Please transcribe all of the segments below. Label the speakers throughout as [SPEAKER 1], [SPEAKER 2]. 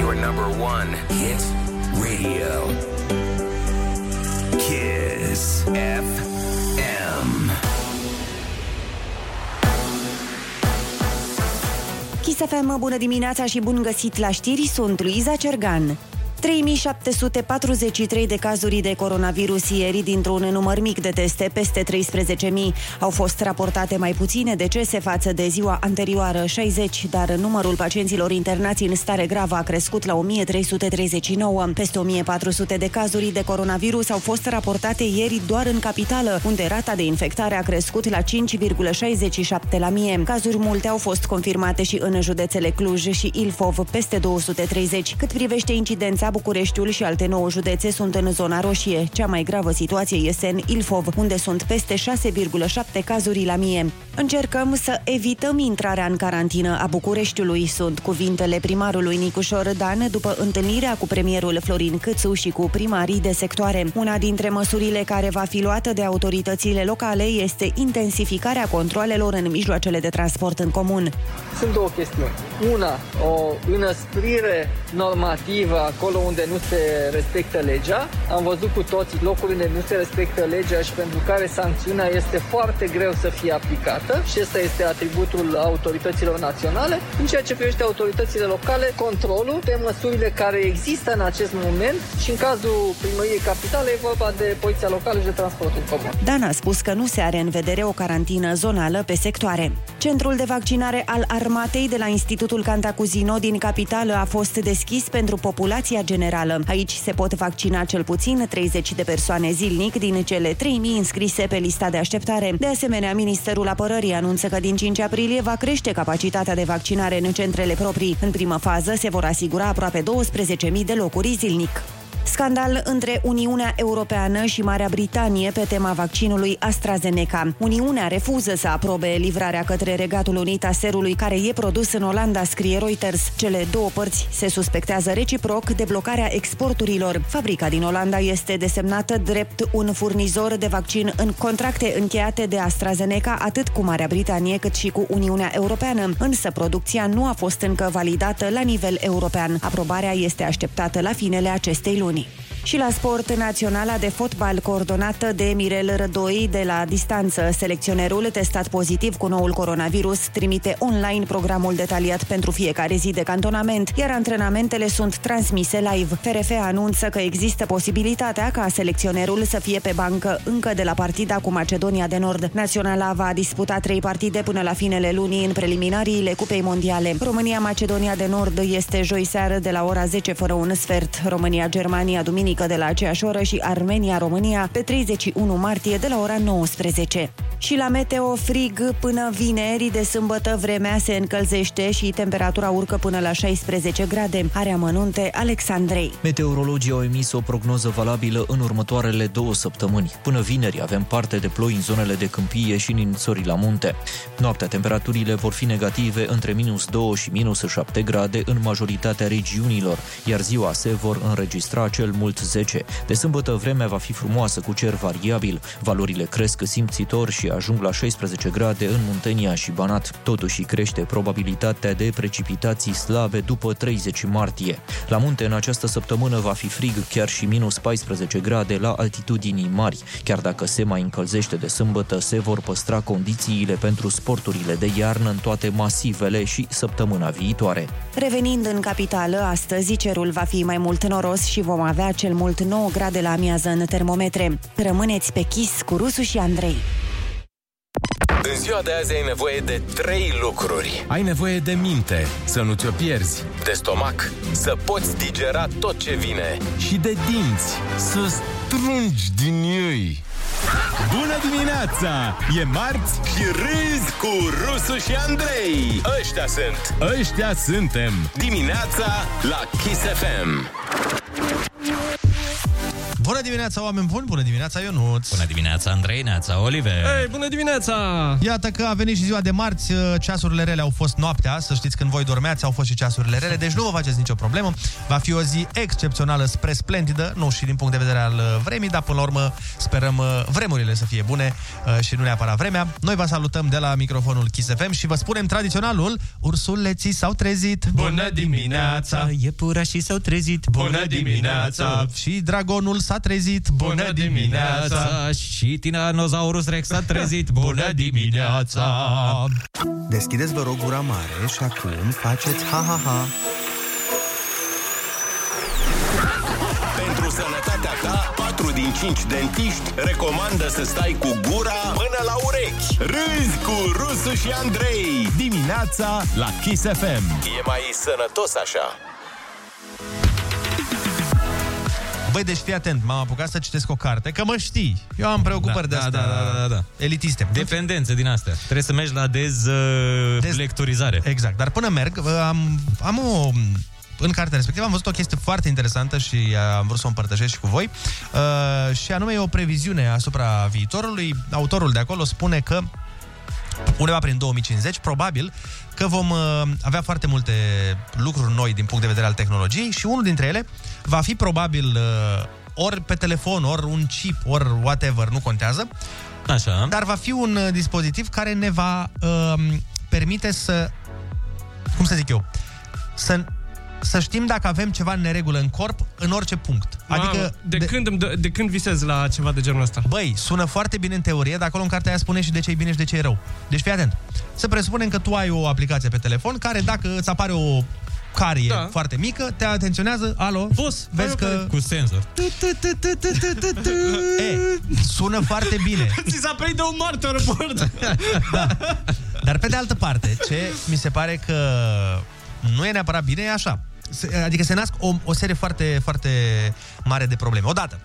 [SPEAKER 1] your number one hit radio. Kiss FM.
[SPEAKER 2] Kiss FM, bună dimineața și bun găsit la știri, sunt Luiza Cergan. 3743 de cazuri de coronavirus ieri dintr-un număr mic de teste, peste 13.000. Au fost raportate mai puține decese față de ziua anterioară, 60, dar numărul pacienților internați în stare gravă a crescut la 1339. Peste 1400 de cazuri de coronavirus au fost raportate ieri doar în capitală, unde rata de infectare a crescut la 5,67 la mie. Cazuri multe au fost confirmate și în județele Cluj și Ilfov, peste 230. Cât privește incidența, Bucureștiul și alte nouă județe sunt în zona roșie. Cea mai gravă situație este în Ilfov, unde sunt peste 6,7 cazuri la mie. Încercăm să evităm intrarea în carantină a Bucureștiului, sunt cuvintele primarului Nicușor Dan după întâlnirea cu premierul Florin Câțu și cu primarii de sectoare. Una dintre măsurile care va fi luată de autoritățile locale este intensificarea controalelor în mijloacele de transport în comun.
[SPEAKER 3] Sunt două chestiuni. Una, o înăsprire normativă acolo unde nu se respectă legea. Am văzut cu toții locuri unde nu se respectă legea și pentru care sancțiunea este foarte greu să fie aplicată și ăsta este atributul autorităților naționale. În ceea ce privește autoritățile locale, controlul pe măsurile care există în acest moment și în cazul primăriei capitale e vorba de poliția locală și de transportul comun.
[SPEAKER 2] Dan a spus că nu se are în vedere o carantină zonală pe sectoare. Centrul de vaccinare al armatei de la Institutul Cantacuzino din capitală a fost deschis pentru populația generală. Aici se pot vaccina cel puțin 30 de persoane zilnic din cele 3.000 înscrise pe lista de așteptare. De asemenea, Ministerul Apărării anunță că din 5 aprilie va crește capacitatea de vaccinare în centrele proprii. În primă fază se vor asigura aproape 12.000 de locuri zilnic. Scandal între Uniunea Europeană și Marea Britanie pe tema vaccinului AstraZeneca. Uniunea refuză să aprobe livrarea către Regatul Unit a serului care e produs în Olanda, scrie Reuters. Cele două părți se suspectează reciproc de blocarea exporturilor. Fabrica din Olanda este desemnată drept un furnizor de vaccin în contracte încheiate de AstraZeneca atât cu Marea Britanie cât și cu Uniunea Europeană, însă producția nu a fost încă validată la nivel european. Aprobarea este așteptată la finele acestei luni. Și la sport, naționala de fotbal coordonată de Mirel Rădoi de la distanță. Selecționerul testat pozitiv cu noul coronavirus trimite online programul detaliat pentru fiecare zi de cantonament, iar antrenamentele sunt transmise live. FRF anunță că există posibilitatea ca selecționerul să fie pe bancă încă de la partida cu Macedonia de Nord. Naționala va disputa trei partide până la finele lunii în preliminariile Cupei Mondiale. România-Macedonia de Nord este joi seară de la ora 10 fără un sfert. România-Germania Germania duminică de la aceeași oră și Armenia-România pe 31 martie de la ora 19. Și la meteo frig până vineri de sâmbătă vremea se încălzește și temperatura urcă până la 16 grade. Are amănunte Alexandrei.
[SPEAKER 4] Meteorologii au emis o prognoză valabilă în următoarele două săptămâni. Până vineri avem parte de ploi în zonele de câmpie și în țării la munte. Noaptea temperaturile vor fi negative între minus 2 și minus 7 grade în majoritatea regiunilor, iar ziua se vor înregistra cel mult 10. De sâmbătă vremea va fi frumoasă cu cer variabil. Valorile cresc simțitor și ajung la 16 grade în Muntenia și Banat. Totuși crește probabilitatea de precipitații slabe după 30 martie. La munte în această săptămână va fi frig chiar și minus 14 grade la altitudinii mari. Chiar dacă se mai încălzește de sâmbătă, se vor păstra condițiile pentru sporturile de iarnă în toate masivele și săptămâna viitoare.
[SPEAKER 2] Revenind în capitală, astăzi cerul va fi mai mult noros și vom avea cel mult 9 grade la amiază în termometre. Rămâneți pe chis cu Rusu și Andrei.
[SPEAKER 1] În ziua de azi ai nevoie de trei lucruri.
[SPEAKER 5] Ai nevoie de minte, să nu ți-o pierzi.
[SPEAKER 1] De stomac, să poți digera tot ce vine.
[SPEAKER 5] Și de dinți, să strungi din ei. Bună dimineața! E marți
[SPEAKER 1] Și râzi cu Rusu și Andrei. Ăștia sunt
[SPEAKER 5] Ăștia suntem!
[SPEAKER 1] dimineața la Kiss FM.
[SPEAKER 6] Bună dimineața, oameni buni! Bună dimineața, Ionuț!
[SPEAKER 7] Bună dimineața, Andrei, Neața, Oliver!
[SPEAKER 8] Ei, bună dimineața!
[SPEAKER 6] Iată că a venit și ziua de marți, uh, ceasurile rele au fost noaptea, să știți când voi dormeați au fost și ceasurile rele, deci nu vă faceți nicio problemă. Va fi o zi excepțională spre splendidă, nu și din punct de vedere al uh, vremii, dar până la urmă sperăm uh, vremurile să fie bune uh, și nu neapărat vremea. Noi vă salutăm de la microfonul Kiss FM și vă spunem tradiționalul, ursuleții s-au trezit.
[SPEAKER 9] Bună dimineața!
[SPEAKER 6] Iepurașii s-au trezit.
[SPEAKER 9] Bună dimineața!
[SPEAKER 6] Și dragonul s-a trezit.
[SPEAKER 9] Bună dimineața!
[SPEAKER 7] Și Tiranosaurus Rex s-a trezit. Bună dimineața!
[SPEAKER 10] Deschideți, vă rog, gura mare și acum faceți ha-ha-ha.
[SPEAKER 1] Pentru sănătatea ta, 4 din 5 dentiști recomandă să stai cu gura până la urechi. Râzi cu Rusu și Andrei.
[SPEAKER 5] Dimineața
[SPEAKER 6] Da,
[SPEAKER 5] la Kiss FM.
[SPEAKER 1] E mai sănătos așa.
[SPEAKER 6] Băi, deci fii atent, m-am apucat să citesc o carte, că mă știi. Eu am preocupări da, de astea.
[SPEAKER 7] Da, da, da, da.
[SPEAKER 6] Elitiste.
[SPEAKER 7] Dependențe din astea. Trebuie să mergi la dez, uh, dez... lecturizare.
[SPEAKER 6] Exact, dar până merg, uh, am, am o în cartea respectivă am văzut o chestie foarte interesantă și uh, am vrut să o împărtășesc și cu voi. Uh, și anume e o previziune asupra viitorului. Autorul de acolo spune că undeva prin 2050, probabil că vom uh, avea foarte multe lucruri noi din punct de vedere al tehnologiei și unul dintre ele va fi probabil uh, ori pe telefon, ori un chip, ori whatever, nu contează.
[SPEAKER 7] Așa.
[SPEAKER 6] Dar va fi un uh, dispozitiv care ne va uh, permite să cum să zic eu, să să știm dacă avem ceva în neregulă în corp, în orice punct.
[SPEAKER 8] Mamă, adică de, de, când îmi dă, de când visez la ceva de genul ăsta?
[SPEAKER 6] Băi, sună foarte bine în teorie, dar acolo în cartea aia spune și de ce e bine și de ce e rău. Deci fii atent. Să presupunem că tu ai o aplicație pe telefon care dacă îți apare o carie da. foarte mică, te atenționează, alo,
[SPEAKER 7] Boss,
[SPEAKER 6] vezi că...
[SPEAKER 7] Cu senzor.
[SPEAKER 6] E, sună foarte bine.
[SPEAKER 8] Ți s-a prins Păi de un martor port.
[SPEAKER 6] da. Dar pe de altă parte, ce mi se pare că nu e neapărat bine, e așa adică se nasc o, o serie foarte, foarte mare de probleme. Odată,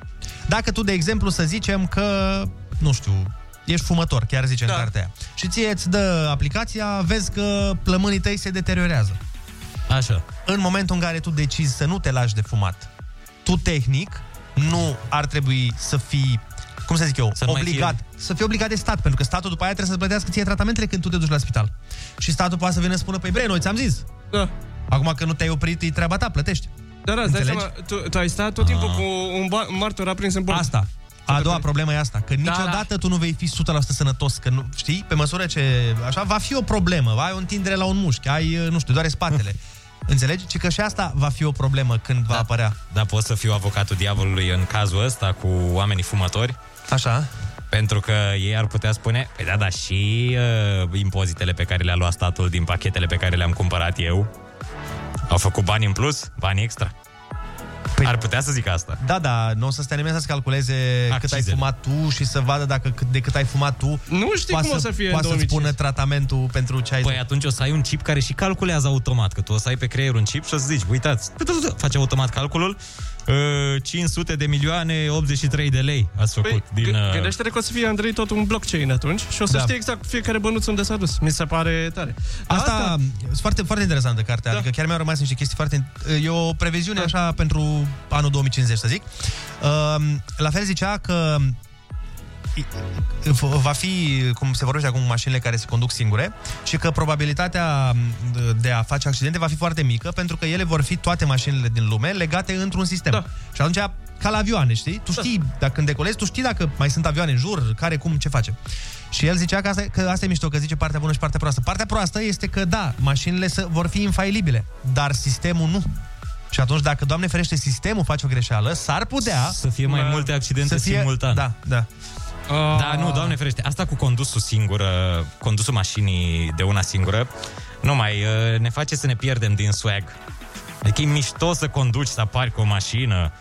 [SPEAKER 6] dacă tu, de exemplu, să zicem că, nu știu, ești fumător, chiar zice da. în cartea aia, și ție îți dă aplicația, vezi că plămânii tăi se deteriorează.
[SPEAKER 7] Așa.
[SPEAKER 6] În momentul în care tu decizi să nu te lași de fumat, tu tehnic nu ar trebui să fii cum să zic eu, să obligat, fie... să fii obligat de stat, pentru că statul după aia trebuie să-ți plătească ție tratamentele când tu te duci la spital. Și statul poate să vină să spună, păi bre, noi ți-am zis.
[SPEAKER 8] Da.
[SPEAKER 6] Acum că nu te-ai oprit, e treaba ta, plătești.
[SPEAKER 8] Da, da, dai seama, tu, tu ai stat tot timpul ah. cu un ba- martor aprins în bord.
[SPEAKER 6] Asta. A doua problemă e asta, că niciodată da, da. tu nu vei fi 100% sănătos, că nu, știi, pe măsură ce așa va fi o problemă, ai o întindere la un mușchi, ai, nu știu, doare spatele. Înțelegi? Ci că și asta va fi o problemă când va
[SPEAKER 7] da,
[SPEAKER 6] apărea.
[SPEAKER 7] Da, pot să fiu avocatul diavolului în cazul ăsta cu oamenii fumători.
[SPEAKER 6] Așa.
[SPEAKER 7] Pentru că ei ar putea spune, păi da, da, și uh, impozitele pe care le-a luat statul din pachetele pe care le-am cumpărat eu, au făcut bani în plus, bani extra. Păi, Ar putea să zic asta.
[SPEAKER 6] Da, da, nu o să stea nimeni să-ți calculeze Accizele. cât ai fumat tu și să vadă dacă cât, de cât ai fumat tu.
[SPEAKER 8] Nu știi cum să, o să fie
[SPEAKER 6] Poate să-ți pună tratamentul pentru ce ai...
[SPEAKER 7] Păi atunci o să ai un chip care și calculează automat, că tu o să ai pe creier un chip și o să zici, uitați, face automat calculul, 500 de milioane 83 de lei ați făcut păi, din...
[SPEAKER 8] G- gândește-te că o să fie, Andrei, tot un blockchain atunci și o să da. știi exact fiecare bănuț unde s-a dus. Mi se pare tare.
[SPEAKER 6] Asta, Asta... e foarte, foarte interesantă cartea, da. adică chiar mi-au rămas niște chestii foarte... E o previziune da. așa pentru anul 2050, să zic. Ehm, La fel zicea că va fi, cum se vorbește acum, mașinile care se conduc singure și că probabilitatea de a face accidente va fi foarte mică pentru că ele vor fi toate mașinile din lume legate într-un sistem. Da. Și atunci ca la avioane, știi? Tu știi, da. dacă când decolezi, tu știi dacă mai sunt avioane în jur, care, cum, ce face. Și el zicea că asta, că asta e mișto, că zice partea bună și partea proastă. Partea proastă este că, da, mașinile vor fi infailibile, dar sistemul nu. Și atunci, dacă, Doamne ferește, sistemul face o greșeală, s-ar putea...
[SPEAKER 7] Să fie mai multe accidente să fie, simultan.
[SPEAKER 6] Da, da.
[SPEAKER 7] Oh. Da, nu, doamne ferește, asta cu condusul singur, condusul mașinii de una singură, nu mai ă, ne face să ne pierdem din swag. Adică e mișto să conduci, să apari cu o mașină,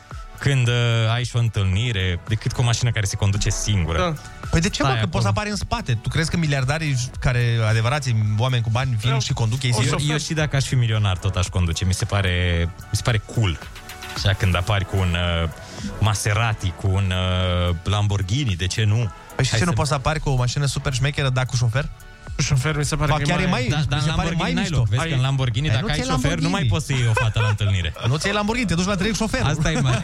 [SPEAKER 7] când uh, ai și o întâlnire, decât cu o mașină care se conduce singură. Da.
[SPEAKER 6] Păi de ce, mă, că acolo. poți să apari în spate? Tu crezi că miliardarii care, adevărați, oameni cu bani, vin eu, și conduc ei
[SPEAKER 7] singuri? Eu, eu și dacă aș fi milionar, tot aș conduce. Mi se pare, mi se pare cool. Așa, când apari cu un uh, Maserati, cu un uh, Lamborghini, de ce nu?
[SPEAKER 6] Păi și Hai ce, să... nu poți să apari cu o mașină super șmecheră, dar cu șofer?
[SPEAKER 8] Șofer mi se pare
[SPEAKER 6] Ba
[SPEAKER 8] că
[SPEAKER 6] chiar e mai,
[SPEAKER 7] Da, dar
[SPEAKER 6] mi
[SPEAKER 7] în
[SPEAKER 6] se pare
[SPEAKER 7] Lamborghini
[SPEAKER 6] mai
[SPEAKER 7] n-ai
[SPEAKER 6] mișto. Păi
[SPEAKER 7] loc. Vezi că în Lamborghini, dacă
[SPEAKER 6] nu
[SPEAKER 7] ai
[SPEAKER 6] ți-e
[SPEAKER 7] șofer, nu mai
[SPEAKER 6] Lamborghini.
[SPEAKER 7] poți să iei o fată la întâlnire.
[SPEAKER 6] Nu ți-ai Lamborghini, te duci la direct șofer.
[SPEAKER 7] Asta e mai.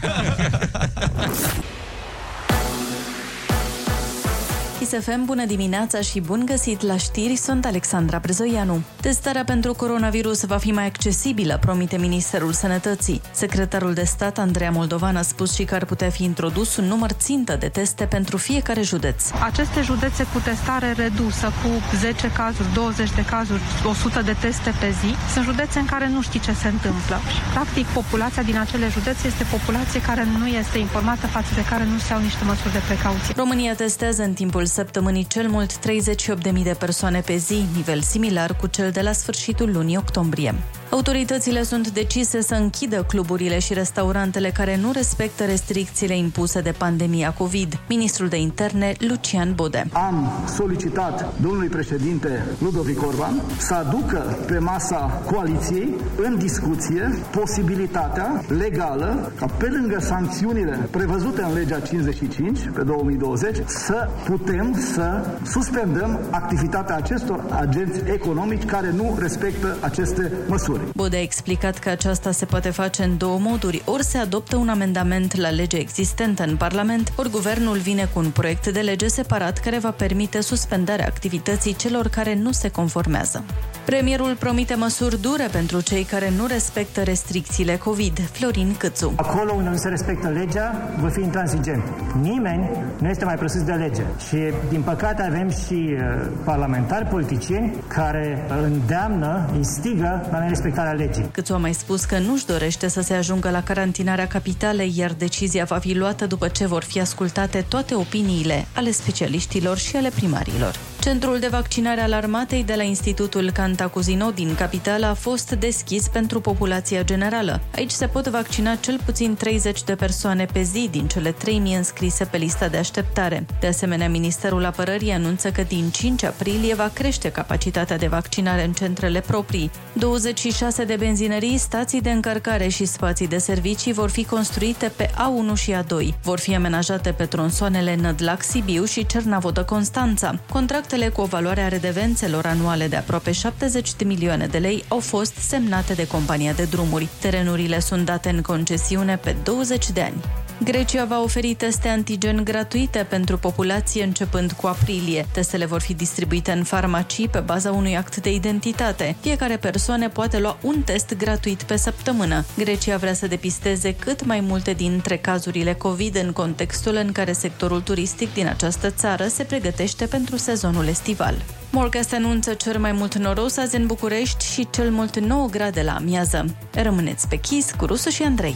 [SPEAKER 11] ISFM, bună dimineața și bun găsit la știri, sunt Alexandra Brezoianu. Testarea pentru coronavirus va fi mai accesibilă, promite Ministerul Sănătății. Secretarul de stat Andreea Moldovan a spus și că ar putea fi introdus un număr țintă de teste pentru fiecare județ.
[SPEAKER 12] Aceste județe cu testare redusă, cu 10 cazuri, 20 de cazuri, 100 de teste pe zi, sunt județe în care nu știi ce se întâmplă. Și, practic, populația din acele județe este populație care nu este informată, față de care nu se au niște măsuri de precauție.
[SPEAKER 11] România testează în timpul săptămânii cel mult 38.000 de persoane pe zi, nivel similar cu cel de la sfârșitul lunii octombrie. Autoritățile sunt decise să închidă cluburile și restaurantele care nu respectă restricțiile impuse de pandemia COVID. Ministrul de Interne, Lucian Bode.
[SPEAKER 13] Am solicitat domnului președinte Ludovic Orban să aducă pe masa coaliției în discuție posibilitatea legală ca pe lângă sancțiunile prevăzute în legea 55 pe 2020 să putem să suspendăm activitatea acestor agenți economici care nu respectă aceste măsuri.
[SPEAKER 11] Bode a explicat că aceasta se poate face în două moduri. Ori se adoptă un amendament la lege existentă în Parlament, ori guvernul vine cu un proiect de lege separat care va permite suspendarea activității celor care nu se conformează. Premierul promite măsuri dure pentru cei care nu respectă restricțiile COVID. Florin Câțu.
[SPEAKER 14] Acolo unde nu se respectă legea, voi fi intransigent. Nimeni nu este mai presus de lege. Și, din păcate, avem și uh, parlamentari, politicieni, care uh, îndeamnă, instigă la nerespectarea legii.
[SPEAKER 11] Câțu a mai spus că nu-și dorește să se ajungă la carantinarea capitalei, iar decizia va fi luată după ce vor fi ascultate toate opiniile ale specialiștilor și ale primarilor. Centrul de vaccinare al armatei de la Institutul Cantacuzino din capitală a fost deschis pentru populația generală. Aici se pot vaccina cel puțin 30 de persoane pe zi din cele 3.000 înscrise pe lista de așteptare. De asemenea, Ministerul Apărării anunță că din 5 aprilie va crește capacitatea de vaccinare în centrele proprii. 26 de benzinării, stații de încărcare și spații de servicii vor fi construite pe A1 și A2. Vor fi amenajate pe tronsoanele Nădlac Sibiu și Cernavodă Constanța. Contractele cu o valoare a redevențelor anuale de aproape 70 de milioane de lei au fost semnate de compania de drumuri. Terenurile sunt date în concesiune pe 20 de ani. Grecia va oferi teste antigen gratuite pentru populație începând cu aprilie. Testele vor fi distribuite în farmacii pe baza unui act de identitate. Fiecare persoană poate lua un test gratuit pe săptămână. Grecia vrea să depisteze cât mai multe dintre cazurile COVID în contextul în care sectorul turistic din această țară se pregătește pentru sezonul estival. Morcast anunță cel mai mult noros azi în București și cel mult 9 grade la amiază. Rămâneți pe chis cu Rusu și Andrei.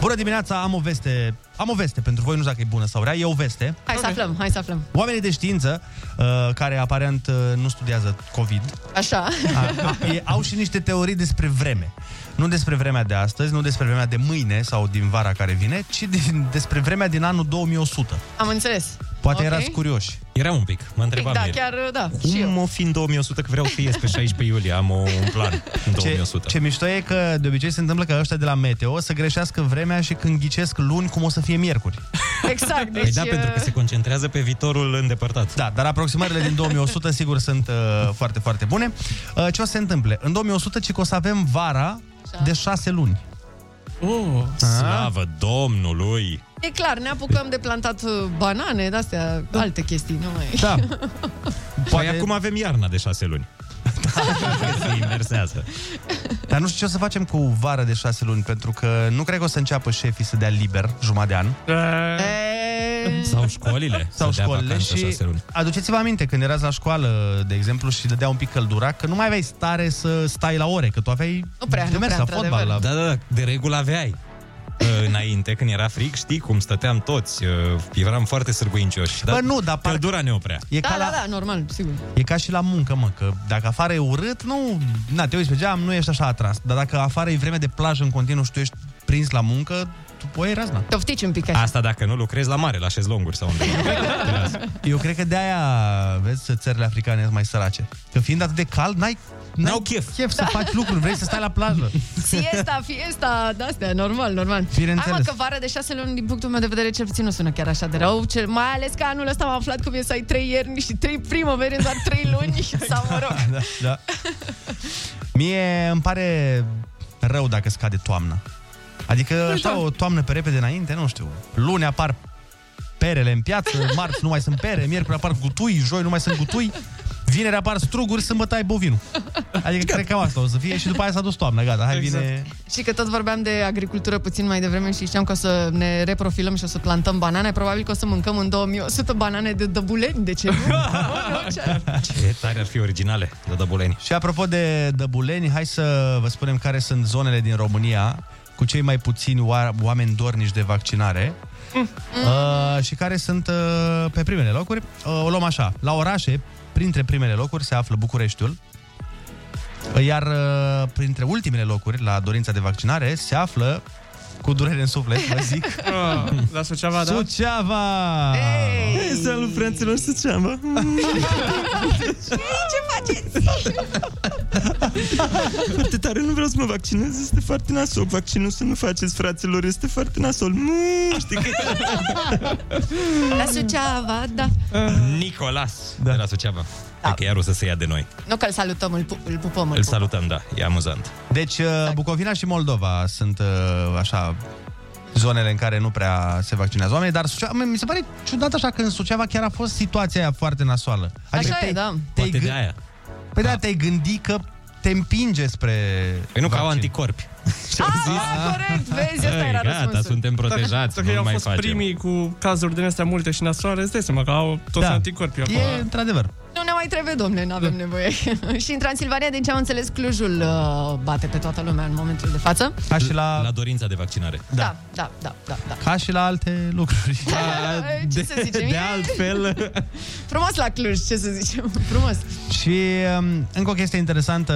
[SPEAKER 6] Bună dimineața, am o veste. Am o veste pentru voi, nu știu dacă e bună sau rea, e o veste.
[SPEAKER 15] Hai să aflăm, hai să aflăm.
[SPEAKER 6] Oamenii de știință, uh, care aparent uh, nu studiază COVID,
[SPEAKER 15] Așa.
[SPEAKER 6] a, da. e, au și niște teorii despre vreme. Nu despre vremea de astăzi, nu despre vremea de mâine sau din vara care vine, ci din, despre vremea din anul 2100.
[SPEAKER 15] Am înțeles.
[SPEAKER 6] Poate
[SPEAKER 15] Ok.
[SPEAKER 6] okay. erați curioși.
[SPEAKER 7] Era un pic, mă întrebam
[SPEAKER 15] Da,
[SPEAKER 7] ieri.
[SPEAKER 15] chiar, da. Și eu.
[SPEAKER 7] Cum o fi în 2100, că vreau să ies pe 16 iulie, am o, un plan în 2100.
[SPEAKER 6] Ce mișto e că de obicei se întâmplă că ăștia de la Meteo să greșească vremea și când ghicesc luni cum o să fie miercuri.
[SPEAKER 15] Exact,
[SPEAKER 7] Păi
[SPEAKER 15] deci...
[SPEAKER 7] da, pentru că se concentrează pe viitorul îndepărtat.
[SPEAKER 6] Da, dar aproximările din 2100 sigur sunt uh, foarte, foarte bune. Uh, ce o să se întâmple? În 2100 ci că o să avem vara de șase luni. Ah.
[SPEAKER 8] Oh,
[SPEAKER 7] Slavă Domnului!
[SPEAKER 15] E clar, ne apucăm de plantat uh, banane, de-astea, alte chestii, nu mai...
[SPEAKER 6] Da.
[SPEAKER 7] Poate... Păi acum avem iarna de șase luni. Da. se inversează.
[SPEAKER 6] Dar nu știu ce o să facem cu vara de șase luni, pentru că nu cred că o să înceapă șefii să dea liber jumătate de an.
[SPEAKER 7] Sau școlile.
[SPEAKER 6] Sau
[SPEAKER 7] să dea
[SPEAKER 6] școlile
[SPEAKER 7] vacanță
[SPEAKER 6] și
[SPEAKER 7] șase luni.
[SPEAKER 6] aduceți-vă aminte când erați la școală, de exemplu, și dădea un pic căldura, că nu mai aveai stare să stai la ore, că tu aveai
[SPEAKER 15] Nu prea,
[SPEAKER 6] de
[SPEAKER 15] nu
[SPEAKER 6] mers
[SPEAKER 15] prea,
[SPEAKER 6] la fotbal. La...
[SPEAKER 7] Da, da, da, de regulă aveai. Uh, Înainte, când era frig, știi cum stăteam toți, uh, eram foarte sârguincioși.
[SPEAKER 6] Bă, nu, dar parcă-
[SPEAKER 7] Căldura ne oprea.
[SPEAKER 6] E
[SPEAKER 15] Da, da, da, normal, sigur.
[SPEAKER 6] E ca și la muncă, mă, că dacă afară e urât, nu, na, te uiți pe geam, nu ești așa atras. Dar dacă afară e vreme de plajă în continuu și tu ești prins la muncă, tu poți razna.
[SPEAKER 15] Toftici un pic așa.
[SPEAKER 7] Asta dacă nu lucrezi la mare, la șezlonguri sau undeva.
[SPEAKER 6] Eu cred că de-aia, vezi, țările africane sunt mai sărace. Că fiind atât de cald, n-ai, n-ai N-au chef. chef să faci lucruri, vrei să stai la plajă.
[SPEAKER 15] Siesta, fiesta, de-astea, normal, normal.
[SPEAKER 6] Bineînțeles.
[SPEAKER 15] Hai mă, că vara de șase luni, din punctul meu de vedere, cel puțin nu sună chiar așa de rău, cel, mai ales că anul ăsta am aflat cum e să ai trei ierni și trei primăveri în doar trei luni sau, mă rog.
[SPEAKER 6] da, da. Mie îmi pare rău dacă scade toamna. Adică așa o toamnă pe repede înainte, nu știu. Luni apar perele în piață, marți nu mai sunt pere, miercuri apar gutui, joi nu mai sunt gutui, vineri apar struguri, sâmbătă ai bovinul. Adică cred că cam asta o să fie și după aia s-a dus toamna, gata, hai exact. vine...
[SPEAKER 15] Și că tot vorbeam de agricultură puțin mai devreme și știam că o să ne reprofilăm și o să plantăm banane, probabil că o să mâncăm în 2100 banane de dăbuleni, de ce da, nu?
[SPEAKER 7] Ce tare ar fi originale, de dăbuleni.
[SPEAKER 6] Și apropo de dăbuleni, hai să vă spunem care sunt zonele din România cu cei mai puțini oa- oameni dornici de vaccinare
[SPEAKER 8] Mm.
[SPEAKER 6] uh, și care sunt uh, pe primele locuri. Uh, o luăm așa, la orașe, printre primele locuri se află Bucureștiul, uh, iar uh, printre ultimele locuri la dorința de vaccinare se află cu durere în suflet, vă zic.
[SPEAKER 8] Ah, la Suceava, da?
[SPEAKER 6] Suceava!
[SPEAKER 8] Ei, salut, franților, Suceava!
[SPEAKER 9] Ce faceți? Foarte tare, nu vreau să mă vaccinez, este foarte nasol. Vaccinul să nu faceți, fraților, este foarte nasol. Mm, știi că...
[SPEAKER 15] La Suceava, da.
[SPEAKER 7] Nicolas da. de la Suceava. Da. Că iar o să se ia de noi.
[SPEAKER 15] Nu că îl salutăm, îl, pu- îl pupăm.
[SPEAKER 7] Îl salutăm, da, e amuzant.
[SPEAKER 6] Deci
[SPEAKER 15] Exact.
[SPEAKER 6] uh, Bucovina și Moldova sunt uh, așa zonele în care nu prea se vaccinează oamenii, dar Suceava, mi se pare ciudat așa că în Suceava chiar a fost situația aia foarte nasoală. Adică
[SPEAKER 15] Așa e, da.
[SPEAKER 6] Poate de aia. Păi da, te-ai gândit că te împinge spre Păi nu, că au anticorpi.
[SPEAKER 15] Ah, corect, vezi, ăsta era răspunsul.
[SPEAKER 8] Dacă, dacă au fost primii cu cazuri din astea multe și nasoare, îți dai seama că au toți
[SPEAKER 6] Da.
[SPEAKER 8] anticorpii acolo.
[SPEAKER 6] E într-adevăr.
[SPEAKER 15] Nu ne mai trebuie, domne, nu
[SPEAKER 6] Mm.
[SPEAKER 15] avem nevoie. și în Transilvania, din ce am înțeles, Clujul uh, bate pe toată lumea în momentul de față.
[SPEAKER 6] Ca și la...
[SPEAKER 7] La dorința de vaccinare.
[SPEAKER 15] Da, da, da, da. da.
[SPEAKER 6] Ca și la alte lucruri.
[SPEAKER 15] Ce să zicem?
[SPEAKER 6] de altfel...
[SPEAKER 15] Frumos la Cluj, ce să zicem. Frumos.
[SPEAKER 6] Și um, încă o chestie interesantă,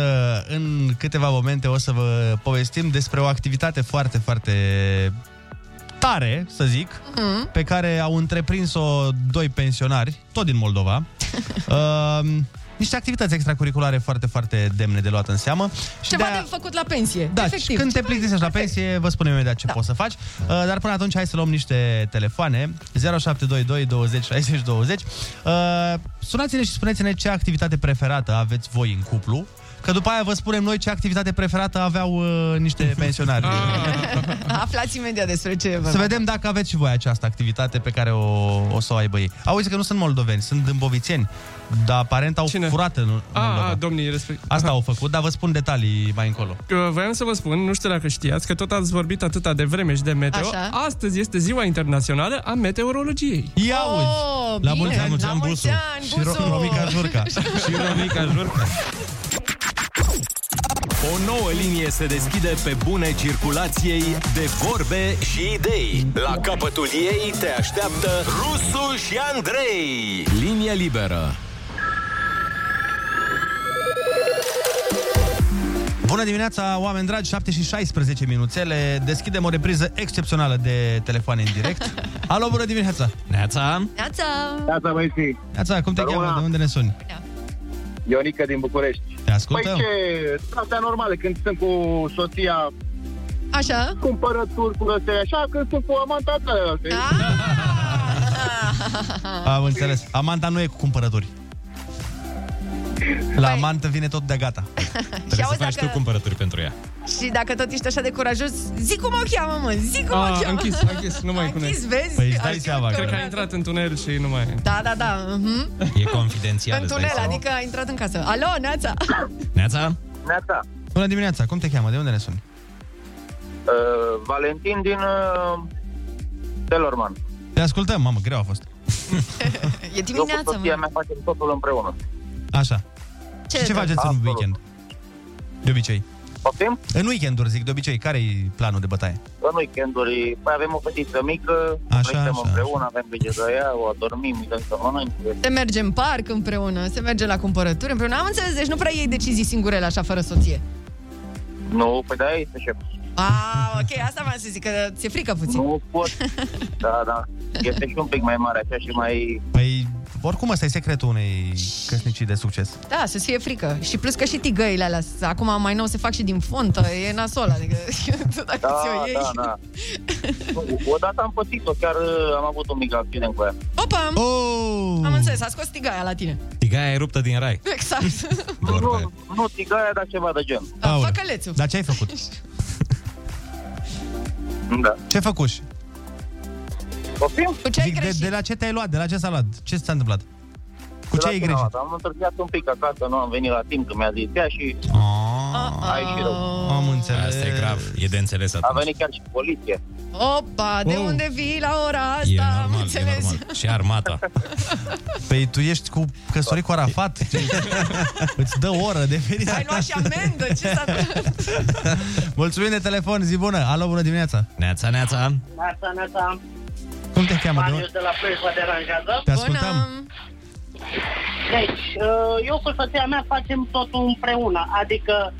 [SPEAKER 6] în câteva momente o să vă povestim despre o activitate foarte, foarte tare, să zic, mm-hmm. pe care au întreprins-o doi pensionari, tot din Moldova. um, niște activități extracurriculare foarte, foarte demne de luat în seamă. Și
[SPEAKER 15] Ceva
[SPEAKER 6] de-aia-
[SPEAKER 15] de făcut la pensie.
[SPEAKER 6] da,
[SPEAKER 15] efectiv.
[SPEAKER 6] și când te plictisești la pensie, vă spunem imediat ce da. poți să faci. Uh, Dar până atunci hai să luăm niște telefoane. 0722 20 60 20. Uh, Sunați-ne și spuneți-ne ce activitate preferată aveți voi în cuplu Că după aia vă spunem noi ce activitate preferată aveau uh, niște pensionari.
[SPEAKER 8] Ah.
[SPEAKER 15] Aflați imediat despre ce e vorba.
[SPEAKER 6] Să vedem dacă aveți și voi această activitate pe care o, o să o aibă ei. Auzi că nu sunt moldoveni, sunt dâmbovițeni. Dar aparent au Cine? furat în Moldova.
[SPEAKER 8] A, Ah, domnii, respect.
[SPEAKER 6] Asta au făcut, dar vă spun detalii mai încolo.
[SPEAKER 8] Uh, Voiam să vă spun, nu știu dacă știați, că tot ați vorbit atâta de vreme și de meteo.
[SPEAKER 15] Așa.
[SPEAKER 8] Astăzi este ziua internațională a meteorologiei.
[SPEAKER 6] Ia uite!
[SPEAKER 15] Oh, bine, la mulți ani,
[SPEAKER 8] Și
[SPEAKER 15] Busu!
[SPEAKER 8] Ro- Romica Jurca.
[SPEAKER 6] Și Romica Jurca.
[SPEAKER 1] O nouă linie se deschide pe bune circulației de vorbe și idei. La capătul ei te așteaptă Rusu și Andrei.
[SPEAKER 5] Linie liberă.
[SPEAKER 6] Bună dimineața, oameni dragi, 7 și 16 minuțele. Deschidem o repriză excepțională de telefoane în direct. Alo, bună dimineața! Neața!
[SPEAKER 15] Neața!
[SPEAKER 16] Neața, băieții!
[SPEAKER 6] Neața, cum te
[SPEAKER 16] Bună.
[SPEAKER 6] cheamă? De unde ne suni?
[SPEAKER 16] Ionică din București.
[SPEAKER 6] Te ascultăm.
[SPEAKER 16] Păi ce, astea normale, când sunt cu soția,
[SPEAKER 15] Așa? Da.
[SPEAKER 16] cumpărături cu răsele, așa, când sunt cu amanta ta,
[SPEAKER 15] Ah. Păi,
[SPEAKER 6] Am înțeles. Amanta nu e cu cumpărături. La amantă vine tot de gata.
[SPEAKER 15] Păi. Și auzi dacă,
[SPEAKER 6] cumpărături pentru ea.
[SPEAKER 15] și dacă tot ești așa de curajos, zi cum o cheamă, mă, zi cum o
[SPEAKER 8] A,
[SPEAKER 6] Ah,
[SPEAKER 15] cheamă.
[SPEAKER 8] a Ah, închis, a închis, nu mai
[SPEAKER 15] închis, vezi?
[SPEAKER 8] Păi
[SPEAKER 15] Ai știut că
[SPEAKER 8] Cred că a
[SPEAKER 15] urmează.
[SPEAKER 8] intrat în tunel și nu mai...
[SPEAKER 15] Da, da, da. Uh-huh.
[SPEAKER 7] E confidențial,
[SPEAKER 15] În tunel, adică a intrat în casă. Alo, Neața!
[SPEAKER 6] Neața? Neața. Bună dimineața, cum te cheamă? De unde ne suni?
[SPEAKER 16] uh, Valentin din uh, Telorman.
[SPEAKER 6] Te ascultăm, mamă, greu a fost.
[SPEAKER 15] E
[SPEAKER 16] Eu cu
[SPEAKER 15] dimineața,
[SPEAKER 16] soția
[SPEAKER 15] mă.
[SPEAKER 16] mea facem totul împreună.
[SPEAKER 6] Așa.
[SPEAKER 15] Ce,
[SPEAKER 6] și ce
[SPEAKER 15] da?
[SPEAKER 6] faceți în weekend? De obicei.
[SPEAKER 16] Poftim?
[SPEAKER 6] În weekenduri, zic, de obicei. Care-i planul de bătaie?
[SPEAKER 16] În weekenduri, păi avem o fetiță mică,
[SPEAKER 6] Așa,
[SPEAKER 16] creștem
[SPEAKER 6] așa,
[SPEAKER 16] împreună, avem grijă de ea, o adormim, îi dăm să mănânce.
[SPEAKER 15] Se merge în parc împreună, se merge la cumpărături împreună. Am înțeles, deci nu prea iei decizii singurele așa fără soție.
[SPEAKER 16] Nu, păi da, este șef.
[SPEAKER 15] Ah, ok, asta v-am să zic, că ți-e frică puțin.
[SPEAKER 16] Nu pot. Da, da. Este și un pic mai mare, așa și mai...
[SPEAKER 6] Păi, oricum ăsta e secretul unei căsnicii de succes.
[SPEAKER 15] Da, să-ți fie frică. Și plus că și tigăile alea, s- acum mai nou se fac și din fontă, e nasol, adică tu dacă
[SPEAKER 16] Da,
[SPEAKER 15] ți-o iei...
[SPEAKER 16] da, da. Nu, Odată am pățit-o, chiar uh, am avut un mic accident cu ea.
[SPEAKER 15] Opa!
[SPEAKER 6] Oh!
[SPEAKER 15] Am înțeles, a scos tigaia la tine.
[SPEAKER 7] Tigaia e ruptă din rai.
[SPEAKER 15] Exact.
[SPEAKER 16] Nu, nu tigaia, dar ceva de gen.
[SPEAKER 15] Da, Făcălețul.
[SPEAKER 6] Dar ce ai făcut?
[SPEAKER 16] Da.
[SPEAKER 6] Ce făcuși?
[SPEAKER 16] Copil?
[SPEAKER 15] Cu ce ai
[SPEAKER 6] Zic, de, de, la ce te-ai luat? De la ce s-a luat? Ce s-a întâmplat? Cu ce ai greșit?
[SPEAKER 16] Am întârziat un pic acasă, nu am venit la timp, că mi-a zis ea și...
[SPEAKER 6] Ah.
[SPEAKER 16] Ai și rău.
[SPEAKER 6] Am înțeles.
[SPEAKER 7] Asta e grav, e de înțeles
[SPEAKER 16] A
[SPEAKER 7] atunci.
[SPEAKER 16] venit chiar și poliție.
[SPEAKER 15] Opa, de
[SPEAKER 7] Oh.
[SPEAKER 15] unde vii la ora asta?
[SPEAKER 7] E
[SPEAKER 15] am
[SPEAKER 7] normal, e
[SPEAKER 15] înțeles.
[SPEAKER 7] normal. Și armata.
[SPEAKER 6] Păi tu ești cu căsătorit cu Arafat. Ce- Îți dă o oră de venire.
[SPEAKER 15] Ai luat și amendă, ce s-a întâmplat?
[SPEAKER 6] Mulțumim de telefon, zi bună. Alo, bună dimineața. Neața, neața.
[SPEAKER 17] Neața, neața.
[SPEAKER 6] Cum te cheamă? De
[SPEAKER 17] Marius
[SPEAKER 6] unde?
[SPEAKER 17] de la Preșva deranjează.
[SPEAKER 6] Te ascultăm.
[SPEAKER 17] Deci, eu cu soția mea facem totul împreună. Adică,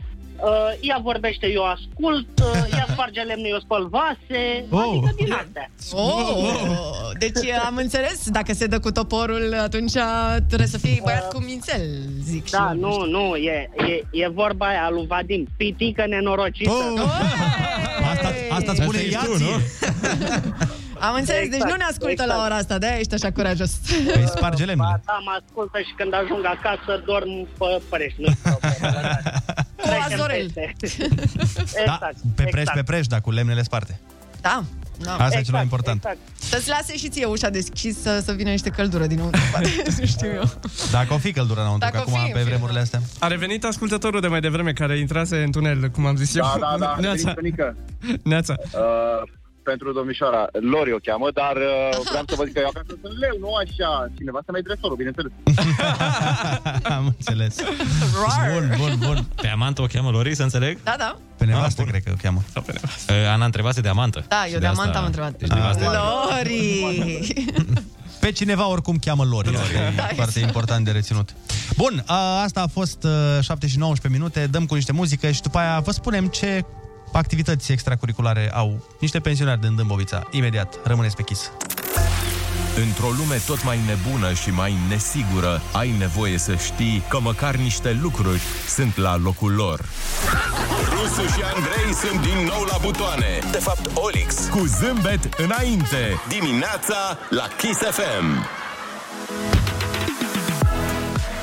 [SPEAKER 17] ea vorbește, eu ascult, uh, ea sparge lemne, eu spăl vase.
[SPEAKER 15] Oh.
[SPEAKER 17] Adică din astea.
[SPEAKER 15] Oh, deci am înțeles, dacă se dă cu toporul, atunci eh, trebuie să fii băiat cu mințel, zic.
[SPEAKER 17] Da,
[SPEAKER 15] și eu.
[SPEAKER 17] nu, nu, e, e, e vorba aia lui Vadim, pitică nenorocită.
[SPEAKER 6] Asta, asta spune ea tu, nu?
[SPEAKER 15] Am înțeles,
[SPEAKER 17] Exact,
[SPEAKER 15] deci nu ne ascultă
[SPEAKER 17] exact.
[SPEAKER 15] la ora asta, de ești așa curajos.
[SPEAKER 6] Păi sparge lemne.
[SPEAKER 17] Da, mă ascultă și când ajung acasă dorm pe Prești, nu
[SPEAKER 15] Cu azorel.
[SPEAKER 17] Exact.
[SPEAKER 6] Da, pe preș, pe preș, da, cu lemnele sparte.
[SPEAKER 15] Da. da.
[SPEAKER 6] Asta e cel
[SPEAKER 17] Exact,
[SPEAKER 6] mai important.
[SPEAKER 15] Să-ți lase și ție ușa deschisă să, să vină niște căldură din nou. nu știu eu.
[SPEAKER 6] Dacă o fi căldură înăuntru, că
[SPEAKER 15] Dacă o
[SPEAKER 6] acum
[SPEAKER 15] fi,
[SPEAKER 6] pe
[SPEAKER 15] în fine,
[SPEAKER 6] vremurile astea.
[SPEAKER 8] A revenit ascultătorul de mai devreme care intrase în tunel, cum am zis
[SPEAKER 16] Da,
[SPEAKER 8] eu.
[SPEAKER 16] da, da,
[SPEAKER 8] Neața.
[SPEAKER 16] Ionică.
[SPEAKER 8] Neața.
[SPEAKER 16] Uh, pentru domnișoara, Lori o cheamă, dar uh, vreau să vă zic că eu acasă sunt leu, nu așa. Cineva să mai dresorul, bineînțeles.
[SPEAKER 6] Am înțeles.
[SPEAKER 7] Bun, bun, bun. Pe amantă o cheamă Lori, să înțeleg? Ah,
[SPEAKER 15] Da, da.
[SPEAKER 6] Pe nevastă, cred că o cheamă.
[SPEAKER 7] Eh, Ana întrebase de amantă.
[SPEAKER 15] Da,
[SPEAKER 7] Și
[SPEAKER 15] eu de amant
[SPEAKER 7] asta-
[SPEAKER 15] am întrebat.
[SPEAKER 7] Deci de
[SPEAKER 6] Ah.
[SPEAKER 7] asta e-
[SPEAKER 15] Lori!
[SPEAKER 6] Pe cineva oricum cheamă Lori. Lori. E foarte important de reținut. Bun, a, asta a fost a, 7 și 19 minute. Dăm cu niște muzică și după aia vă spunem ce activități extracurriculare au niște pensionari din Dâmbovița. Imediat, rămâneți pe chis.
[SPEAKER 1] Într-o lume tot mai nebună și mai nesigură, ai nevoie să știi că măcar niște lucruri sunt la locul lor.
[SPEAKER 5] Rusu și Andrei sunt din nou la butoane. De fapt, Olix.
[SPEAKER 1] Cu zâmbet înainte, dimineața la Kiss FM.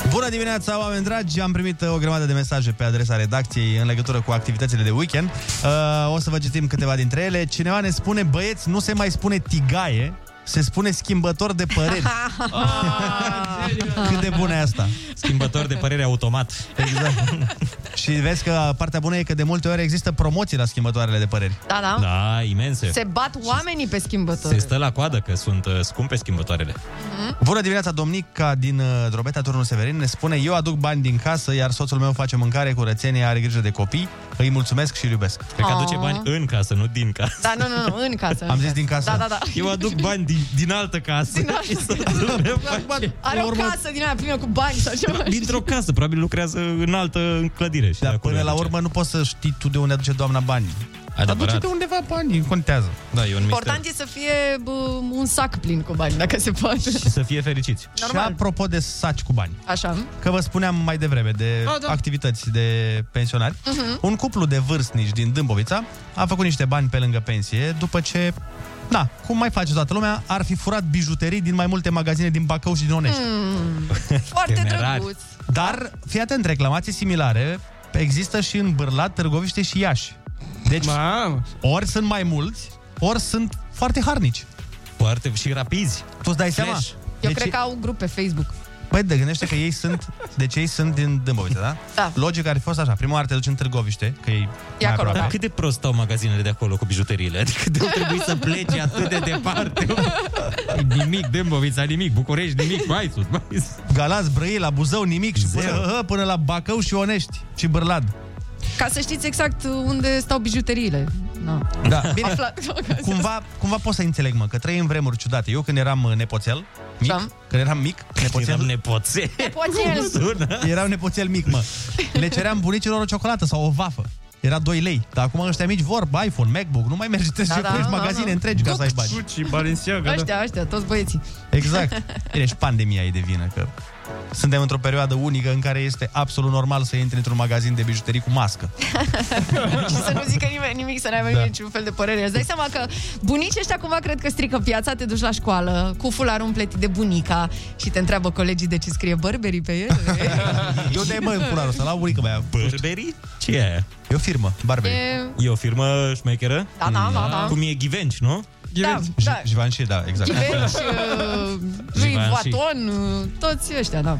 [SPEAKER 6] Bună dimineața, oameni dragi! Am primit uh, o grămadă de mesaje pe adresa redacției în legătură cu activitățile de weekend. Uh, o să vă citim câteva dintre ele. Cineva ne spune, băieți, nu se mai spune tigaie, se spune schimbător de păreri. Cât de bună e asta? Schimbător de părere automat. Exact. Și vezi că partea bună e că de multe ori există promoții la schimbătoarele de păreri.
[SPEAKER 15] Da, da.
[SPEAKER 7] Da, imense.
[SPEAKER 15] Se
[SPEAKER 7] Se,
[SPEAKER 15] bat oamenii pe
[SPEAKER 7] se
[SPEAKER 15] schimbători.
[SPEAKER 7] stă la coadă că sunt uh, scumpe schimbătoarele.
[SPEAKER 15] Mhm.
[SPEAKER 6] Bună dimineața, domnica din uh, Drobeta, turnul Severin, ne spune Eu aduc bani din casă, iar soțul meu face mâncare, curățenie, are grijă de copii Îi mulțumesc și îl iubesc
[SPEAKER 15] Cred că aduce Ah. bani
[SPEAKER 6] în casă, nu din casă
[SPEAKER 15] Da, nu, nu, nu, în casă.
[SPEAKER 6] Am zis din casă.
[SPEAKER 15] Da, da, da.
[SPEAKER 6] Eu aduc bani din, din altă casă.
[SPEAKER 15] Din așa. Are o casă din aia plină cu bani sau ceva.
[SPEAKER 7] da, Dintr-o casă, probabil lucrează în altă clădire. Și da,
[SPEAKER 6] Până Păi, la urmă nu poți să știi tu de unde aduce doamna banii.
[SPEAKER 7] Adevărat.
[SPEAKER 6] Aduce de undeva banii, contează.
[SPEAKER 7] Da, e un
[SPEAKER 15] Important e să fie bă, un sac plin cu bani, dacă se poate.
[SPEAKER 6] Să fie fericiți.
[SPEAKER 15] Normal.
[SPEAKER 6] Și apropo de saci cu bani,
[SPEAKER 15] Așa.
[SPEAKER 6] că vă spuneam mai devreme de
[SPEAKER 15] Ah, da.
[SPEAKER 6] activități de pensionari,
[SPEAKER 15] Mhm.
[SPEAKER 6] un cuplu de vârstnici din Dâmbovița a făcut niște bani pe lângă pensie după ce, na, cum mai face toată lumea, ar fi furat bijuterii din mai multe magazine din Bacău și din Onești.
[SPEAKER 15] Mm.
[SPEAKER 7] Hmm.
[SPEAKER 15] Foarte drăguț.
[SPEAKER 6] Dar, fii atent, reclamații similare există și în Bârlad, Târgoviște și Iași. Deci, ori sunt mai mulți, ori sunt foarte harnici.
[SPEAKER 7] Foarte și rapizi.
[SPEAKER 6] Tu îți dai seama? Deci
[SPEAKER 15] Eu cred că au un grup pe Facebook.
[SPEAKER 6] Păi, de gândește că ei sunt, deci ei sunt din Dâmbovița, da?
[SPEAKER 15] Da.
[SPEAKER 6] Logic ar fi fost așa. Prima oară te duci în Târgoviște, că e,
[SPEAKER 15] E acolo, da.
[SPEAKER 7] Cât de prost stau magazinele de acolo cu bijuteriile? Adică de trebuie să plece atât de departe. nimic, Dâmbovița, nimic, București, nimic, mai sus, mai sus.
[SPEAKER 6] Galați, Brăila, la Buzău, nimic și până, hă, până la Bacău și Onești și Bârlad.
[SPEAKER 15] Ca să știți exact unde stau bijuteriile. Na.
[SPEAKER 6] Da, bine,
[SPEAKER 15] Afla-
[SPEAKER 6] cumva, cumva pot să înțeleg, mă, că trăim vremuri ciudate. Eu când eram uh, nepoțel, mic,
[SPEAKER 15] Da.
[SPEAKER 6] când eram mic, nepoțel,
[SPEAKER 7] Eram nepoțel.
[SPEAKER 15] Nepoțel.
[SPEAKER 6] Eram nepoțel mic, mă. Le ceream bunicilor o ciocolată sau o vafă. Era 2 lei. Dar acum ăștia mici vor iPhone, MacBook, nu mai merge, trebuie să
[SPEAKER 15] Da, da,
[SPEAKER 6] curești
[SPEAKER 15] da,
[SPEAKER 6] magazine
[SPEAKER 15] da.
[SPEAKER 6] întregi ca să ai bani.
[SPEAKER 8] Gucci, Balenciaga, da.
[SPEAKER 15] Ăștia, ăștia, toți băieții.
[SPEAKER 6] Exact. Bine, și pandemia e de vină, că suntem într-o perioadă unică în care este absolut normal să intri într-un magazin de bijuterii cu mască.
[SPEAKER 15] și să nu zică nimeni nimic, să n-ai
[SPEAKER 6] Da.
[SPEAKER 15] da. niciun fel de părere. Îți dai seama că bunicii ăștia cumva cred că strică piața, te duci la școală cu fularul umplet de bunica și te întreabă colegii de ce scrie Burberry pe el.
[SPEAKER 6] Eu de mă în fularul ăsta, la unica mea.
[SPEAKER 7] Burberry? Ce e aia?
[SPEAKER 6] E o firmă, Burberry.
[SPEAKER 15] E-
[SPEAKER 7] E o firmă șmecheră?
[SPEAKER 15] Da, da, da, da.
[SPEAKER 7] Cum e Givenchy, nu?
[SPEAKER 15] Da, da.
[SPEAKER 6] Givenchy, da, exact.
[SPEAKER 15] Givenchy, uh, lui
[SPEAKER 7] Givenchy.
[SPEAKER 15] Vuitton, uh, toți ăștia, da.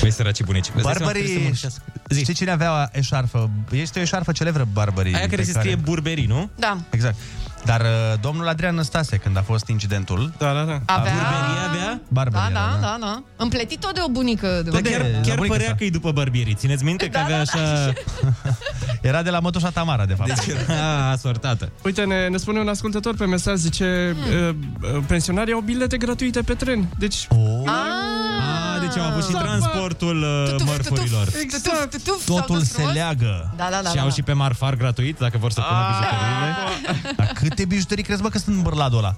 [SPEAKER 7] Păi săraci bunici. Îți dai seama că trebuie să
[SPEAKER 6] Burberry,
[SPEAKER 7] muncească.
[SPEAKER 6] știi cine avea eșarfă? Este o eșarfă celebră, Burberry.
[SPEAKER 7] Aia care
[SPEAKER 6] pe
[SPEAKER 7] se scrie Burberry, nu?
[SPEAKER 15] Da.
[SPEAKER 6] Exact. Dar uh, domnul Adrian Năstase, când a fost incidentul... Da, da, da.
[SPEAKER 15] Avea-
[SPEAKER 6] Barberia, Barberia,
[SPEAKER 15] Da, da, da, da. Împletit tot de o bunică. De
[SPEAKER 6] Tot
[SPEAKER 15] o-
[SPEAKER 6] de-
[SPEAKER 7] Chiar,
[SPEAKER 6] la
[SPEAKER 7] chiar
[SPEAKER 6] bunica
[SPEAKER 7] părea
[SPEAKER 6] sa. Da,
[SPEAKER 7] că e după Barbieri. Țineți minte că avea așa...
[SPEAKER 6] Era de la Mătușa Tamara, de fapt.
[SPEAKER 7] Deci era asortată.
[SPEAKER 8] Uite, ne, ne spune un ascultător pe mesaj, zice
[SPEAKER 15] Hmm.
[SPEAKER 8] mm. uh, pensionarii au bilete gratuite pe tren. Deci...
[SPEAKER 6] Oh.
[SPEAKER 7] Ah, deci au avut și transportul
[SPEAKER 8] ă,
[SPEAKER 7] uh, mărfurilor.
[SPEAKER 15] Exact. Tuf, tuf, s-au
[SPEAKER 7] Totul
[SPEAKER 15] dus
[SPEAKER 7] se
[SPEAKER 15] frumos.
[SPEAKER 6] leagă.
[SPEAKER 15] Da, da, da.
[SPEAKER 7] Și
[SPEAKER 15] da,
[SPEAKER 7] au
[SPEAKER 15] da. Ah!
[SPEAKER 7] și pe marfar gratuit, dacă vor să pună bijuteriile.
[SPEAKER 6] Dar câte bijuterii crezi, mă, că sunt în bârladul ăla?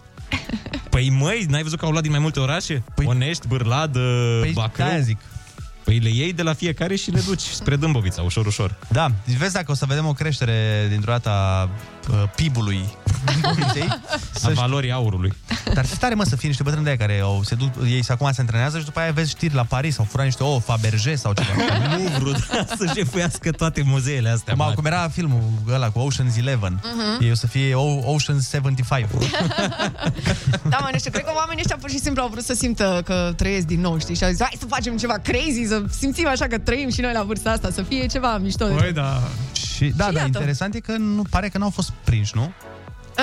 [SPEAKER 7] Păi măi, n-ai văzut că au luat din mai multe orașe? Păi... Onești, Bârlad, păi, Bacău.
[SPEAKER 6] de-aia zic.
[SPEAKER 7] Păi le iei de la fiecare și le duci spre Dâmbovița, ușor, ușor.
[SPEAKER 6] Da, deci vezi dacă o să vedem o creștere dintr-o dată a uh, PIB-ului Dâmboviței,
[SPEAKER 7] A valorii aurului.
[SPEAKER 6] Dar ce tare, mă, să fie niște bătrâni de aia care au, se duc, ei se- acum se antrenează și după aia vezi știri la Paris, au furat niște ouă, Faberge sau ceva.
[SPEAKER 7] Louvre, da, să jefuiască toate muzeele astea.
[SPEAKER 6] Cum,
[SPEAKER 7] mari.
[SPEAKER 6] cum era filmul ăla cu Ocean's Eleven.
[SPEAKER 15] Mhm.
[SPEAKER 6] Uh-huh. Ei o să fie o- Ocean's 75.
[SPEAKER 15] Da, mă, nu știu, cred că oamenii ăștia pur și simplu au vrut să simtă că trăiesc din nou, știi? Și au zis, hai să facem ceva crazy, să simțim așa că trăim și noi la vârsta asta, să fie ceva mișto.
[SPEAKER 6] Păi, da. Și, da,
[SPEAKER 15] Și
[SPEAKER 6] da,
[SPEAKER 15] iată.
[SPEAKER 6] interesant e că nu, pare că n-au fost prinși, nu?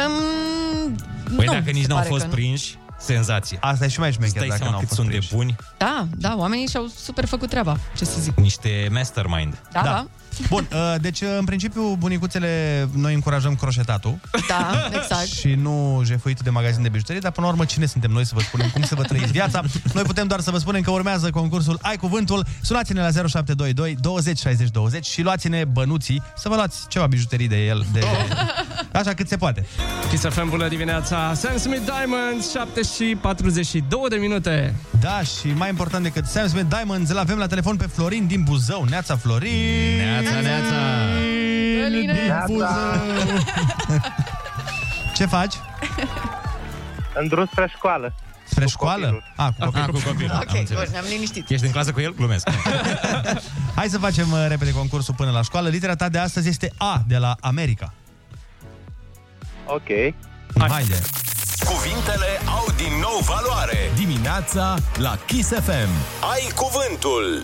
[SPEAKER 15] Um,
[SPEAKER 7] Păi
[SPEAKER 15] nu,
[SPEAKER 7] dacă nici
[SPEAKER 15] se
[SPEAKER 7] n-au
[SPEAKER 15] pare
[SPEAKER 7] fost
[SPEAKER 15] că nu.
[SPEAKER 7] prinși, senzație.
[SPEAKER 6] Asta e și mai șmecher
[SPEAKER 7] Stai
[SPEAKER 6] dacă
[SPEAKER 7] seama
[SPEAKER 6] n-au
[SPEAKER 7] cât
[SPEAKER 6] fost
[SPEAKER 7] sunt de buni.
[SPEAKER 15] Da, da, oamenii și-au super făcut treaba, ce să zic.
[SPEAKER 7] Niște mastermind.
[SPEAKER 15] Da, da,
[SPEAKER 6] Bun, uh, deci uh, în principiu bunicuțele noi încurajăm croșetatul
[SPEAKER 15] da, exact.
[SPEAKER 6] și nu jefuitul de magazin de bijuterii, dar până la urmă cine suntem noi să vă spunem cum să vă trăiți viața? Noi putem doar să vă spunem că urmează concursul Ai Cuvântul. Sunați-ne la 0722 20 60 20 și luați-ne bănuții să vă luați ceva bijuterii de el, de...
[SPEAKER 15] Oh.
[SPEAKER 6] așa cât se poate.
[SPEAKER 8] Kiss FM, bună dimineața! Sam Smith Diamonds, 7 și 42 de minute.
[SPEAKER 6] Da, și mai important decât Sam Smith Diamonds, îl avem la telefon pe Florin din Buzău. Neața, Florin! Neața, neața!
[SPEAKER 15] Căline.
[SPEAKER 6] Ce faci?
[SPEAKER 18] În drum spre școală.
[SPEAKER 6] Spre școală? A, cu
[SPEAKER 7] Ah, cu copilul, am
[SPEAKER 15] Ok,
[SPEAKER 7] înțeles.
[SPEAKER 15] bun, ne-am liniștit.
[SPEAKER 7] Ești în clasă cu el? Glumesc.
[SPEAKER 6] Hai să facem uh, repede concursul până la școală. Litera ta de astăzi este A, de la America.
[SPEAKER 16] Ok.
[SPEAKER 6] Haide.
[SPEAKER 1] Cuvintele au din nou valoare.
[SPEAKER 5] Dimineața la Kiss FM.
[SPEAKER 1] Ai cuvântul.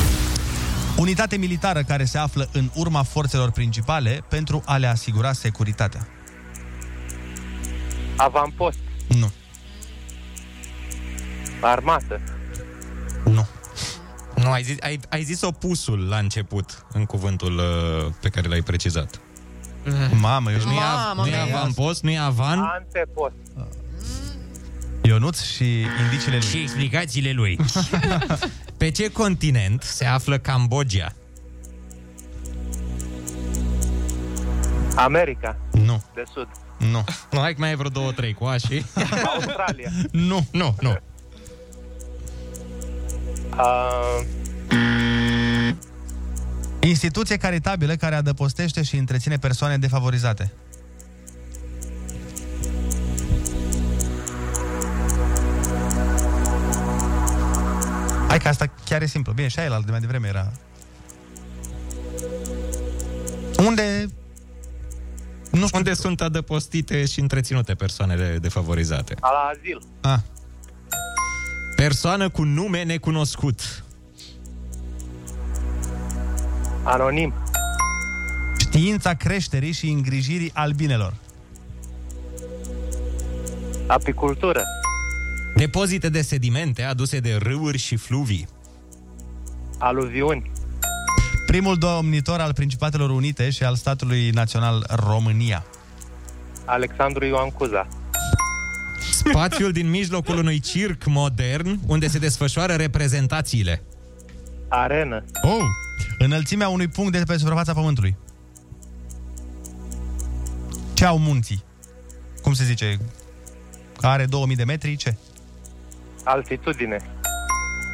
[SPEAKER 6] Unitate militară care se află în urma forțelor principale pentru a le asigura securitatea.
[SPEAKER 18] Avampost.
[SPEAKER 6] Nu.
[SPEAKER 18] Armată.
[SPEAKER 7] Nu, ai zis, ai, ai zis opusul la început, în cuvântul uh, pe care l-ai precizat.
[SPEAKER 6] Mamă, eu
[SPEAKER 7] nu e,
[SPEAKER 6] Mamă,
[SPEAKER 7] nu e
[SPEAKER 6] mea.
[SPEAKER 7] avanpost, nu e avan.
[SPEAKER 18] Antepost.
[SPEAKER 6] Ionuț și indiciile lui.
[SPEAKER 7] Și explicațiile lui. Pe ce continent se află Cambodgia?
[SPEAKER 18] America.
[SPEAKER 6] Nu.
[SPEAKER 18] De sud.
[SPEAKER 6] Nu.
[SPEAKER 7] Nu, hai că mai e vreo două, trei cu A și...
[SPEAKER 18] Australia.
[SPEAKER 6] Nu, nu, nu.
[SPEAKER 18] Uh,
[SPEAKER 6] Instituție caritabilă care adăpostește și întreține persoane defavorizate. Hai că asta chiar e simplu. Bine, și aia la de mai devreme era... Unde... Nu știu.
[SPEAKER 7] Unde sunt adăpostite și întreținute persoanele defavorizate?
[SPEAKER 18] la azil.
[SPEAKER 6] Ah.
[SPEAKER 7] Persoană cu nume necunoscut.
[SPEAKER 18] Anonim.
[SPEAKER 6] Știința creșterii și îngrijirii albinelor.
[SPEAKER 18] Apicultură.
[SPEAKER 7] Depozite de sedimente aduse de râuri și fluvii.
[SPEAKER 18] Aluviuni.
[SPEAKER 6] Primul domnitor al Principatelor Unite și al statului național România.
[SPEAKER 18] Alexandru Ioan Cuza.
[SPEAKER 7] Spațiul din mijlocul unui circ modern unde se desfășoară reprezentațiile.
[SPEAKER 18] Arenă.
[SPEAKER 6] Oh! Înălțimea unui punct de pe suprafața Pământului. Ce au munții? Cum se zice? Că Are 2000 de metri? Ce?
[SPEAKER 18] Altitudine.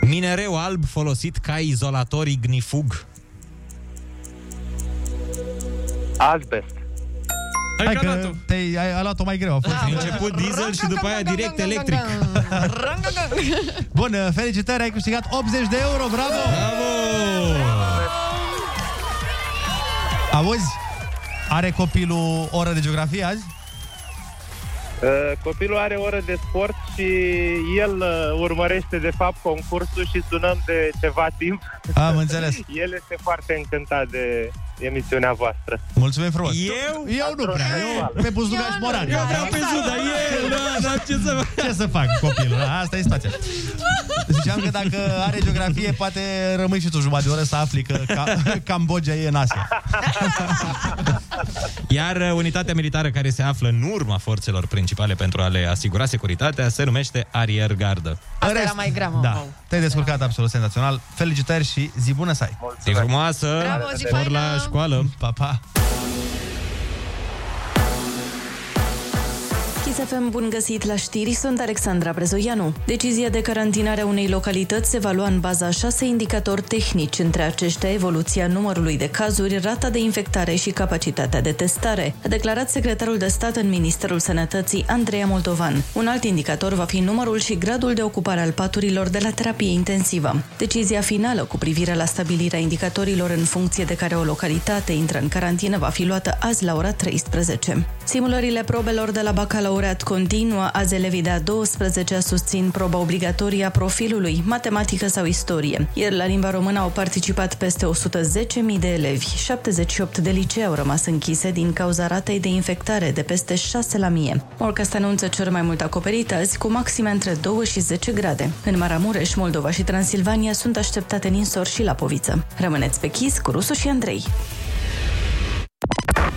[SPEAKER 7] Minereu alb folosit ca izolator ignifug.
[SPEAKER 18] Asbest.
[SPEAKER 6] Ai Da, Hai că te, ai, ai luat-o mai greu. A fost.
[SPEAKER 7] A început diesel și după aia direct electric.
[SPEAKER 6] Bun, felicitări, ai câștigat 80 de euro, bravo! Bravo! Auzi, are copilul o oră de geografie azi?
[SPEAKER 18] Uh, Copilul are o oră de sport și el uh, urmărește de fapt concursul și sunăm de ceva timp.
[SPEAKER 6] Am înțeles.
[SPEAKER 18] El este foarte încântat de emisiunea voastră.
[SPEAKER 6] Mulțumim frumos.
[SPEAKER 18] Eu?
[SPEAKER 6] Eu nu prea. Eu pe buzdugaș moran.
[SPEAKER 18] Eu vreau pe
[SPEAKER 6] Zuda,
[SPEAKER 18] eu,
[SPEAKER 6] da, da, ce să fac? Ce să fac, copil? Asta e situația. Ziceam că dacă are geografie, poate rămâi și tu jumătate de oră să afli că Ca- Cambodgia e în Asia.
[SPEAKER 7] Iar uh, unitatea militară care se află în urma forțelor principale pentru a le asigura securitatea se numește Arier Gardă.
[SPEAKER 15] Asta era mai grea, mă,
[SPEAKER 6] Da.
[SPEAKER 15] wow.
[SPEAKER 6] Te-ai descurcat absolut senzațional. Felicitări și zi bună să ai.
[SPEAKER 7] E frumoasă!
[SPEAKER 15] Bravo, zi
[SPEAKER 7] Spor
[SPEAKER 15] faină!
[SPEAKER 7] la școală!
[SPEAKER 6] Pa, pa!
[SPEAKER 11] Chisafem, bun găsit la știri, sunt Alexandra Brezoianu. Decizia de carantinare a unei localități se va lua în baza a șase indicatori tehnici, între aceștia evoluția numărului de cazuri, rata de infectare și capacitatea de testare, a declarat secretarul de stat în Ministerul Sănătății, Andreea Moldovan. Un alt indicator va fi numărul și gradul de ocupare al paturilor de la terapie intensivă. Decizia finală cu privire la stabilirea indicatorilor în funcție de care o localitate intră în carantină va fi luată azi la ora 13. Simulările probelor de la bacalaureat continuă, azi elevii de a 12-a susțin proba obligatorie a profilului, matematică sau istorie. Ieri la limba română au participat peste 110.000 de elevi, 78 de licee au rămas închise din cauza ratei de infectare de peste 6 la mie. Morcast anunță cel mai mult acoperit azi cu maxime între 2 și 10 grade. În Maramureș, Moldova și Transilvania sunt așteptate ninsori și la poviță. Rămâneți pe chis cu Rusu și Andrei.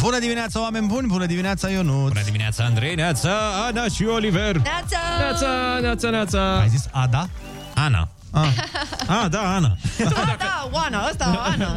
[SPEAKER 6] Bună dimineața, oameni buni! Bună dimineața, Ionut! Bună
[SPEAKER 7] dimineața, Andrei! Neața, Ana și Oliver!
[SPEAKER 15] Neața! da.
[SPEAKER 8] Neața, neața, neața!
[SPEAKER 6] Ai zis Ada?
[SPEAKER 7] Ana. Ah. ah, da, Ana.
[SPEAKER 15] Da, da, Oana, ăsta, Ana.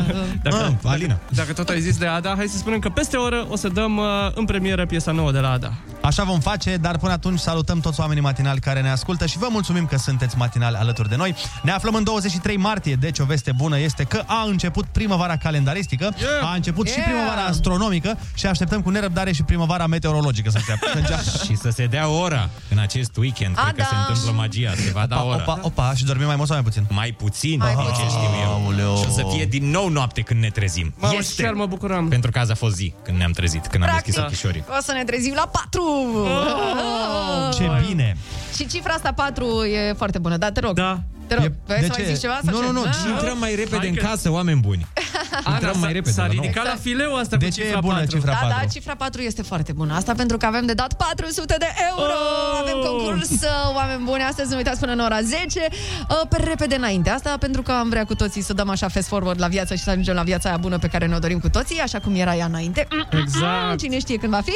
[SPEAKER 8] Dacă,
[SPEAKER 7] ah, Alina.
[SPEAKER 8] Dacă tot ai zis de Ada, hai să spunem că peste o oră o să dăm uh, în premieră piesa nouă de la Ada.
[SPEAKER 7] Păi
[SPEAKER 6] Așa vom face, dar până atunci salutăm toți oamenii matinali care ne ascultă și vă mulțumim că sunteți matinali alături de noi. Ne aflăm în 23 martie, deci o veste bună este că a început primăvara calendaristică, yeah! a început yeah! și
[SPEAKER 7] Yeah!
[SPEAKER 6] primăvara astronomică și așteptăm cu nerăbdare și primăvara meteorologică să înceapă. Să înceapă.
[SPEAKER 7] și să se dea ora în acest weekend.
[SPEAKER 6] A,
[SPEAKER 7] Cred că
[SPEAKER 6] da.
[SPEAKER 7] se întâmplă magia, se va da
[SPEAKER 6] Opa,
[SPEAKER 7] ora.
[SPEAKER 6] opa, opa, și dormim mai mult sau mai puțin?
[SPEAKER 7] Mai puțin,
[SPEAKER 6] Mai
[SPEAKER 7] mai
[SPEAKER 6] puțin.
[SPEAKER 7] puțin. știu eu. Și o să fie din nou noapte când ne trezim.
[SPEAKER 8] Mamă, este. chiar mă bucuram.
[SPEAKER 7] Pentru că azi a fost zi când ne-am trezit, când am deschis ochișorii.
[SPEAKER 15] O să ne trezim la 4.
[SPEAKER 6] Oh.
[SPEAKER 15] Oh.
[SPEAKER 6] bine!
[SPEAKER 15] Și cifra asta 4 e foarte bună, da, te rog. Da. Te rog, vrei să mai zici ceva? sau ce? Da. Ah.
[SPEAKER 7] Și intrăm mai repede
[SPEAKER 15] Hai
[SPEAKER 7] în
[SPEAKER 15] că-
[SPEAKER 7] casă, oameni buni.
[SPEAKER 8] Ana,
[SPEAKER 7] Intrăm
[SPEAKER 8] s-a-
[SPEAKER 7] mai repede.
[SPEAKER 8] s-a
[SPEAKER 7] la nou.
[SPEAKER 8] ridicat la fileu asta
[SPEAKER 7] De
[SPEAKER 8] cu
[SPEAKER 7] ce
[SPEAKER 8] cifra
[SPEAKER 7] e bună
[SPEAKER 8] 4.
[SPEAKER 7] cifra
[SPEAKER 15] Exact. Da, da, cifra 4 este foarte bună. Asta pentru că avem de dat 400 de euro.
[SPEAKER 19] Oh!
[SPEAKER 15] Avem concurs, uh, oameni buni. Astăzi nu uitați până în ora 10. Uh, Pe repede înainte. Asta pentru că am vrea cu toții să dăm așa fast forward la viață și să ajungem la viața aia bună pe care ne-o dorim cu toții, așa cum era ea înainte.
[SPEAKER 19] Exact.
[SPEAKER 15] Cine știe când va fi.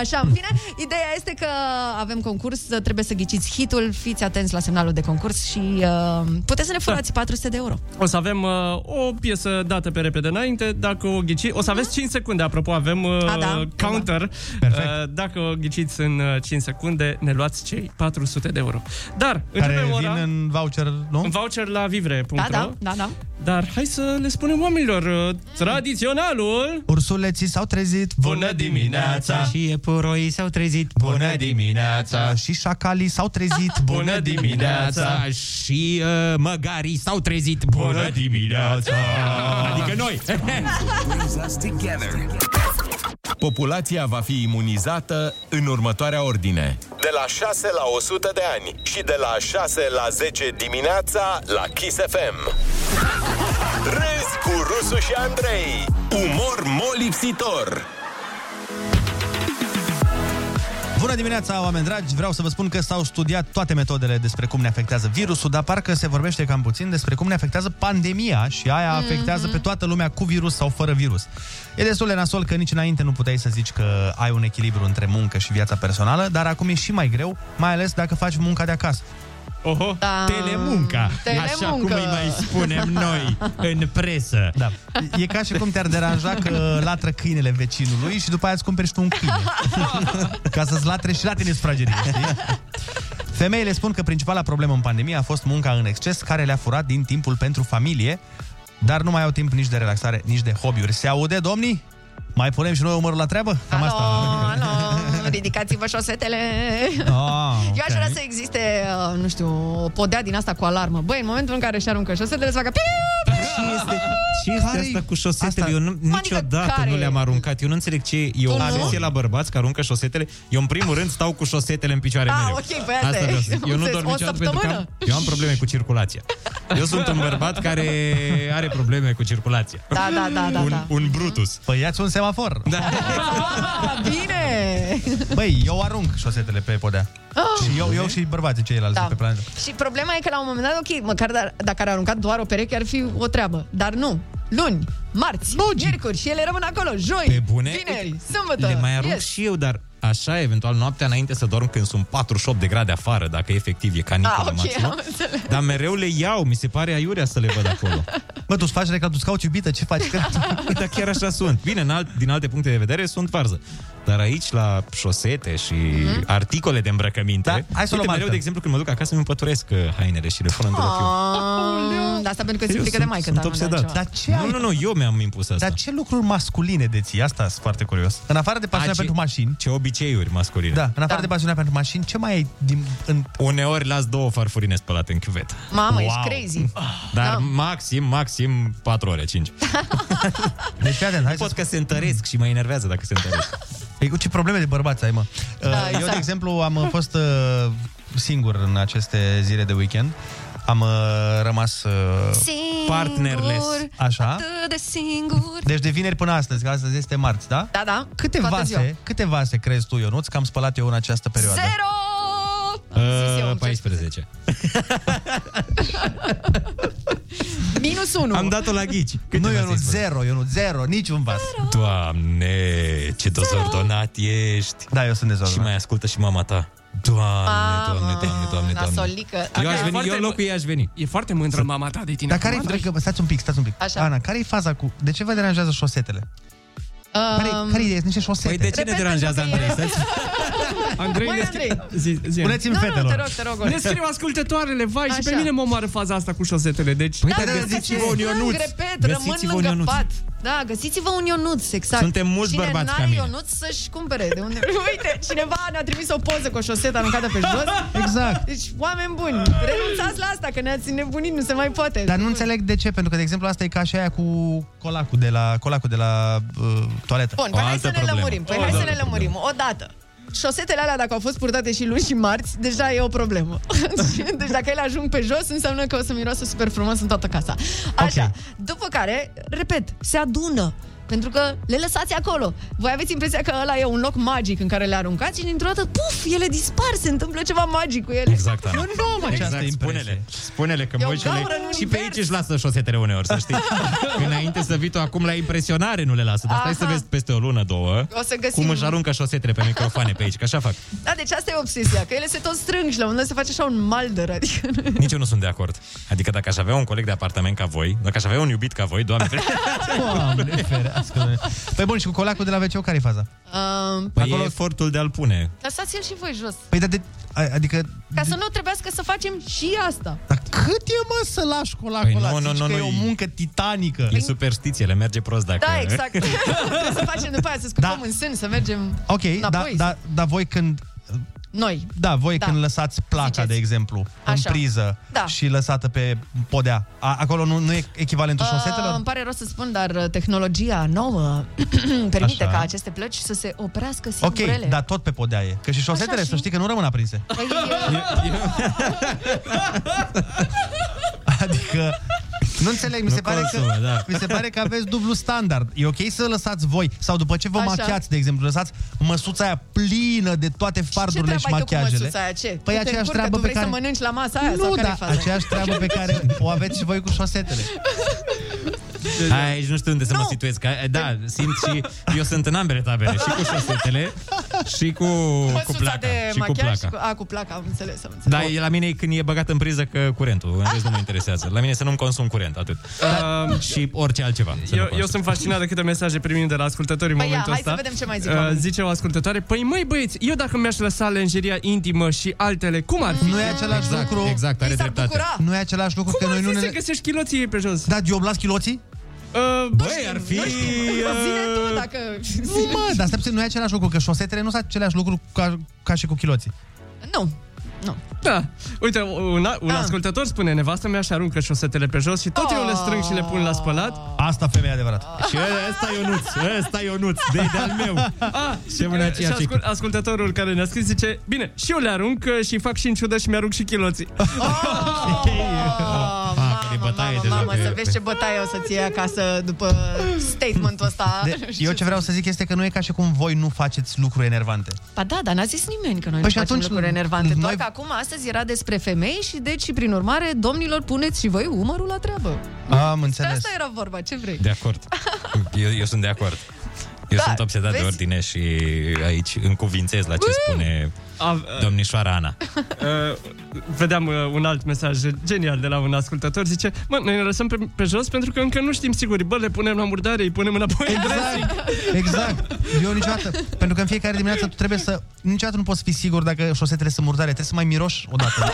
[SPEAKER 15] Așa, în fine. Ideea este că avem concurs, uh, trebuie să ghiciți hitul, fiți atenți la semnalul de concurs și uh, puteți să ne furați
[SPEAKER 19] Da.
[SPEAKER 15] 400 de euro.
[SPEAKER 8] O să avem uh, o piesă dată pe repede înainte, dacă o ghiciți. O să aveți 5 secunde, apropo, avem uh,
[SPEAKER 15] Mhm. A, da.
[SPEAKER 8] counter. Uh, dacă o ghiciți în uh, 5 secunde, ne luați cei 400 de euro. Dar,
[SPEAKER 6] Care
[SPEAKER 8] începem ora
[SPEAKER 6] vin în voucher, nu?
[SPEAKER 8] în voucher la vivre.ro.
[SPEAKER 15] Da, da, da, da.
[SPEAKER 8] Dar hai să le spunem oamenilor uh, tradiționalul...
[SPEAKER 6] Ursuleții s-au trezit, bună dimineața!
[SPEAKER 8] Și
[SPEAKER 7] epuroii s-au trezit, bună dimineața!
[SPEAKER 6] Și șacalii s-au trezit, bună dimineața!
[SPEAKER 7] Și uh, măgarii s-au trezit Bună dimineața Adică noi
[SPEAKER 5] Populația va fi imunizată în următoarea ordine.
[SPEAKER 1] De la 6 la 100 de ani și de la 6 la 10 dimineața la Kiss FM. Râs cu Rusu și Andrei. Umor molipsitor.
[SPEAKER 6] Bună dimineața, oameni dragi! Vreau să vă spun că s-au studiat toate metodele despre cum ne afectează virusul, dar parcă se vorbește cam puțin despre cum ne afectează pandemia și aia
[SPEAKER 15] Mhm.
[SPEAKER 6] afectează pe toată lumea cu virus sau fără virus. E destul de nasol că nici înainte nu puteai să zici că ai un echilibru între muncă și viața personală, dar acum e și mai greu, mai ales dacă faci munca de acasă.
[SPEAKER 8] Oho,
[SPEAKER 15] da.
[SPEAKER 7] Telemunca,
[SPEAKER 15] Telemuncă.
[SPEAKER 7] așa cum îi mai spunem noi în presă.
[SPEAKER 6] Da. E ca și cum te-ar deranja că latră câinele vecinului și după aia îți cumperi și tu un câine. ca să-ți latre și la tine sfragerie, știi? Femeile spun că principala problemă în pandemie a fost munca în exces care le-a furat din timpul pentru familie, dar nu mai au timp nici de relaxare, nici de hobby-uri. Se aude, domnii? Mai punem și noi umărul la treabă? Cam
[SPEAKER 15] Alo,
[SPEAKER 6] asta.
[SPEAKER 15] alo, ridicați-vă șosetele.
[SPEAKER 6] Ah,
[SPEAKER 15] Eu aș
[SPEAKER 6] ok.
[SPEAKER 15] vrea să existe, uh, nu știu, o podea din asta cu alarmă. Băi, în momentul în care își aruncă șosetele, să facă... piu, piu.
[SPEAKER 7] Și este asta cu șosetele, eu nu, niciodată
[SPEAKER 15] care
[SPEAKER 7] nu
[SPEAKER 15] e?
[SPEAKER 7] le-am aruncat. Eu nu înțeleg ce e o
[SPEAKER 15] Tu nu?
[SPEAKER 7] obsesie la bărbați că aruncă șosetele. Eu, în primul rând, stau cu șosetele în picioare
[SPEAKER 15] Ah,
[SPEAKER 7] mereu.
[SPEAKER 15] ok, păi asta e.
[SPEAKER 7] vreau să zic. Eu nu
[SPEAKER 15] Înțeles.
[SPEAKER 7] dorm
[SPEAKER 15] O
[SPEAKER 7] niciodată pentru că am,
[SPEAKER 15] săptămână?
[SPEAKER 7] eu am probleme cu circulația. Eu sunt un bărbat care are probleme cu circulația.
[SPEAKER 15] Da, da, da, da,
[SPEAKER 7] un,
[SPEAKER 15] da.
[SPEAKER 7] un Brutus.
[SPEAKER 6] Păi ia-ți un semafor.
[SPEAKER 7] Da.
[SPEAKER 15] Ah, Bine!
[SPEAKER 6] Băi, eu arunc șosetele pe podea.
[SPEAKER 15] Ah.
[SPEAKER 6] Și eu, eu și bărbații ceilalți
[SPEAKER 15] Da.
[SPEAKER 6] da. pe planetă.
[SPEAKER 15] Și problema e că la un moment dat, ok, măcar dar, dacă ar aruncat doar o pereche, ar fi o treabă. Dar nu. Luni, marți, miercuri și ele rămân acolo. Joi,
[SPEAKER 7] Pe bune,
[SPEAKER 15] vineri,
[SPEAKER 7] uite,
[SPEAKER 15] sâmbătă.
[SPEAKER 7] Le mai arunc
[SPEAKER 15] Yes.
[SPEAKER 7] și eu, dar așa, eventual, noaptea înainte să dorm când sunt 48 de grade afară, dacă efectiv e caniculă
[SPEAKER 15] Ah, ok,
[SPEAKER 7] maximă.
[SPEAKER 15] am înțeles.
[SPEAKER 7] Dar mereu le iau, mi se pare aiurea să le văd acolo. Păi,
[SPEAKER 6] Bă, tu faci reclam, tu cauți iubită, ce faci?
[SPEAKER 7] Dar chiar așa sunt. Bine, în alt, din alte puncte de vedere sunt varză. Dar aici, la șosete și
[SPEAKER 15] Mhm.
[SPEAKER 7] mm-hmm. articole de îmbrăcăminte, da,
[SPEAKER 6] hai să o
[SPEAKER 7] uite,
[SPEAKER 6] luăm
[SPEAKER 7] mereu,
[SPEAKER 6] altfel.
[SPEAKER 7] de exemplu, când mă duc acasă, îmi împăturesc uh, hainele și le pun într
[SPEAKER 15] Ah, Dar asta pentru că se frică de maică ta.
[SPEAKER 7] sunt obsedat.
[SPEAKER 6] Dar ce
[SPEAKER 7] nu,
[SPEAKER 6] ai-
[SPEAKER 7] nu, nu, eu mi-am impus asta.
[SPEAKER 6] Dar ce lucruri masculine deții? Asta e foarte curios. În afară de pasiunea
[SPEAKER 7] A, ce-
[SPEAKER 6] pentru mașini...
[SPEAKER 7] Ce obiceiuri masculine.
[SPEAKER 6] Da, în afară da. de pasiunea pentru mașini, ce mai ai din... În...
[SPEAKER 7] Uneori las două farfurine spălate în chiuvetă.
[SPEAKER 15] Mamă, ești crazy.
[SPEAKER 7] Dar
[SPEAKER 15] Da.
[SPEAKER 7] maxim, maxim 4 ore, 5.
[SPEAKER 6] Deci fii atent, hai
[SPEAKER 7] Pot că se întăresc și mă enervează dacă se întăresc.
[SPEAKER 6] Ei, cu ce probleme de bărbați ai, mă?
[SPEAKER 7] Da,
[SPEAKER 6] Uh, Eu,
[SPEAKER 7] exact.
[SPEAKER 6] de exemplu, am uh, fost uh, singur în aceste zile de weekend. Am uh, rămas... uh,
[SPEAKER 15] Singur,
[SPEAKER 6] Așa.
[SPEAKER 15] Atât de singur.
[SPEAKER 6] Deci de vineri până astăzi, că astăzi este marți, da?
[SPEAKER 15] Da, da.
[SPEAKER 6] Câte
[SPEAKER 15] toată ziua.
[SPEAKER 6] vase, câte vase crezi tu, Ionuț, că am spălat eu în această perioadă?
[SPEAKER 15] Zero!
[SPEAKER 7] Uh, 14.
[SPEAKER 15] Minus 1.
[SPEAKER 7] Am dat-o la ghici.
[SPEAKER 6] nu, eu nu, zero, eu nu, zero, niciun vas.
[SPEAKER 7] Doamne, ce dezordonat ești.
[SPEAKER 6] Da, eu sunt dezordonat.
[SPEAKER 7] Și mai ascultă și mama ta. Doamne,
[SPEAKER 15] Mamă,
[SPEAKER 7] doamne, doamne, doamne, doamne.
[SPEAKER 15] nasolică.
[SPEAKER 7] Eu aș veni, eu în locul ei aș veni.
[SPEAKER 8] E foarte mândră mama ta de tine.
[SPEAKER 6] Dar care
[SPEAKER 8] acum,
[SPEAKER 6] e, stați un pic, stați un pic.
[SPEAKER 15] Așa.
[SPEAKER 6] Ana, care e faza cu... De ce vă deranjează șosetele?
[SPEAKER 15] Um,
[SPEAKER 6] Care e ideea? Sunt niște șosete.
[SPEAKER 7] Păi de ce ne deranjează, Andrei?
[SPEAKER 8] Andrei,
[SPEAKER 15] Băi,
[SPEAKER 8] ne
[SPEAKER 15] Andrei.
[SPEAKER 8] Zi, zi.
[SPEAKER 6] Puneți-mi Nu, nu, fetelor. te rog, te rog, Olga.
[SPEAKER 8] Ne scriu ascultătoarele, vai, și
[SPEAKER 15] Așa.
[SPEAKER 8] pe mine mă omoară faza asta cu șosetele. Deci,
[SPEAKER 6] Păi,
[SPEAKER 15] Da, da, găsiți-vă un Ionuț. Repet, rămân
[SPEAKER 8] Găsiți-vă un
[SPEAKER 15] lângă
[SPEAKER 8] Ionuț.
[SPEAKER 15] pat. Da, găsiți-vă un Ionuț, exact.
[SPEAKER 8] Suntem mulți
[SPEAKER 15] Cine
[SPEAKER 8] bărbați
[SPEAKER 15] n-are
[SPEAKER 8] ca mine.
[SPEAKER 15] Ionuț să-și cumpere de unde... Uite, cineva ne-a trimis o poză cu o șosetă aruncată pe jos.
[SPEAKER 6] Exact.
[SPEAKER 15] Deci, oameni buni, renunțați la asta, că ne-ați nebunit, nu se mai poate.
[SPEAKER 6] Dar nu înțeleg de ce, pentru că, de exemplu, asta e ca și aia cu colacul de la, colacul de la uh, toaletă.
[SPEAKER 15] Bun, păi hai să ne lămurim. Păi hai să ne lămurim. Odată. Șosetele alea, dacă au fost purtate și luni și marți, deja e o problemă. deci dacă ele ajung pe jos, înseamnă că o să miroasă super frumos în toată casa. Așa. După care, repet, se adună. Pentru că le lăsați acolo. Voi aveți impresia că ăla e un loc magic în care le aruncați și dintr-o dată, puf, ele dispar, se întâmplă ceva magic cu ele.
[SPEAKER 7] Exact, Ana.
[SPEAKER 15] Eu nu, mă,
[SPEAKER 7] Exact, spune-le. Spune-le că
[SPEAKER 15] E o
[SPEAKER 7] moicele...
[SPEAKER 15] gaură în
[SPEAKER 7] Și pe
[SPEAKER 15] univers.
[SPEAKER 7] aici își lasă șosetele uneori, să știi. Înainte să vii tu acum la impresionare nu le lasă. Dar stai
[SPEAKER 15] Aha.
[SPEAKER 7] să vezi peste o lună, două,
[SPEAKER 15] O să găsim.
[SPEAKER 7] cum își aruncă șosetele pe microfoane pe aici, că așa fac.
[SPEAKER 15] Da, deci asta e obsesia, că ele se tot strâng și la un moment dat se face așa un maldăr, adică...
[SPEAKER 7] Nici eu nu sunt de acord. Adică dacă aș avea un coleg de apartament ca voi, dacă aș avea un iubit ca voi, doamne ferește.
[SPEAKER 6] Doamne ferească. Păi bun, și cu colacul de la wc care e faza?
[SPEAKER 15] Um,
[SPEAKER 7] Păi Acolo efortul de a-l pune.
[SPEAKER 15] Lăsați-l și voi jos.
[SPEAKER 6] Păi da, de, a- adică...
[SPEAKER 15] Ca să nu trebuiască să facem și asta.
[SPEAKER 6] Cât e, mă, să lași colacul
[SPEAKER 7] Păi
[SPEAKER 6] ăla?
[SPEAKER 7] nu, nu,
[SPEAKER 6] Zici
[SPEAKER 7] nu,
[SPEAKER 6] că
[SPEAKER 7] nu,
[SPEAKER 6] e o
[SPEAKER 7] e-
[SPEAKER 6] muncă titanică.
[SPEAKER 7] E superstiție, le merge prost dacă...
[SPEAKER 15] Da, exact. Trebuie să facem după aia, să scăpăm în sân, să mergem
[SPEAKER 6] Da. Ok, da,
[SPEAKER 15] înapoi.
[SPEAKER 6] da, da, voi când...
[SPEAKER 15] Noi.
[SPEAKER 6] Da, voi
[SPEAKER 15] Da.
[SPEAKER 6] când lăsați placa, de exemplu,
[SPEAKER 15] Așa.
[SPEAKER 6] în priză
[SPEAKER 15] Da.
[SPEAKER 6] și lăsată pe podea, a, acolo nu, nu e echivalentul
[SPEAKER 15] Uh,
[SPEAKER 6] șosetelor?
[SPEAKER 15] îmi pare rău să spun, dar uh, tehnologia nouă permite
[SPEAKER 6] Așa.
[SPEAKER 15] ca aceste plăci să se oprească
[SPEAKER 6] Ok,
[SPEAKER 15] singurele.
[SPEAKER 6] dar tot pe podea e. Că și șosetele,
[SPEAKER 15] și-
[SPEAKER 6] să știi că nu rămân aprinse.
[SPEAKER 15] Păi,
[SPEAKER 6] Adică nu înțeleg, mi se,
[SPEAKER 7] Nu
[SPEAKER 6] pare
[SPEAKER 7] consumă,
[SPEAKER 6] că,
[SPEAKER 7] da.
[SPEAKER 6] mi se pare că aveți dublu standard. E ok să lăsați voi, sau după ce vă
[SPEAKER 15] Așa.
[SPEAKER 6] machiați, de exemplu, lăsați măsuța aia plină de toate
[SPEAKER 15] ce
[SPEAKER 6] fardurile și,
[SPEAKER 15] treabă ai tu cu
[SPEAKER 6] machiajele.
[SPEAKER 15] măsuța aia? Ce?
[SPEAKER 6] Păi
[SPEAKER 15] Tu te
[SPEAKER 6] aceeași
[SPEAKER 15] încurcă,
[SPEAKER 6] treabă
[SPEAKER 15] tu
[SPEAKER 6] pe
[SPEAKER 15] vrei
[SPEAKER 6] care...
[SPEAKER 15] să mănânci la masa aia? sau
[SPEAKER 6] nu,
[SPEAKER 15] care
[SPEAKER 6] da, aceeași treabă pe care o aveți și voi cu șosetele.
[SPEAKER 7] Hai, aici nu știu unde să mă situez. Că, da, simt și... Eu sunt în ambele tabere, și cu șosetele, și cu, cu
[SPEAKER 15] Măsuța
[SPEAKER 7] placa.
[SPEAKER 15] de
[SPEAKER 7] și cu
[SPEAKER 15] machiaj și
[SPEAKER 7] placa.
[SPEAKER 15] cu... A, cu placa, am înțeles, am înțeles.
[SPEAKER 7] Dar e- la mine e când e băgat în priză că curentul, în rest nu mă interesează. La mine să nu-mi consum curent, atât.
[SPEAKER 8] Um,
[SPEAKER 7] și orice altceva. să nu
[SPEAKER 8] Eu, eu
[SPEAKER 7] consum.
[SPEAKER 8] sunt fascinat de câte mesaje primim de la ascultători în
[SPEAKER 15] Păi ia,
[SPEAKER 8] momentul
[SPEAKER 15] hai
[SPEAKER 8] ăsta.
[SPEAKER 15] să vedem ce mai zic oamenii.
[SPEAKER 8] zice o ascultătoare, păi măi băieți, eu dacă mi-aș lăsa lenjeria intimă și altele, cum ar fi?
[SPEAKER 6] Nu e același
[SPEAKER 8] Exact,
[SPEAKER 6] lucru.
[SPEAKER 7] exact, are
[SPEAKER 15] dreptate. bucura.
[SPEAKER 6] Nu e același lucru
[SPEAKER 8] Cum
[SPEAKER 6] că
[SPEAKER 8] ar
[SPEAKER 6] noi nu
[SPEAKER 8] fi
[SPEAKER 6] ne...
[SPEAKER 8] să găsești chiloții pe jos?
[SPEAKER 6] Da, eu îmi las chiloții?
[SPEAKER 8] Uh,
[SPEAKER 7] Băi, ar fi...
[SPEAKER 15] Zine tu dacă...
[SPEAKER 6] Nu, mă, dar stai puțin, nu e același lucru, că șosetele nu sunt același lucru ca, ca și cu chiloții.
[SPEAKER 15] Nu, nu.
[SPEAKER 8] Da. Uite, un, un
[SPEAKER 15] Da.
[SPEAKER 8] ascultător spune, nevastă mea și aruncă șosetele pe jos și tot eu
[SPEAKER 15] Ah.
[SPEAKER 8] le strâng și le pun la spălat.
[SPEAKER 6] Asta femeia adevărată.
[SPEAKER 7] Și ă, ăsta e Ionuț, ăsta e Ionuț, de al meu.
[SPEAKER 8] A,
[SPEAKER 7] Ce mâna
[SPEAKER 8] Ah, și
[SPEAKER 7] aceea,
[SPEAKER 8] ascult, ascultătorul care ne-a scris zice, bine, și eu le arunc uh, și fac și în ciudă și mi-arunc și chiloții.
[SPEAKER 15] Oh,
[SPEAKER 7] Că Ah,
[SPEAKER 8] Da,
[SPEAKER 7] de bătaie deja
[SPEAKER 15] mamă,
[SPEAKER 7] pe-
[SPEAKER 15] să vezi ce bătaie o să-ți iei acasă după statementul ăsta.
[SPEAKER 6] De, eu ce vreau să zic este că nu e ca și cum voi nu faceți lucruri enervante.
[SPEAKER 15] Ba da, dar n-a zis nimeni că noi
[SPEAKER 6] Păi
[SPEAKER 15] păi
[SPEAKER 6] și
[SPEAKER 15] nu facem
[SPEAKER 6] atunci
[SPEAKER 15] lucruri enervante. Noi...
[SPEAKER 6] noi-
[SPEAKER 15] Doar că acum, astăzi era despre femei și deci, și prin urmare, domnilor, puneți și voi umărul la treabă.
[SPEAKER 6] Am
[SPEAKER 15] De
[SPEAKER 6] înțeles.
[SPEAKER 15] asta era vorba, ce vrei?
[SPEAKER 7] De acord. Eu, eu sunt de acord. Eu
[SPEAKER 15] Da,
[SPEAKER 7] da, sunt obsedat vezi? de
[SPEAKER 15] vezi?
[SPEAKER 7] ordine și aici încuvințez la ce spune
[SPEAKER 8] A,
[SPEAKER 7] domnișoara Ana.
[SPEAKER 8] Uh, vedeam uh, un alt mesaj genial de la un ascultător, zice, mă, noi ne lăsăm pe, pe jos pentru că încă nu știm sigur, bă, le punem la murdare, îi punem înapoi în dressing.
[SPEAKER 6] Exact. Eu niciodată. Pentru că în fiecare dimineață tu trebuie să... Niciodată nu poți fi sigur dacă șosetele sunt murdare. Trebuie să mai miroși odată.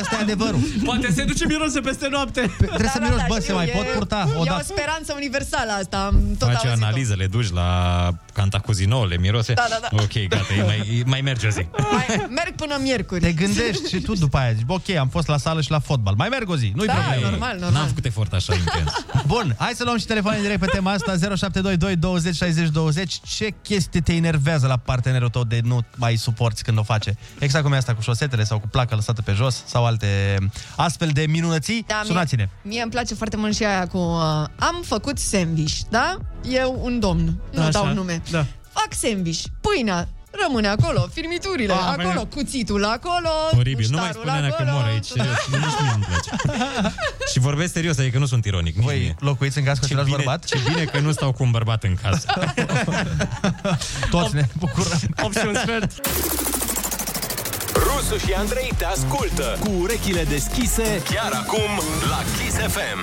[SPEAKER 6] Asta e adevărul.
[SPEAKER 8] Poate se duce mirose peste noapte.
[SPEAKER 6] Trebuie
[SPEAKER 15] Da,
[SPEAKER 8] da,
[SPEAKER 6] să miroși, bă, se mai pot purta
[SPEAKER 15] E o
[SPEAKER 6] odată.
[SPEAKER 15] speranță universală asta, am tot
[SPEAKER 7] Faci o
[SPEAKER 15] auzit-o.
[SPEAKER 7] analiză, le duci la cantacuzino, le miroase.
[SPEAKER 15] Da, da, da.
[SPEAKER 7] Ok, gata, e mai, e mai merge o zi.
[SPEAKER 15] Mai, merg până miercuri.
[SPEAKER 6] Te Păi gândești și tu după aia zici, "Bă, ok, am fost la sală și la fotbal. Mai merg o zi, nu-i
[SPEAKER 15] Da,
[SPEAKER 6] problemă.
[SPEAKER 15] normal, normal.
[SPEAKER 7] N-am făcut efort așa intens.
[SPEAKER 6] Bun, hai să luăm și telefoane direct pe tema asta 0722 20 60 20 Ce chestie te enervează la partenerul tău de nu mai suporți când o face? Exact cum e asta cu șosetele sau cu placa lăsată pe jos sau alte astfel de minunății
[SPEAKER 15] Da,
[SPEAKER 6] Sunați-ne
[SPEAKER 15] Mie, mie îmi place foarte mult și aia cu uh, Am făcut sandwich, da? Eu un domn, nu
[SPEAKER 8] Așa,
[SPEAKER 15] dau nume
[SPEAKER 8] Da.
[SPEAKER 15] Fac sandwich, pâinea rămâne acolo, firmiturile
[SPEAKER 7] Ah,
[SPEAKER 15] acolo,
[SPEAKER 7] bine.
[SPEAKER 15] cuțitul acolo,
[SPEAKER 7] Oribil, nu mai
[SPEAKER 15] muștarul
[SPEAKER 7] spune Ana că
[SPEAKER 15] acolo.
[SPEAKER 7] mor aici. serios, Nu, nici mie nu-mi place.
[SPEAKER 15] da.
[SPEAKER 7] Și vorbesc serios, adică nu sunt ironic. Nici Voi mie.
[SPEAKER 6] locuiți în casă cu
[SPEAKER 7] ce
[SPEAKER 6] același
[SPEAKER 7] bine,
[SPEAKER 6] bărbat?
[SPEAKER 7] Ce bine că nu stau cu un bărbat în casă.
[SPEAKER 6] Toți ne bucurăm
[SPEAKER 8] Opțiuni sfert.
[SPEAKER 1] Rusu și Andrei te ascultă
[SPEAKER 5] Cu urechile deschise
[SPEAKER 1] Chiar acum la Kiss FM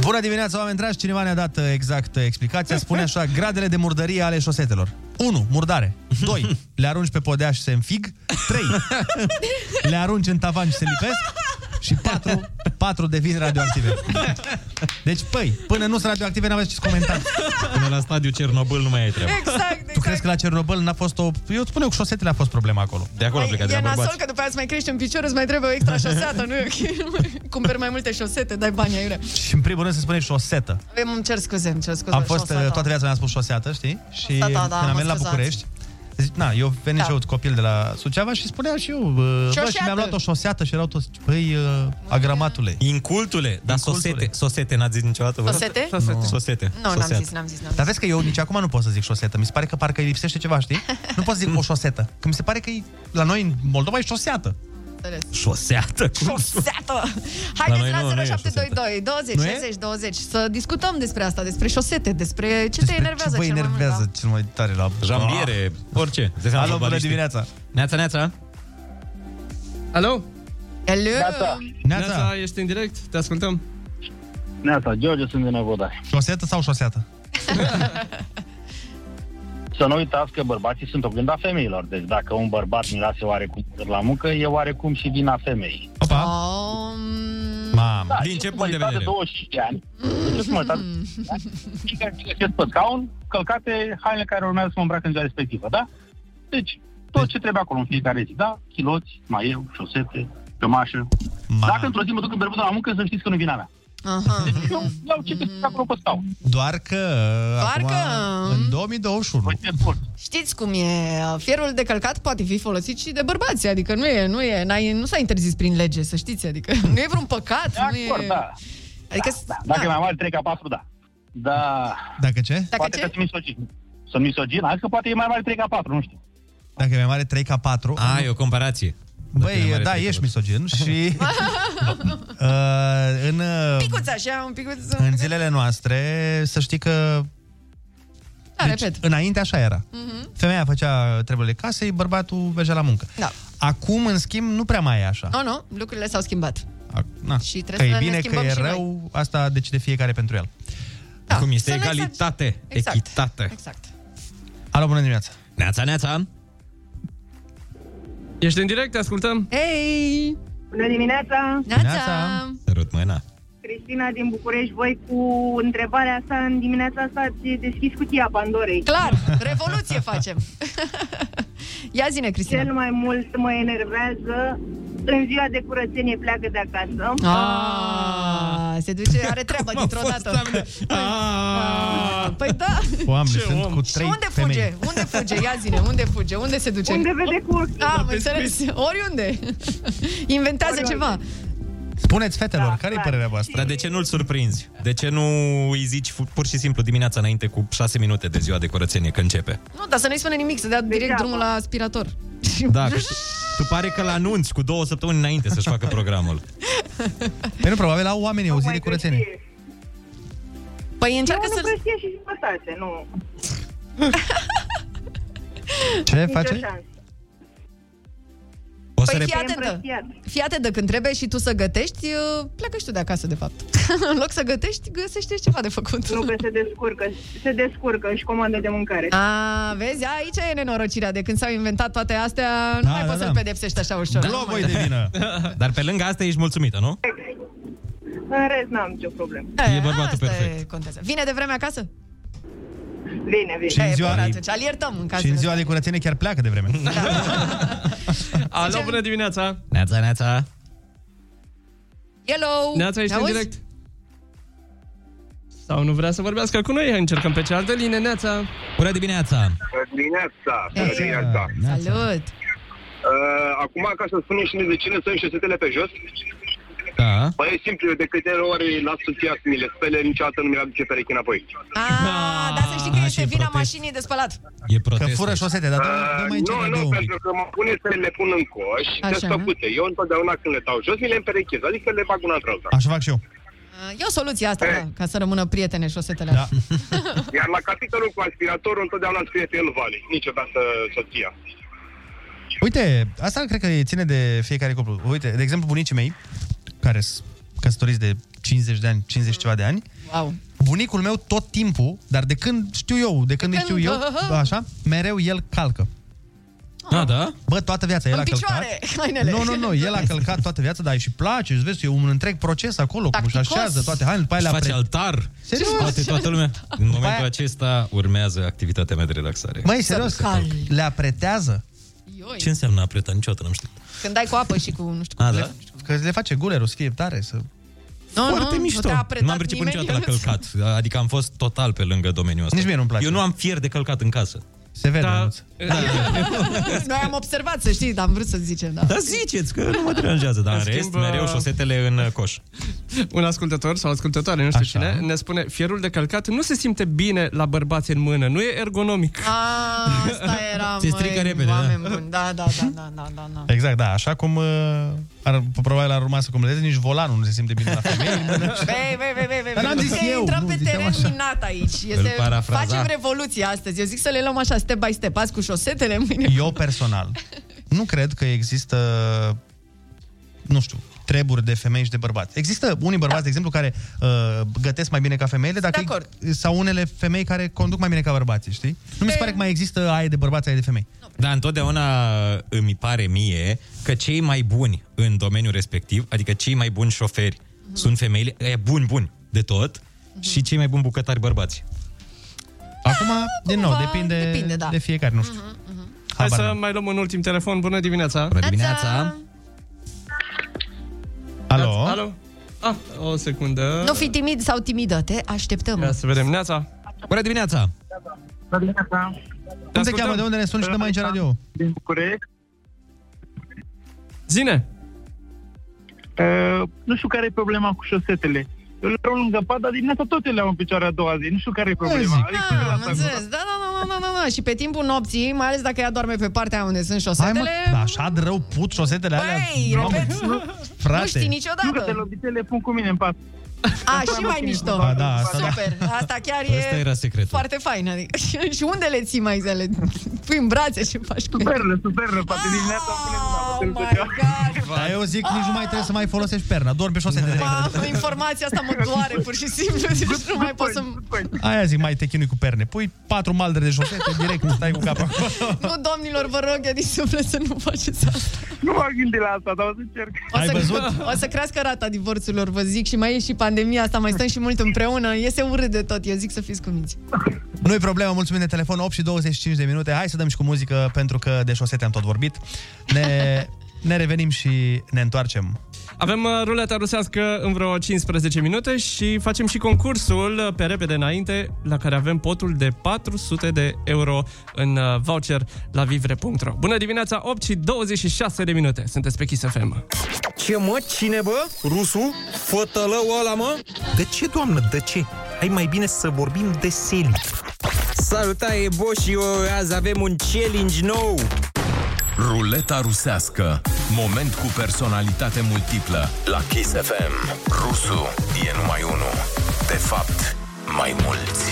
[SPEAKER 6] Bună dimineața, oameni dragi! Cineva ne-a dat uh, exact uh, explicația. Spune așa, gradele de murdărie ale șosetelor. 1. Murdare. 2. Le arunci pe podea și se înfig. 3. Le arunci în tavan și se lipesc. Și 4. 4 devin radioactive. Deci, păi, până nu sunt radioactive, n-aveți ce comentați.
[SPEAKER 7] Până la stadiu Cernobâl nu mai ai treabă.
[SPEAKER 15] Exact,
[SPEAKER 6] Tu crezi că la Cernobâl n-a fost o... Eu îți spun eu că șosetele a fost problema acolo.
[SPEAKER 7] De acolo a plecat, de
[SPEAKER 15] Păi, E
[SPEAKER 7] la
[SPEAKER 15] nasol
[SPEAKER 7] bărbați.
[SPEAKER 15] că după aia îți mai crește în picior, îți mai trebuie o extra șoseată, nu e ok? Cumperi mai multe șosete, dai bani aiurea.
[SPEAKER 6] Și în primul rând se spune șosetă.
[SPEAKER 15] Avem, îmi cer scuze, îmi cer scuze.
[SPEAKER 6] Am fost, uh,
[SPEAKER 15] șoseta.
[SPEAKER 6] toată viața mi-am spus șoseată, știi? Și
[SPEAKER 15] Șoseata, da,
[SPEAKER 6] când
[SPEAKER 15] mă
[SPEAKER 6] am venit la
[SPEAKER 15] scuzați.
[SPEAKER 6] București, zic, na, eu venim da.
[SPEAKER 15] Da.
[SPEAKER 6] și eu copil de la Suceava și spuneam și eu, bă, bă, și
[SPEAKER 15] Șoseată.
[SPEAKER 6] mi-am luat o șoseată și erau toți, băi, uh, agramatule.
[SPEAKER 7] Incultule, dar sosete, sosete n-ați zis niciodată? voi?
[SPEAKER 15] Sosete?
[SPEAKER 7] Nu. Sosete.
[SPEAKER 15] Eh? Nu, n-am
[SPEAKER 7] Soseată.
[SPEAKER 15] zis, n-am zis, n-am zis.
[SPEAKER 6] Dar vezi că eu nici acum nu pot să zic șosetă. Mi se pare că parcă îi lipsește ceva, știi? Nu pot să zic o șosetă. Că mi se pare că e- la noi, în Moldova, e șoseată.
[SPEAKER 15] Înțeles.
[SPEAKER 6] Șoseată?
[SPEAKER 15] Șoseată!
[SPEAKER 6] noi
[SPEAKER 15] Haideți
[SPEAKER 6] nu, nu
[SPEAKER 15] la
[SPEAKER 6] e
[SPEAKER 15] 0722 20
[SPEAKER 6] Nu e?
[SPEAKER 15] 60 20 să discutăm despre asta, despre șosete, despre ce te
[SPEAKER 6] Ce
[SPEAKER 15] enervează
[SPEAKER 6] vă
[SPEAKER 15] cel mai mult. da.
[SPEAKER 6] enervează cel mai tare la...
[SPEAKER 7] Jambiere, orice. Se seamă
[SPEAKER 6] Alo, bună
[SPEAKER 7] fotbaliștii.
[SPEAKER 6] dimineața!
[SPEAKER 7] Neața, neața.
[SPEAKER 8] Alo?
[SPEAKER 15] Hello?
[SPEAKER 8] Neața.
[SPEAKER 6] Neața.
[SPEAKER 8] ești în direct? Te ascultăm.
[SPEAKER 16] Neața, George, sunt din Năvodari.
[SPEAKER 6] Șosetă sau șoseată?
[SPEAKER 16] Să nu uitați că bărbații sunt oglinda femeilor. Deci dacă un bărbat miroase oarecum urât la muncă, e oarecum și vina femeii.
[SPEAKER 6] Opa! Mamă!
[SPEAKER 16] Da, și măritat de 25 ani.
[SPEAKER 15] Mm.
[SPEAKER 16] Deci măritat acest pe scaun, călcate hainele care urmează să mă îmbrac în ziua respectivă, da? Deci, tot ce trebuie acolo în fiecare zi, da? Chiloți, maieu, șosete, cămașă. Dacă într-o zi mă duc în berbut la muncă, să știți că nu e vina mea.
[SPEAKER 15] Aha.
[SPEAKER 16] Deci eu iau ce trebuie acolo pe scaun.
[SPEAKER 6] Doar că...
[SPEAKER 15] Doar
[SPEAKER 6] acum,
[SPEAKER 15] că- mm.
[SPEAKER 6] În 2021.
[SPEAKER 15] Știți cum e, fierul de călcat poate fi folosit și de bărbați, adică nu e, nu e, n-ai, nu s-a interzis prin lege, să știți, adică nu e vreun păcat, nu e...
[SPEAKER 16] acord, da.
[SPEAKER 15] Adică,
[SPEAKER 16] Da, dacă e mai mare, 3 ca 4, da. Da,
[SPEAKER 6] Dacă ce?
[SPEAKER 16] poate că sunt misogin. Sunt misogin, hai că poate e mai mare 3 ca 4, nu știu.
[SPEAKER 6] Dacă e mai mare 3 ca 4...
[SPEAKER 7] A, e o comparație.
[SPEAKER 6] Băi, da, ești misogin și uh, în, uh,
[SPEAKER 15] Picuț așa, un picuț...
[SPEAKER 6] în zilele noastre să știi că deci,
[SPEAKER 15] Da, repet.
[SPEAKER 6] înainte așa era.
[SPEAKER 15] Mhm.
[SPEAKER 6] Femeia făcea treburile casei, bărbatul mergea la muncă.
[SPEAKER 15] Da.
[SPEAKER 6] Acum, în schimb, nu prea mai e așa.
[SPEAKER 15] Nu, nu, lucrurile s-au schimbat.
[SPEAKER 6] Na.
[SPEAKER 15] Și
[SPEAKER 6] că
[SPEAKER 15] trebuie
[SPEAKER 6] e
[SPEAKER 15] să ne
[SPEAKER 6] bine, că
[SPEAKER 15] schimbăm
[SPEAKER 6] e
[SPEAKER 15] și noi.
[SPEAKER 6] rău, asta decide fiecare pentru el.
[SPEAKER 7] Da, Cum este
[SPEAKER 15] să nu
[SPEAKER 7] egalitate,
[SPEAKER 15] Exact.
[SPEAKER 7] echitate.
[SPEAKER 15] Exact.
[SPEAKER 6] Alo, bună dimineața!
[SPEAKER 7] Neața, neața.
[SPEAKER 8] Ești în direct? Te ascultăm.
[SPEAKER 15] Hei!
[SPEAKER 19] Bună dimineața!
[SPEAKER 7] Neața. Sărut mâna.
[SPEAKER 19] Cristina din București, voi cu întrebarea asta în dimineața asta ați deschis cutia Pandorei.
[SPEAKER 15] Clar, revoluție facem. Ia zine, Cristina.
[SPEAKER 19] Cel mai mult mă enervează în ziua de curățenie pleacă de acasă.
[SPEAKER 15] Ah, se duce, are treabă dintr-o dată.
[SPEAKER 16] Ah.
[SPEAKER 15] Păi da.
[SPEAKER 6] Oameni, sunt cu
[SPEAKER 15] Și
[SPEAKER 6] trei
[SPEAKER 15] unde
[SPEAKER 6] femei.
[SPEAKER 15] fuge? Unde fuge? Ia zine, unde fuge? Unde se duce?
[SPEAKER 19] Unde vede cu ochii.
[SPEAKER 15] Ah, am înțeles. Oriunde. Inventează
[SPEAKER 19] Oriunde.
[SPEAKER 15] ceva.
[SPEAKER 6] Spuneți fetelor, da, care e
[SPEAKER 15] clar.
[SPEAKER 6] părerea voastră?
[SPEAKER 7] Dar de ce nu-l surprinzi? De ce nu îi zici fu- pur și simplu dimineața înainte cu 6 minute de ziua de curățenie când începe?
[SPEAKER 15] Nu, dar să nu-i spune nimic, să dea direct drumul la aspirator. Păi
[SPEAKER 7] Da, că tu pare că-l anunți cu două săptămâni înainte să-și facă programul.
[SPEAKER 6] Păi nu, probabil au oamenii o zi
[SPEAKER 8] Oh
[SPEAKER 6] de curățenie.
[SPEAKER 15] Păi încearcă
[SPEAKER 19] Eu
[SPEAKER 15] să...
[SPEAKER 19] nu prostie și jumătate, nu.
[SPEAKER 6] Ce
[SPEAKER 19] Nicio
[SPEAKER 6] face?
[SPEAKER 19] șansă.
[SPEAKER 7] O
[SPEAKER 15] Păi fii
[SPEAKER 19] repet.
[SPEAKER 15] atentă.
[SPEAKER 19] Îmbrățiat.
[SPEAKER 15] Fii atentă, când trebuie și tu să gătești, eu- pleacă și tu de acasă, de fapt. În loc să gătești, găsește ceva de făcut.
[SPEAKER 19] Nu, că se descurcă, se descurcă, își comandă de mâncare.
[SPEAKER 15] A, vezi, aici e nenorocirea de când s-au inventat toate astea, nu
[SPEAKER 7] Da,
[SPEAKER 15] mai
[SPEAKER 7] da,
[SPEAKER 15] poți
[SPEAKER 7] da.
[SPEAKER 15] să-l pedepsești așa ușor. Nu mai-
[SPEAKER 7] Globoi de vină. Dar pe lângă asta ești mulțumită, nu?
[SPEAKER 19] În rest n-am nicio problemă.
[SPEAKER 8] Da,
[SPEAKER 7] E bărbatul perfect.
[SPEAKER 15] E, contează. Vine de vreme acasă?
[SPEAKER 19] Vine, vine.
[SPEAKER 6] Și în
[SPEAKER 15] E,
[SPEAKER 6] ziua-
[SPEAKER 15] bun, atunci, al iertăm în
[SPEAKER 6] Și în
[SPEAKER 15] cazul Da.
[SPEAKER 6] ziua de curățenie chiar pleacă de vreme.
[SPEAKER 8] Alo, bună dimineața.
[SPEAKER 7] Neața, neața.
[SPEAKER 15] Hello!
[SPEAKER 8] Neața, ești
[SPEAKER 15] Ne
[SPEAKER 8] în
[SPEAKER 15] auzi?
[SPEAKER 8] direct? Sau nu vrea să vorbească cu noi? Hai, încercăm pe cealaltă linie, Neața.
[SPEAKER 7] Bună dimineața!
[SPEAKER 20] Bună dimineața! Bună
[SPEAKER 15] Ei.
[SPEAKER 20] dimineața!
[SPEAKER 15] Salut!
[SPEAKER 20] Uh, acum, ca să spunem și noi de ce ne stăm șosetele pe jos,
[SPEAKER 7] Da.
[SPEAKER 20] Păi e simplu, eu de câte ori las soția să mi le spele, niciodată nu mi-a aduce perechea înapoi.
[SPEAKER 15] A, da, dar să știi
[SPEAKER 7] Ah,
[SPEAKER 15] că este vina mașinii de spălat.
[SPEAKER 7] E
[SPEAKER 6] Că fură șosete, dar dă- dă mai
[SPEAKER 20] Uh, nu, nu, pentru că mă pune să le pun în coș,
[SPEAKER 15] Așa.
[SPEAKER 20] desfăcute. Eu întotdeauna când le dau jos, mi le împerechez, adică le bag una într alta.
[SPEAKER 6] Așa fac și eu.
[SPEAKER 15] E o soluție asta,
[SPEAKER 19] Eh.
[SPEAKER 15] da, ca să rămână prietene șosetele. Da.
[SPEAKER 20] Iar la capitolul cu aspiratorul întotdeauna scrie pe el Vali, niciodată soția.
[SPEAKER 6] Uite, asta cred că ține de fiecare cuplu. Uite, de exemplu, bunicii mei, care sunt căsătoriți de 50 de ani, 50 ceva de ani,
[SPEAKER 15] wow.
[SPEAKER 6] bunicul meu tot timpul, dar de când știu eu, de când, de știu eu, așa, mereu el calcă.
[SPEAKER 7] Da, da?
[SPEAKER 6] Bă, toată viața el
[SPEAKER 15] Ah. În
[SPEAKER 6] a călcat.
[SPEAKER 15] picioare, hainele.
[SPEAKER 6] Nu, nu, nu, el a călcat toată viața, dar îi și place, îți vezi, e un întreg proces acolo, cum
[SPEAKER 7] Tacticos.
[SPEAKER 6] își așează toate hainele, după aia
[SPEAKER 7] Își
[SPEAKER 6] le-a
[SPEAKER 7] face altar.
[SPEAKER 6] Serios?
[SPEAKER 7] Poate toată lumea. În momentul acesta urmează activitatea mea de relaxare.
[SPEAKER 6] Măi, serios, le apretează.
[SPEAKER 15] Ioi.
[SPEAKER 7] Ce înseamnă a preta? Niciodată n-am știut.
[SPEAKER 15] Când dai cu apă și cu, nu știu,
[SPEAKER 7] A, da?
[SPEAKER 6] Le- Că le face gulerul să fie tare, să...
[SPEAKER 15] Nu,
[SPEAKER 6] Foarte
[SPEAKER 15] nu,
[SPEAKER 6] mișto.
[SPEAKER 15] nu te-a apretat
[SPEAKER 7] Nu am priceput
[SPEAKER 15] nimeni.
[SPEAKER 7] niciodată la călcat. Adică am fost total pe lângă domeniul ăsta. Nici mie nu-mi place. Eu nu am fier de călcat în casă.
[SPEAKER 6] Se vede, da.
[SPEAKER 15] Noi am observat, să știi, dar am vrut să zicem, da.
[SPEAKER 7] Da, ziceți că nu mă deranjează, dar în
[SPEAKER 8] În
[SPEAKER 7] rest,
[SPEAKER 8] schimb,
[SPEAKER 7] mereu
[SPEAKER 8] uh,
[SPEAKER 7] șosetele în uh, coș.
[SPEAKER 8] Un ascultător sau ascultătoare, nu știu Așa. cine, ne spune fierul de călcat nu se simte bine la bărbați în mână, nu e ergonomic.
[SPEAKER 15] A, asta era,
[SPEAKER 8] Se strică
[SPEAKER 15] măi,
[SPEAKER 8] repede, da.
[SPEAKER 15] oameni buni. Da, da, da, da, da, da, da.
[SPEAKER 6] Exact, da, așa cum uh, ar, probabil ar urma să completeze, nici volanul nu se simte bine la femei.
[SPEAKER 15] Vei, vei, vei, vei, vei.
[SPEAKER 6] Dar n-am zis eu,
[SPEAKER 15] Intrăm
[SPEAKER 6] nu,
[SPEAKER 15] pe
[SPEAKER 6] ziceam
[SPEAKER 15] teren
[SPEAKER 6] așa.
[SPEAKER 15] minat aici.
[SPEAKER 6] Îl
[SPEAKER 15] Este,
[SPEAKER 6] parafraza.
[SPEAKER 15] facem revoluție astăzi. Eu zic să le luăm așa, step by step. Azi cu șosetele, mâine.
[SPEAKER 6] Eu personal nu cred că există, nu știu, treburi de femei și de bărbați. Există unii bărbați, de exemplu, care uh, gătesc mai bine ca femeile, dacă
[SPEAKER 15] acord.
[SPEAKER 6] sau unele femei care conduc mai bine ca bărbații, știi? Nu mi se pare că mai există aia de bărbați, aia de femei.
[SPEAKER 7] Dar întotdeauna uh, îmi pare mie că cei mai buni în domeniul respectiv, adică cei mai buni șoferi,
[SPEAKER 6] Mhm.
[SPEAKER 7] sunt femeile, e buni, buni de tot, și cei mai buni bucătari bărbați.
[SPEAKER 6] Acum, din nou,
[SPEAKER 8] cumva,
[SPEAKER 6] depinde,
[SPEAKER 8] depinde, da.
[SPEAKER 6] de fiecare, nu știu.
[SPEAKER 8] Hai
[SPEAKER 6] Habar
[SPEAKER 8] să mai luăm un ultim telefon. Bună dimineața! Bună
[SPEAKER 15] dimineața!
[SPEAKER 6] Alo?
[SPEAKER 8] Alo? Ah, o secundă.
[SPEAKER 15] Nu fi timid sau timidă, te așteptăm.
[SPEAKER 8] Ia să vedem, Neața.
[SPEAKER 7] Bună dimineața!
[SPEAKER 6] Cum te cheamă? De unde ne suni și de mai aici radio?
[SPEAKER 18] Din București.
[SPEAKER 8] Zine!
[SPEAKER 18] Uh, nu știu care e problema cu șosetele. Eu le rog lângă pat, dar dimineața tot eu le am în picioare a doua zi. Nu știu care e problema. Adică,
[SPEAKER 15] Ah, Am înțeles. Da, da, da, da, da, da. Și pe timpul nopții, mai ales dacă ea doarme pe partea unde sunt șosetele,
[SPEAKER 6] Da, așa de rău put șosetele alea.
[SPEAKER 15] Băi,
[SPEAKER 6] Mamă,
[SPEAKER 15] repet, nu-
[SPEAKER 6] frate.
[SPEAKER 15] nu știi niciodată.
[SPEAKER 18] Nu că de lovite le pun cu mine în pat.
[SPEAKER 15] A, și mai mișto.
[SPEAKER 6] Ba da, asta da.
[SPEAKER 15] Super. Asta chiar
[SPEAKER 6] Ăsta
[SPEAKER 15] e
[SPEAKER 6] era secretul.
[SPEAKER 15] foarte fain. Adică, și unde le ții mai să le pui în brațe și faci cu
[SPEAKER 18] Superle, superle. Poate dimineața îmi punem
[SPEAKER 15] Oh my
[SPEAKER 6] Dar eu zic, nici nu mai trebuie să mai folosești perna. Dormi pe șosete direct.
[SPEAKER 15] Mamă, informația asta mă doare pur și simplu. Deci nu mai pot să...
[SPEAKER 6] Aia zic, mai te chinui cu perne. Pui patru maldere de șosete direct, stai cu capul acolo.
[SPEAKER 15] Nu, domnilor, vă rog, eu din suflet să nu faceți asta.
[SPEAKER 18] Nu m-am gândit la asta, da, dar o să încerc.
[SPEAKER 15] O să, o să crească rata divorțurilor, vă zic, și mai e și pandemia asta, mai stăm și mult împreună, iese urât de tot, eu zic să fiți cu minți.
[SPEAKER 6] Nu-i problemă, mulțumim de telefon, 8 și 25 de minute. Hai să dăm și cu muzică, pentru că de șosete am tot vorbit. Ne, ne revenim și ne întoarcem.
[SPEAKER 8] Avem uh, ruleta rusească în vreo 15 minute și facem și concursul uh, pe repede înainte, la care avem potul de 400 de euro în uh, voucher la vivre.ro. Bună dimineața, 8 și 26 de minute. Sunteți pe Kiss FM.
[SPEAKER 10] Ce mă? Cine bă? Rusu? Fătălău ăla mă? De ce, doamnă, de ce? Hai mai bine să vorbim de seli.
[SPEAKER 3] Salutare, Bo și eu, azi avem un challenge nou.
[SPEAKER 5] Ruleta rusească. Moment cu personalitate multiplă.
[SPEAKER 1] La Kiss FM, Rusu e numai unul. De fapt, mai mulți.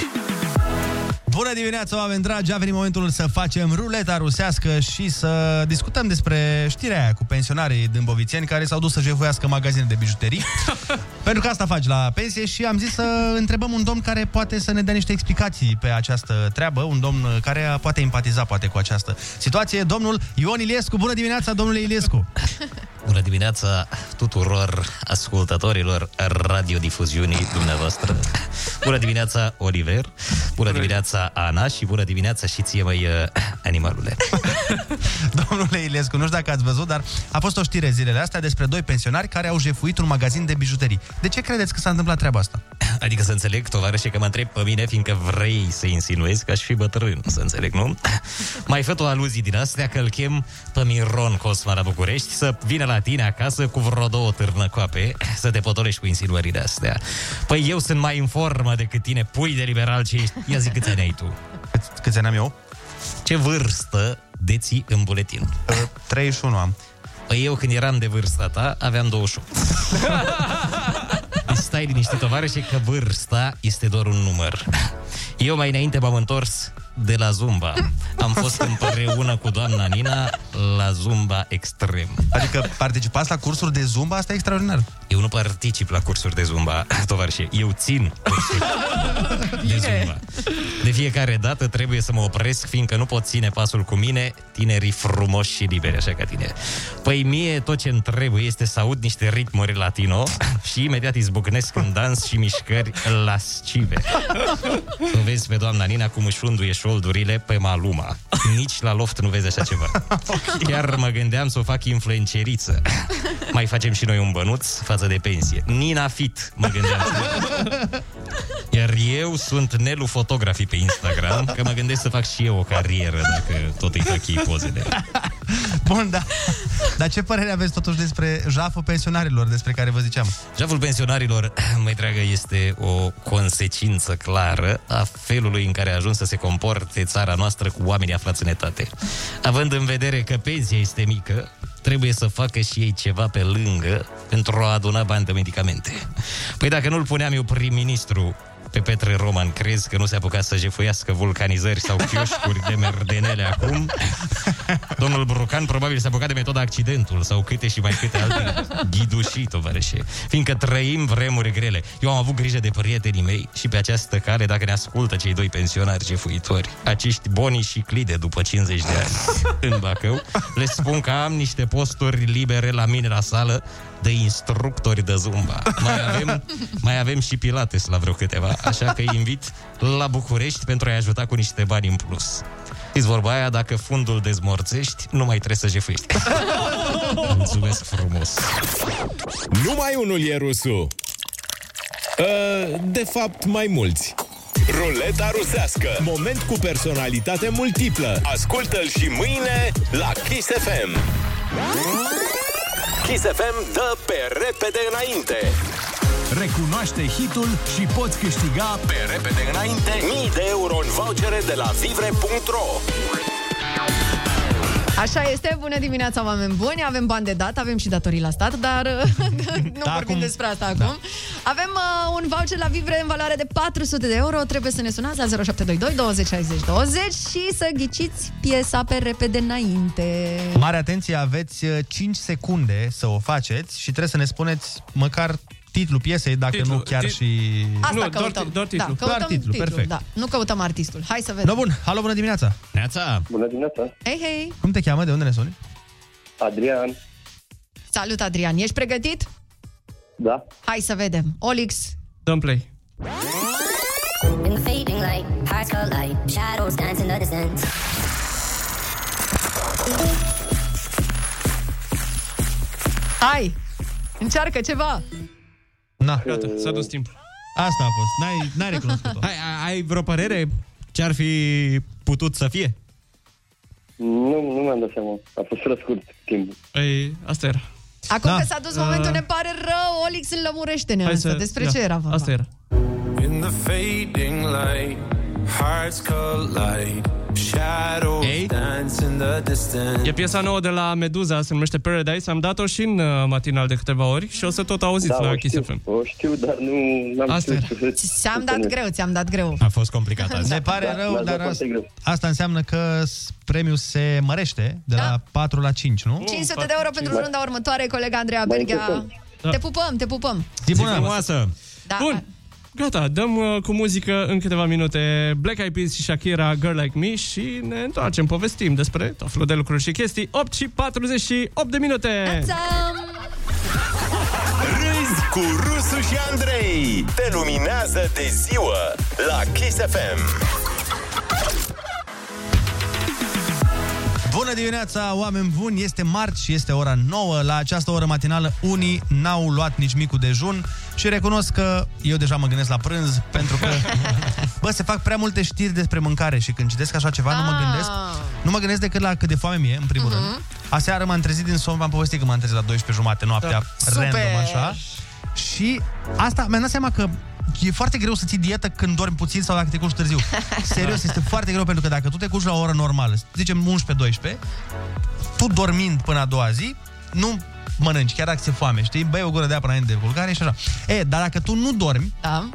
[SPEAKER 6] Bună dimineața, oameni dragi! A venit momentul să facem ruleta rusească și să discutăm despre știrea aia cu pensionarii dâmbovițeni care s-au dus să jefuiască magazine de bijuterii. Pentru că asta faci la pensie și am zis să întrebăm un domn care poate să ne dea niște explicații pe această treabă, un domn care a- poate empatiza poate cu această situație, domnul Ion Iliescu. Bună dimineața, domnule Iliescu!
[SPEAKER 21] Bună dimineața tuturor ascultătorilor radiodifuziunii dumneavoastră. Bună dimineața, Oliver. Bună dimineața, Ana. Și bună dimineața și ție, măi, eh, animalule.
[SPEAKER 6] Domnule Ilescu, nu știu dacă ați văzut, dar a fost o știre zilele astea despre doi pensionari care au jefuit un magazin de bijuterii. De ce credeți că s-a întâmplat treaba asta?
[SPEAKER 21] Adică să înțeleg, tovarășe, că mă întreb pe mine, fiindcă vrei să insinuezi că aș fi bătrân, să înțeleg, nu? Mai fă o aluzie din astea că îl chem pe Miron Cosma la București să vină la tine acasă cu vreo două târnăcoape să te potolești cu insinuările astea. Păi eu sunt mai în formă decât tine, pui de liberal ce ești. Ia zi câți ani ai tu?
[SPEAKER 6] Câți ani am eu?
[SPEAKER 21] Ce vârstă deții în buletin?
[SPEAKER 6] Uh, 31 am.
[SPEAKER 21] Păi eu când eram de vârsta ta, aveam 28. Deci
[SPEAKER 7] stai liniștit, tovarășe, că vârsta este doar un număr. Eu mai înainte m-am întors de la Zumba. Am fost împreună cu doamna Nina la Zumba Extrem.
[SPEAKER 6] Adică participați la cursuri de Zumba? Asta e extraordinar.
[SPEAKER 7] Eu nu particip la cursuri de Zumba, tovarășe. Eu țin de Zumba. De fiecare dată trebuie să mă opresc, fiindcă nu pot ține pasul cu mine, tinerii frumoși și liberi, așa ca tine. Păi mie tot ce-mi trebuie este să aud niște ritmuri latino și imediat izbucnesc în dans și mișcări lascive. O vezi pe doamna Nina cum își unduie șoldurile pe Maluma. Nici la loft nu vezi așa ceva. Chiar mă gândeam să o fac influenceriță. Mai facem și noi un bănuț față de pensie. Nina Fit, mă gândeam. Iar eu sunt Nelu Fotografii pe Instagram, că mă gândesc să fac și eu o carieră, dacă tot îi fac ei pozele.
[SPEAKER 6] Bun, da. Dar ce părere aveți totuși despre jaful pensionarilor despre care vă ziceam?
[SPEAKER 7] Jaful pensionarilor, mai dragă, este o consecință clară a felului în care a ajuns să se comporte țara noastră cu oamenii aflați în etate. Având în vedere că pensia este mică, trebuie să facă și ei ceva pe lângă pentru a aduna bani de medicamente. Păi dacă nu-l puneam eu prim-ministru pe Petre Roman, crezi că nu se apuca să jefuiască vulcanizări sau chioșcuri de merdenele acum? Domnul Brucan probabil s-a apucat de metoda accidentul sau câte și mai câte alte ghidușii, tovarășe. Fiindcă trăim vremuri grele. Eu am avut grijă de prietenii mei și pe această cale, dacă ne ascultă cei doi pensionari jefuitori, acești boni și clide după 50 de ani în Bacău, le spun că am niște posturi libere la mine la sală de instructori de zumba. Mai avem, mai avem și pilates la vreo câteva, așa că îi invit la București pentru a-i ajuta cu niște bani în plus. Știți vorba aia, dacă fundul dezmorțești, nu mai trebuie să jefuiești. Mulțumesc frumos!
[SPEAKER 1] Numai unul e rusul. Uh, De fapt, mai mulți. Ruleta rusească. Moment cu personalitate multiplă. Ascultă-l și mâine la Kiss FM. Kiss FM dă pe repede înainte.
[SPEAKER 22] Recunoaște hitul și poți câștiga
[SPEAKER 1] Pe repede înainte, mii de euro în vouchere de la vivre.ro.
[SPEAKER 15] Așa este, bună dimineața, oameni buni, avem bani de dat, avem și datorii la stat, dar nu da, vorbim acum... despre asta acum. Da. Avem uh, un voucher la Vivre în valoare de 400 de euro, trebuie să ne sunați la 0722 20 60 20 și să ghiciți piesa pe repede înainte.
[SPEAKER 6] Mare atenție, aveți uh, 5 secunde să o faceți și trebuie să ne spuneți măcar titlul piesei, dacă
[SPEAKER 8] Titlul,
[SPEAKER 6] nu chiar
[SPEAKER 8] tit-
[SPEAKER 6] și...
[SPEAKER 15] Asta căutăm. Da, căutăm
[SPEAKER 6] doar titlul, perfect.
[SPEAKER 15] Da. Nu căutăm artistul. Hai să vedem.
[SPEAKER 6] No, bun, halo, bună dimineața! Neața!
[SPEAKER 20] Bună dimineața!
[SPEAKER 15] Hei, hei!
[SPEAKER 6] Cum te cheamă? De unde ne suni?
[SPEAKER 20] Adrian,
[SPEAKER 15] Salut, Adrian. Ești pregătit?
[SPEAKER 20] da?
[SPEAKER 15] Hai să vedem. Olix,
[SPEAKER 8] Dăm play.
[SPEAKER 23] In the fading light, hearts collide, shadows dance in the distance.
[SPEAKER 15] hai! Încearcă ceva!
[SPEAKER 6] Na.
[SPEAKER 8] Gata, s-a dus timpul.
[SPEAKER 6] Asta a fost, n-ai, n-ai recunoscut-o.
[SPEAKER 24] Hai, a- ai vreo părere ce ar fi putut să fie?
[SPEAKER 20] Nu, nu mi-am dat seama. A fost prea scurt timpul.
[SPEAKER 8] Ei, Păi, asta era.
[SPEAKER 15] Acum
[SPEAKER 8] Da.
[SPEAKER 15] că s-a dus momentul,
[SPEAKER 8] Uh,
[SPEAKER 15] ne pare rău. Olix, îl lămurește-ne asta. Despre ce era vorba?
[SPEAKER 8] da, Asta era.
[SPEAKER 25] In the fading light, hearts collide, shadows dance in the distance.
[SPEAKER 8] E piesa nouă de la Meduza, se numește Paradise. Am dat-o și în uh, matinal de câteva ori și o să tot auziți
[SPEAKER 20] da,
[SPEAKER 8] la
[SPEAKER 20] o
[SPEAKER 8] Kiss
[SPEAKER 20] știu,
[SPEAKER 8] FM.
[SPEAKER 20] o știu, dar nu n-am
[SPEAKER 8] Asta
[SPEAKER 20] știut
[SPEAKER 8] era.
[SPEAKER 20] ce să-
[SPEAKER 15] Ți-am dat greu, ți-am dat greu.
[SPEAKER 6] A fost complicat
[SPEAKER 15] azi.
[SPEAKER 6] Ne pare
[SPEAKER 20] Da,
[SPEAKER 6] rău,
[SPEAKER 20] mi-ați dat
[SPEAKER 6] dar asta,
[SPEAKER 20] foarte greu.
[SPEAKER 6] asta înseamnă că s- premiul se mărește de la 4 la 5, nu?
[SPEAKER 15] 500 Da. de euro pentru runda următoare, colega Andreea
[SPEAKER 6] Mai
[SPEAKER 15] Berghea.
[SPEAKER 6] încercăm.
[SPEAKER 8] Da.
[SPEAKER 15] Te pupăm, te pupăm.
[SPEAKER 6] Zi bună!
[SPEAKER 8] frumoasă!
[SPEAKER 15] Da.
[SPEAKER 8] Bun. Gata, dăm uh, cu muzică în câteva minute Black Eyed Peas și Shakira, Girl Like Me și ne întoarcem, povestim despre tot felul de lucruri și chestii. 8 și 48 de
[SPEAKER 15] Da.
[SPEAKER 8] minute!
[SPEAKER 12] Râzi cu Rusu și Andrei. Te luminează de ziua la Kiss FM.
[SPEAKER 6] Bună dimineața, oameni buni! Este marți și este ora 9. La această oră matinală, unii n-au luat nici micul dejun și recunosc că eu deja mă gândesc la prânz pentru că, bă, se fac prea multe știri despre mâncare și când citesc așa ceva, nu mă gândesc nu mă gândesc decât la cât de foame mi-e, în primul
[SPEAKER 26] Ah. Mhm.
[SPEAKER 6] rând. Aseară m-am trezit din somn, v-am povestit că m-am trezit la 12 jumate noaptea,
[SPEAKER 26] Da.
[SPEAKER 6] random
[SPEAKER 26] Super!
[SPEAKER 6] așa. Și asta mi-am dat seama că e foarte greu să ții dietă când dormi puțin sau dacă te culci târziu. Serios, este foarte greu pentru că dacă tu te culci la o oră normală, să zicem 11-12, tu dormind până a doua zi, nu mănânci, chiar dacă ți-e foame, știi? Bei o gură de apă înainte de culcare și așa. E, dar dacă tu nu dormi,
[SPEAKER 15] da.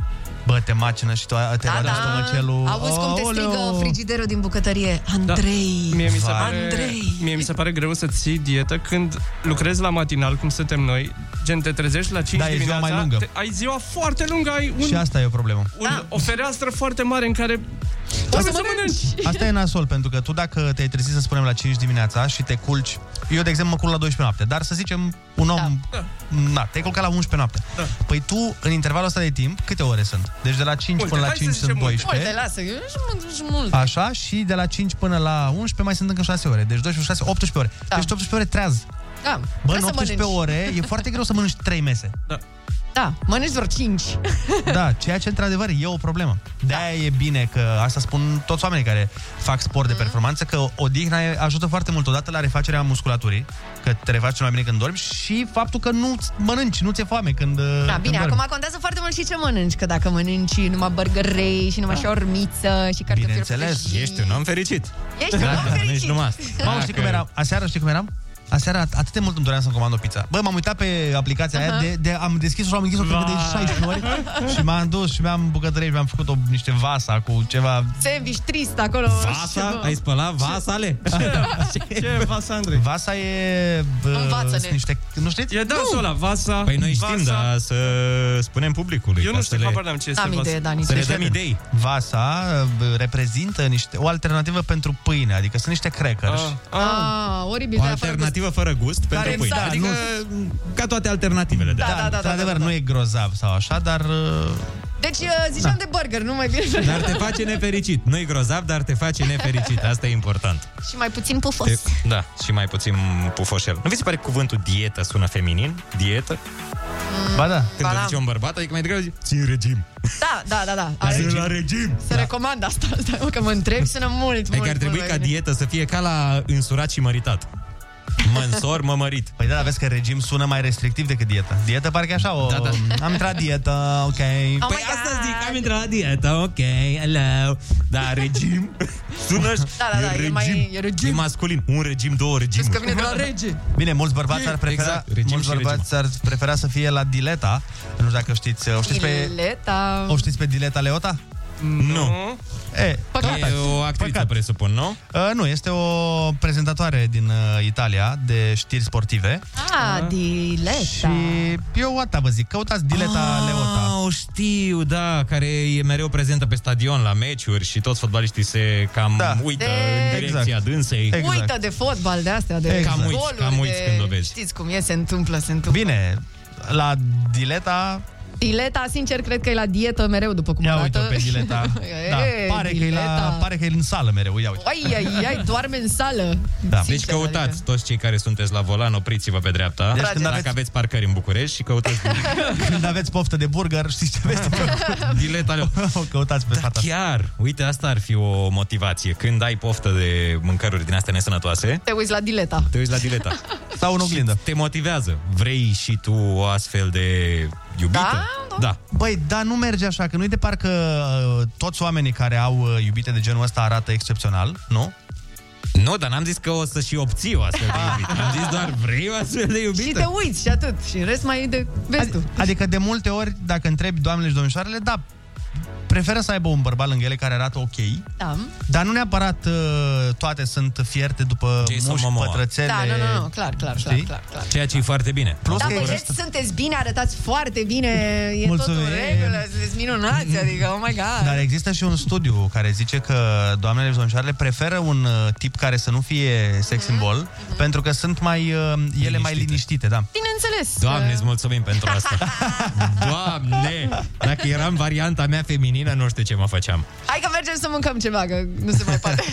[SPEAKER 6] bă, te macină și tu te da, da. stomacelul.
[SPEAKER 15] Auzi cum te
[SPEAKER 6] Aoleu.
[SPEAKER 15] strigă frigiderul din bucătărie. Andrei.
[SPEAKER 8] Da. Mie, mi se pare,
[SPEAKER 15] Andrei.
[SPEAKER 8] mie mi se pare greu să ții dietă când lucrezi la matinal, cum suntem noi, gen te trezești la 5
[SPEAKER 6] Da, e ziua
[SPEAKER 8] dimineața,
[SPEAKER 6] mai lungă.
[SPEAKER 8] Te, ai ziua foarte lungă, ai un,
[SPEAKER 6] Și asta e o problemă.
[SPEAKER 8] un, o fereastră foarte mare în care trebuie să mănânci.
[SPEAKER 6] Asta e nasol, pentru că tu dacă te-ai trezit, să spunem, la 5 dimineața și te culci... Eu, de exemplu, mă culc la 12 noapte, dar să zicem un om... Da. Na, te-ai culcat la 11 noapte. Da. Păi tu, în intervalul ăsta de timp, câte ore sunt? Deci de la 5
[SPEAKER 15] Multe,
[SPEAKER 6] până la
[SPEAKER 15] hai să
[SPEAKER 6] 5
[SPEAKER 15] zicem
[SPEAKER 6] sunt
[SPEAKER 15] multe.
[SPEAKER 6] 12.
[SPEAKER 15] Multe, lasă, eu nu mănânc și mult.
[SPEAKER 6] Așa, și de la 5 până la 11 mai sunt încă 6 ore. Deci 12, 6, 18 ore. Da. Deci 18 ore treaz.
[SPEAKER 15] Da,
[SPEAKER 6] Bă,
[SPEAKER 15] trebuie
[SPEAKER 6] în
[SPEAKER 15] să
[SPEAKER 6] 18
[SPEAKER 15] mănânci.
[SPEAKER 6] ore e foarte greu să mănânci 3 mese. Da.
[SPEAKER 15] Da, mănânci vreo 5.
[SPEAKER 6] Da, ceea ce într-adevăr e o problemă. De aia
[SPEAKER 15] Da.
[SPEAKER 6] e bine că asta spun toți oamenii care fac sport
[SPEAKER 15] Mhm.
[SPEAKER 6] de performanță, că odihna e- ajută foarte mult odată la refacerea musculaturii, că te refaci cel mai bine când dormi și faptul că nu mănânci, nu ți-e foame când
[SPEAKER 15] Da,
[SPEAKER 6] când
[SPEAKER 15] bine,
[SPEAKER 6] dormi.
[SPEAKER 15] acum contează foarte mult și ce mănânci, că dacă mănânci numai burgerei și numai da. șormiță și cartofi
[SPEAKER 6] Bineînțeles, ești un om fericit. Da,
[SPEAKER 15] Ești un om Dacă fericit. Da. mănânci numai asta.
[SPEAKER 6] Mamă, știi
[SPEAKER 15] Dacă-
[SPEAKER 6] cum eram? Aseară știi cum eram? Aseară at- atât de mult îmi doream să-mi comand o pizza. Bă, m-am uitat pe aplicația aia,
[SPEAKER 15] Aha.
[SPEAKER 6] de, de, am deschis-o și am închis-o cred că de
[SPEAKER 15] Vai.
[SPEAKER 6] 16 ori și m-am dus și mi-am bucătărit și mi-am făcut o, niște vasa cu ceva
[SPEAKER 15] Sandwich trist acolo.
[SPEAKER 6] Vasa? Ai spălat vasale? Ce e vasa, Andrei? Vasa e... Bă,
[SPEAKER 15] Învață-ne.
[SPEAKER 6] sunt niște... Nu știți?
[SPEAKER 8] E dansul ăla, vasa...
[SPEAKER 7] Păi noi știm,
[SPEAKER 6] da, vasa.
[SPEAKER 7] dar să spunem publicului.
[SPEAKER 6] Eu nu
[SPEAKER 7] ca
[SPEAKER 6] știu,
[SPEAKER 7] să le-
[SPEAKER 6] habar n-am ce este
[SPEAKER 15] Am idee, Dani.
[SPEAKER 7] Să le
[SPEAKER 6] Deci,
[SPEAKER 7] dăm idei.
[SPEAKER 6] Vasa bă, reprezintă niște, o alternativă pentru pâine, adică sunt niște crackers.
[SPEAKER 15] Ah, exact? oribil.
[SPEAKER 7] O
[SPEAKER 15] de afară.
[SPEAKER 7] alternativă fără gust pentru
[SPEAKER 6] Care-
[SPEAKER 7] pâine.
[SPEAKER 6] da,
[SPEAKER 7] adică ca toate alternativele.
[SPEAKER 6] Da, da, da, într-adevăr, nu e grozav sau
[SPEAKER 7] da,
[SPEAKER 6] așa, dar... uh,
[SPEAKER 15] Deci uh, ziceam
[SPEAKER 6] Da.
[SPEAKER 15] de burger, nu mai bine.
[SPEAKER 7] Dar te face nefericit. Nu-i grozav, dar te face nefericit. Asta e important.
[SPEAKER 15] Și mai puțin pufos.
[SPEAKER 7] Te- Da, și mai puțin pufoșel. Nu vi se pare că cuvântul dietă sună feminin? Dietă?
[SPEAKER 6] Ba da.
[SPEAKER 7] Când
[SPEAKER 15] Ba
[SPEAKER 7] o
[SPEAKER 15] da.
[SPEAKER 7] zice un bărbat, adică mai degrabă zice, țin regim.
[SPEAKER 15] Da, da, da, da. Are,
[SPEAKER 7] la regim.
[SPEAKER 15] se
[SPEAKER 6] Da.
[SPEAKER 15] recomand asta, stai mă, că mă întreb, sună mult, mult,
[SPEAKER 7] Adică ar
[SPEAKER 15] mult
[SPEAKER 7] trebui
[SPEAKER 15] mai
[SPEAKER 7] ca
[SPEAKER 15] bine.
[SPEAKER 7] dietă să fie ca la însurat și măritat. Mă însor, mă mărit.
[SPEAKER 6] Păi da, dar vezi că regim sună mai restrictiv decât dieta. Dieta parcă e așa o...
[SPEAKER 7] Da, da.
[SPEAKER 6] Am intrat dietă, ok.
[SPEAKER 7] păi
[SPEAKER 15] da.
[SPEAKER 7] asta zic, am intrat la dietă, ok, hello. Dar regim sună și...
[SPEAKER 15] Da, da, da, e mai- e regim.
[SPEAKER 7] E masculin. Un regim, două regim.
[SPEAKER 15] Vezi că vine de la rege.
[SPEAKER 6] Bine, mulți bărbați ar prefera,
[SPEAKER 7] Exact,
[SPEAKER 6] exact,
[SPEAKER 7] regim
[SPEAKER 6] mulți
[SPEAKER 7] și
[SPEAKER 6] bărbați ar prefera să fie la dileta. Nu știu dacă știți, o știți pe,
[SPEAKER 15] Ileta.
[SPEAKER 6] o știți pe dileta Leota?
[SPEAKER 7] Nu.
[SPEAKER 6] E,
[SPEAKER 7] E o actriță, presupun, nu?
[SPEAKER 6] Uh, nu, este o prezentatoare din uh, Italia de știri sportive. Da.
[SPEAKER 15] Ah, dileta.
[SPEAKER 6] Și eu asta vă zic, căutați dileta ah. Leota.
[SPEAKER 7] Ah, o știu, da, care e mereu prezentă pe stadion la meciuri și toți fotbaliștii se cam da. uită
[SPEAKER 15] De-
[SPEAKER 7] de... în direcția
[SPEAKER 6] Exact.
[SPEAKER 7] exact. dânsei.
[SPEAKER 15] Uită de fotbal, de astea, de
[SPEAKER 6] Exact. Cam uiți,
[SPEAKER 15] goluri,
[SPEAKER 6] cam uiți
[SPEAKER 15] de...
[SPEAKER 6] când o vezi.
[SPEAKER 15] Știți cum e, se întâmplă, se întâmplă.
[SPEAKER 6] Bine, la dileta...
[SPEAKER 15] Dileta, sincer, cred că e la dietă mereu, după cum
[SPEAKER 6] Ia
[SPEAKER 15] arată.
[SPEAKER 6] uite pe dileta.
[SPEAKER 15] E,
[SPEAKER 6] da, pare, că e la,
[SPEAKER 15] Dileta.
[SPEAKER 6] pare că e în sală mereu, ia uite.
[SPEAKER 15] Ai, ai, ai, doarme în sală.
[SPEAKER 7] Da. Deci căutați toți cei care sunteți la volan, opriți-vă pe dreapta.
[SPEAKER 6] Deci
[SPEAKER 7] Deci
[SPEAKER 6] când
[SPEAKER 7] dacă
[SPEAKER 6] aveți-
[SPEAKER 7] aveți... parcări în București și căutați
[SPEAKER 6] Când aveți poftă de burger, știți ce aveți?
[SPEAKER 7] dileta leu.
[SPEAKER 6] O căutați pe
[SPEAKER 7] Da, chiar. Uite, asta ar fi o motivație. Când ai poftă de mâncăruri din astea nesănătoase,
[SPEAKER 15] Te uiți la dileta.
[SPEAKER 7] te uiți la dileta.
[SPEAKER 6] Sau în
[SPEAKER 7] oglindă. Te motivează. Vrei și tu o astfel de iubită? Da? da.
[SPEAKER 6] Băi, da, nu merge așa, că nu-i de parcă uh, toți oamenii care au uh, iubite de genul ăsta arată excepțional, nu?
[SPEAKER 7] Nu, dar n-am zis că o să și obții o astfel
[SPEAKER 6] Ah.
[SPEAKER 7] de iubită. Am zis Deci doar vrei o astfel de iubită.
[SPEAKER 15] Și te uiți și atât. Și în rest mai de... vezi tu.
[SPEAKER 6] Adică de multe ori, dacă întrebi doamnele și domnișoarele, da, preferă să aibă un bărbat lângă ele care arată ok,
[SPEAKER 15] Da.
[SPEAKER 6] dar nu neapărat uh, toate sunt fierte după
[SPEAKER 7] Jason
[SPEAKER 6] muși,
[SPEAKER 7] Momoa.
[SPEAKER 6] pătrățele.
[SPEAKER 15] Da, nu, nu, nu, clar, clar, clar,
[SPEAKER 6] Știi?
[SPEAKER 15] clar, clar.
[SPEAKER 7] Ceea ce e foarte bine.
[SPEAKER 15] da, băieți, sunteți bine, arătați foarte bine, e
[SPEAKER 6] Mulțumim. Mm-hmm. Da.
[SPEAKER 15] tot în regulă, sunteți minunați, adică, oh my god.
[SPEAKER 6] Dar există și un studiu care zice că doamnele și domnișoarele preferă un uh, tip care să nu fie sex
[SPEAKER 15] Mhm.
[SPEAKER 6] symbol, pentru că sunt mai uh, ele mai liniștite, da.
[SPEAKER 15] Bineînțeles. Uh,
[SPEAKER 7] Doamne,
[SPEAKER 15] că-
[SPEAKER 7] îți mulțumim pentru asta. Doamne! Dacă eram varianta mea feminină, nu știu ce mă făceam.
[SPEAKER 15] Hai că mergem să mâncăm ceva, că nu se mai poate.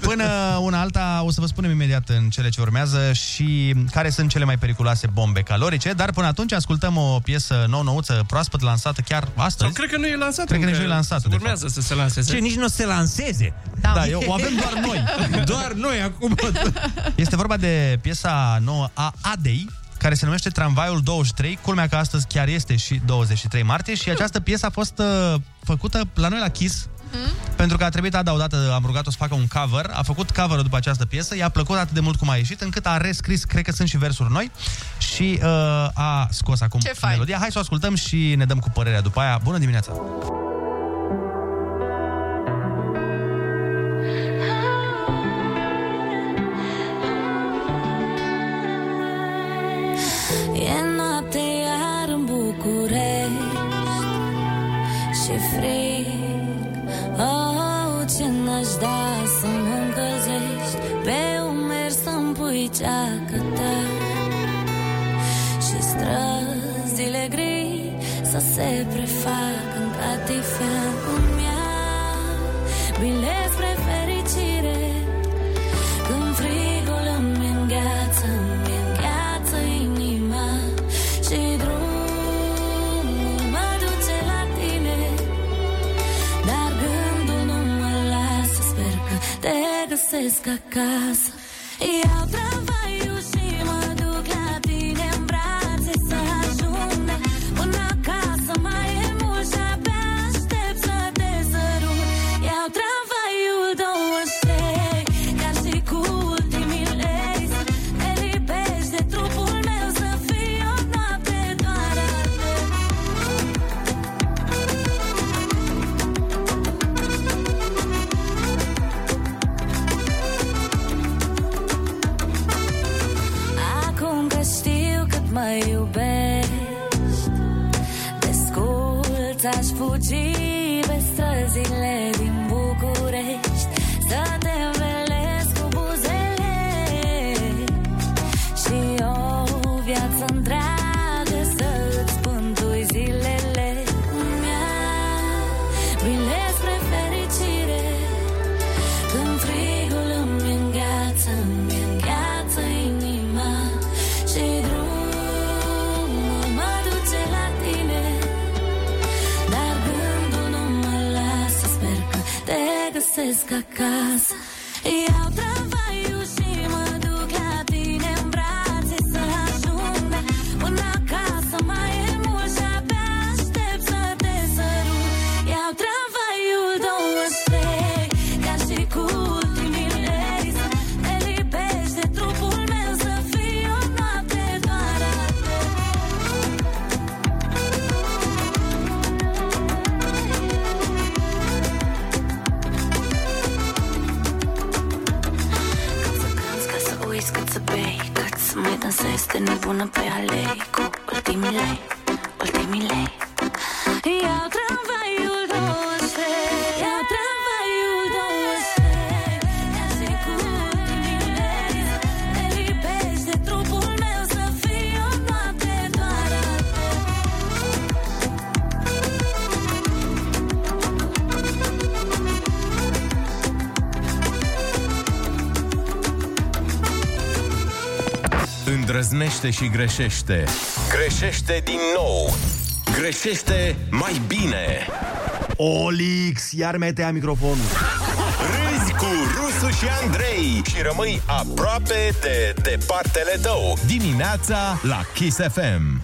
[SPEAKER 6] Până una alta, o să vă spunem imediat în cele ce urmează și care sunt cele mai periculoase bombe calorice, dar până atunci ascultăm o piesă nou-nouță, proaspăt lansată chiar astăzi.
[SPEAKER 8] Cred că nu e lansat
[SPEAKER 6] Cred că nici
[SPEAKER 8] încă.
[SPEAKER 6] nu e lansată.
[SPEAKER 8] Urmează să se lanseze.
[SPEAKER 7] Ce, nici nu se lanseze?
[SPEAKER 6] Da, da eu, o avem doar noi.
[SPEAKER 7] Doar noi acum.
[SPEAKER 6] Este vorba de piesa nouă a Adei, care se numește Tramvaiul 23, culmea că astăzi chiar este și 23 martie și această piesă a fost uh, făcută la noi la Kiss
[SPEAKER 15] Mhm.
[SPEAKER 6] Pentru că a trebuit Ada odată, am rugat-o să facă un cover, a făcut cover după această piesă, i-a plăcut atât de mult cum a ieșit, încât a rescris, cred că sunt și versuri noi, și uh, a scos acum
[SPEAKER 15] Ce fain.
[SPEAKER 6] melodia. Hai să o ascultăm și ne dăm cu părerea după aia. Bună dimineața!
[SPEAKER 12] E noapte iar în București Și fric Oh, ce n-aș da să mă încălzești Pe umeri să-mi pui ceacă ta Și străzile gri Să se prefac în catifea Îmi iau bilet spre fericire Când frigul îmi îngheață, îmi îngheață inima Și drumul mă duce la tine Dar gândul nu mă lasă, sper că te găsesc acasă Iau tramvaiul și mă duc la tine în brațe să ajung Până acasă mai e mult și abia aștept să te sărut Iau tramvaiul două ștei, ca și cu ultimii lei Te lipești de trupul meu să fie o noapte doar a ta. Acum că știu cât mă iubești Te sculț, aș fugi pe străzile din București Să te învelesc cu buzele Și o viață întreagă să-ți spântui zilele Îmi iau bilet spre fericire când frigul îmi îngheață, îmi îngheață inima Și drumul mă duce la tine Dar gândul nu mă lasă, sper că te găsesc acasă Iau tramvaiul și mă duc la tine în brațe să ajung Până acasă mai e mult și abia aștept să te sărut Iau tramvaiul două ștei, ca și cu ultimile să te lipești de trupul meu să fie o noapte doar a ta. Canți ca să uiți cât să bei Cât să mai dansezi, te nebună pe alei Cu ultimile, ultimile Iau tramvaiul două ștei, iau tramvaiul două ștei, iar sigur ultimile, te lipești de trupul meu să fie o noapte doar a ta.
[SPEAKER 27] Îndrăznește și greșește.
[SPEAKER 1] Greșește din nou. Greșește mai bine.
[SPEAKER 6] Olix, iar metea microfonul.
[SPEAKER 1] Râzi cu Rusu și Andrei și rămâi aproape de departele tău.
[SPEAKER 27] Dimineața la Kiss FM.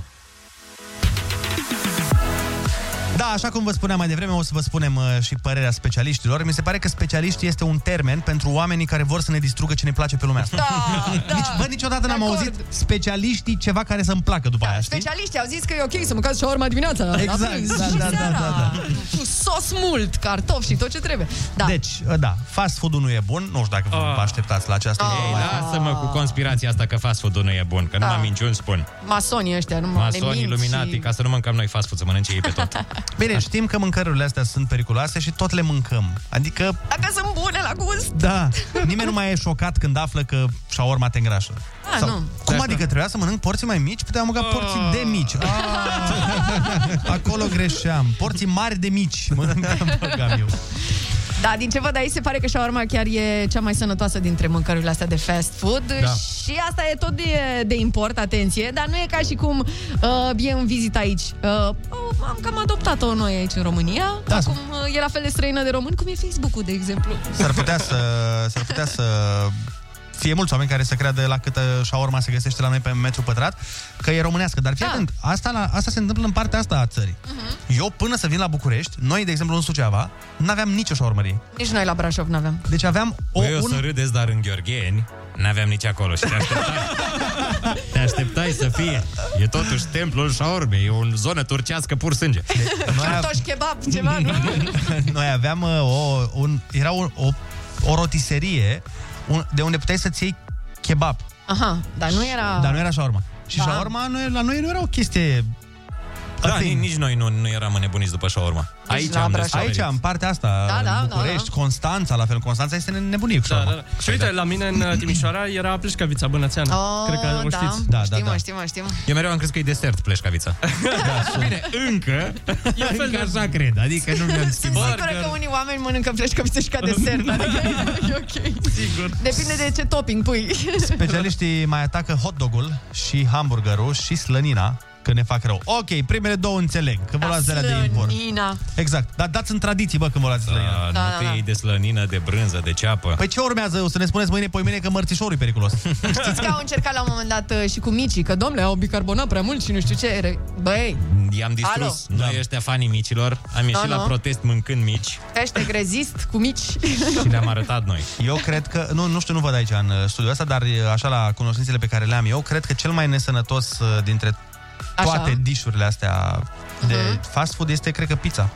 [SPEAKER 6] Da, așa cum vă spuneam mai devreme, o să vă spunem uh, și părerea specialiștilor. Mi se pare că specialiști este un termen pentru oamenii care vor să ne distrugă ce ne place pe lumea asta.
[SPEAKER 15] Da, da.
[SPEAKER 6] Nici, bă, niciodată n-am
[SPEAKER 15] De acord.
[SPEAKER 6] auzit specialiștii ceva care să-mi placă după da, aia, știi?
[SPEAKER 15] Specialiștii au zis că e ok să mâncați șaorma dimineața.
[SPEAKER 6] Exact,
[SPEAKER 15] la prânz
[SPEAKER 6] da,
[SPEAKER 15] și
[SPEAKER 6] da, da,
[SPEAKER 15] seara,
[SPEAKER 6] da,
[SPEAKER 15] Cu sos mult, cartofi și tot ce trebuie. Da.
[SPEAKER 6] Deci, uh, da, fast food-ul nu e bun. Nu știu dacă vă vă așteptați la această
[SPEAKER 15] Ei,
[SPEAKER 6] informație.
[SPEAKER 7] Ah. Lasă-mă cu conspirația asta că fast food nu e bun, că da. numai minciuni spun.
[SPEAKER 15] Masonii ăștia, nu mă
[SPEAKER 7] Masoni, iluminati, ca să nu mâncăm noi fast food, să mănânce ei pe tot.
[SPEAKER 15] Da.
[SPEAKER 6] Bine, știm că mâncărurile astea sunt periculoase și tot le mâncăm. Adică,
[SPEAKER 15] Dacă sunt bune la gust.
[SPEAKER 6] da, nimeni nu mai e șocat când află că șaorma te îngrașă.
[SPEAKER 15] Ah, nu.
[SPEAKER 6] Cum
[SPEAKER 15] Da,
[SPEAKER 6] adică trebuia să mănânc porții mai mici? Puteam mânca porții de mici. Ah, acolo greșeam. Porții mari de mici mănâncam, băgam eu.
[SPEAKER 15] Da, din ce văd aici se pare că șaorma chiar e cea mai sănătoasă dintre mâncărurile astea de fast food
[SPEAKER 6] Da.
[SPEAKER 15] și asta e tot de, de import, atenție, dar nu e ca și cum uh, e în vizită aici. Uh, oh, am cam adoptat-o noi aici în România, da. acum uh, e la fel de străină de român cum e Facebook-ul, de exemplu.
[SPEAKER 6] S-ar putea să, s-ar putea să fie mulți oameni care să creadă la câtă șaorma se găsește la noi pe metru pătrat, că e românească. Dar fii da. atent, asta, la, asta se întâmplă în partea asta a țării.
[SPEAKER 15] Mhm.
[SPEAKER 6] Uh-huh. Eu până să vin la București, noi, de exemplu, în Suceava, n-aveam nicio șaormărie.
[SPEAKER 15] Nici noi la Brașov n-aveam.
[SPEAKER 6] Deci aveam o...
[SPEAKER 7] Păi o
[SPEAKER 6] un...
[SPEAKER 7] să râdeți, dar în Gheorgheni n-aveam nici acolo și te așteptai, te așteptai să fie. E totuși templul șaormei, e o zonă turcească pur sânge.
[SPEAKER 6] Deci,
[SPEAKER 15] Cartoș kebab, ceva, nu?
[SPEAKER 6] noi aveam uh, o, un, era o, o, o rotiserie un, de unde puteai să-ți iei kebab.
[SPEAKER 15] Aha, dar nu era...
[SPEAKER 6] Dar nu era shawarma. Și da. shawarma nu, e- la noi nu era o chestie...
[SPEAKER 7] Da, ni- nici noi nu, nu eram înnebuniți după șaorma. Aici am
[SPEAKER 6] aici, în partea asta,
[SPEAKER 7] Da,
[SPEAKER 6] da,
[SPEAKER 7] da,
[SPEAKER 6] da,
[SPEAKER 7] da,
[SPEAKER 6] București, Constanța, la fel. Constanța este nebunie cu
[SPEAKER 8] Da,
[SPEAKER 6] shawarma.
[SPEAKER 8] da, da. Și uite, la mine în Timișoara era pleșcavița bănățeană.
[SPEAKER 15] Oh,
[SPEAKER 8] Cred că o
[SPEAKER 15] da.
[SPEAKER 8] știți.
[SPEAKER 6] Da,
[SPEAKER 15] știm, mă, știm, mă, știm.
[SPEAKER 7] Eu mereu am crezut că e desert pleșcavița.
[SPEAKER 6] Da,
[SPEAKER 7] Bine, încă, încă așa cred, adică nu mi-am
[SPEAKER 15] Sunt
[SPEAKER 7] schimbat.
[SPEAKER 15] sigură că unii oameni mănâncă pleșcavițe și ca desert, adică e ok. Sigur. Depinde de ce topping pui.
[SPEAKER 6] Specialiștii mai atacă hot dogul și hamburgerul și slănina că ne fac rău. Ok, primele două înțeleg, că vă luați de alea de import.
[SPEAKER 15] Nina.
[SPEAKER 6] Exact, dar dați în tradiții, bă, când vă luați slănina.
[SPEAKER 7] Da, nu te iei de slănină, de brânză, de ceapă.
[SPEAKER 6] Păi ce urmează? O să ne spuneți mâine, poi mâine că mărțișorul e periculos.
[SPEAKER 15] Știți că au încercat la un moment dat uh, și cu micii, că domnule, au bicarbonat prea mult și nu știu ce. Re- Băi,
[SPEAKER 7] I-am distrus. Alo.
[SPEAKER 6] Da.
[SPEAKER 7] Noi ăștia fanii micilor. Am ieșit
[SPEAKER 15] Da,
[SPEAKER 7] la
[SPEAKER 15] da.
[SPEAKER 7] protest mâncând mici
[SPEAKER 15] hashtag rezist cu mici.
[SPEAKER 7] și le-am arătat noi.
[SPEAKER 6] Eu cred că, nu, nu știu, nu văd aici în uh, studiul ăsta, dar uh, așa la cunoștințele pe care le-am eu, cred că cel mai nesănătos uh, dintre toate
[SPEAKER 15] Așa.
[SPEAKER 6] dișurile astea de fast food este, cred că, pizza.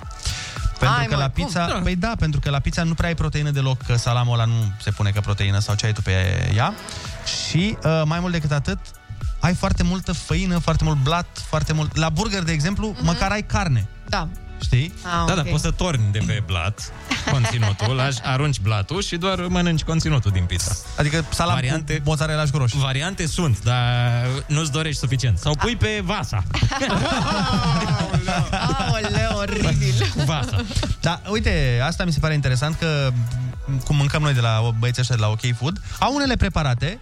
[SPEAKER 6] Pentru
[SPEAKER 15] Ai,
[SPEAKER 6] că
[SPEAKER 15] mă,
[SPEAKER 6] la
[SPEAKER 15] cum?
[SPEAKER 6] pizza,
[SPEAKER 15] Da.
[SPEAKER 6] păi da, pentru că la pizza nu prea ai proteină deloc, că salamul ăla nu se pune ca proteină sau ce ai tu pe ea. Și uh, mai mult decât atât, ai foarte multă făină, foarte mult blat, foarte mult. La burger, de exemplu,
[SPEAKER 15] Mhm.
[SPEAKER 6] măcar ai carne,
[SPEAKER 15] Da.
[SPEAKER 6] știi?
[SPEAKER 15] Ah,
[SPEAKER 7] Da, da,
[SPEAKER 15] ok.
[SPEAKER 7] poți să torni de pe blat conținutul, aș- arunci blatul și doar mănânci conținutul din pizza.
[SPEAKER 6] Adică salam
[SPEAKER 7] variante,
[SPEAKER 6] cu mozzarella și roșu.
[SPEAKER 7] Variante sunt, dar nu-ți dorești suficient. Sau pui pe vasa.
[SPEAKER 15] Aoleu, oribil.
[SPEAKER 7] Vasa.
[SPEAKER 6] Da, uite, asta mi se pare interesant că cum mâncăm noi de la băieții ăștia de la OK Food, au unele preparate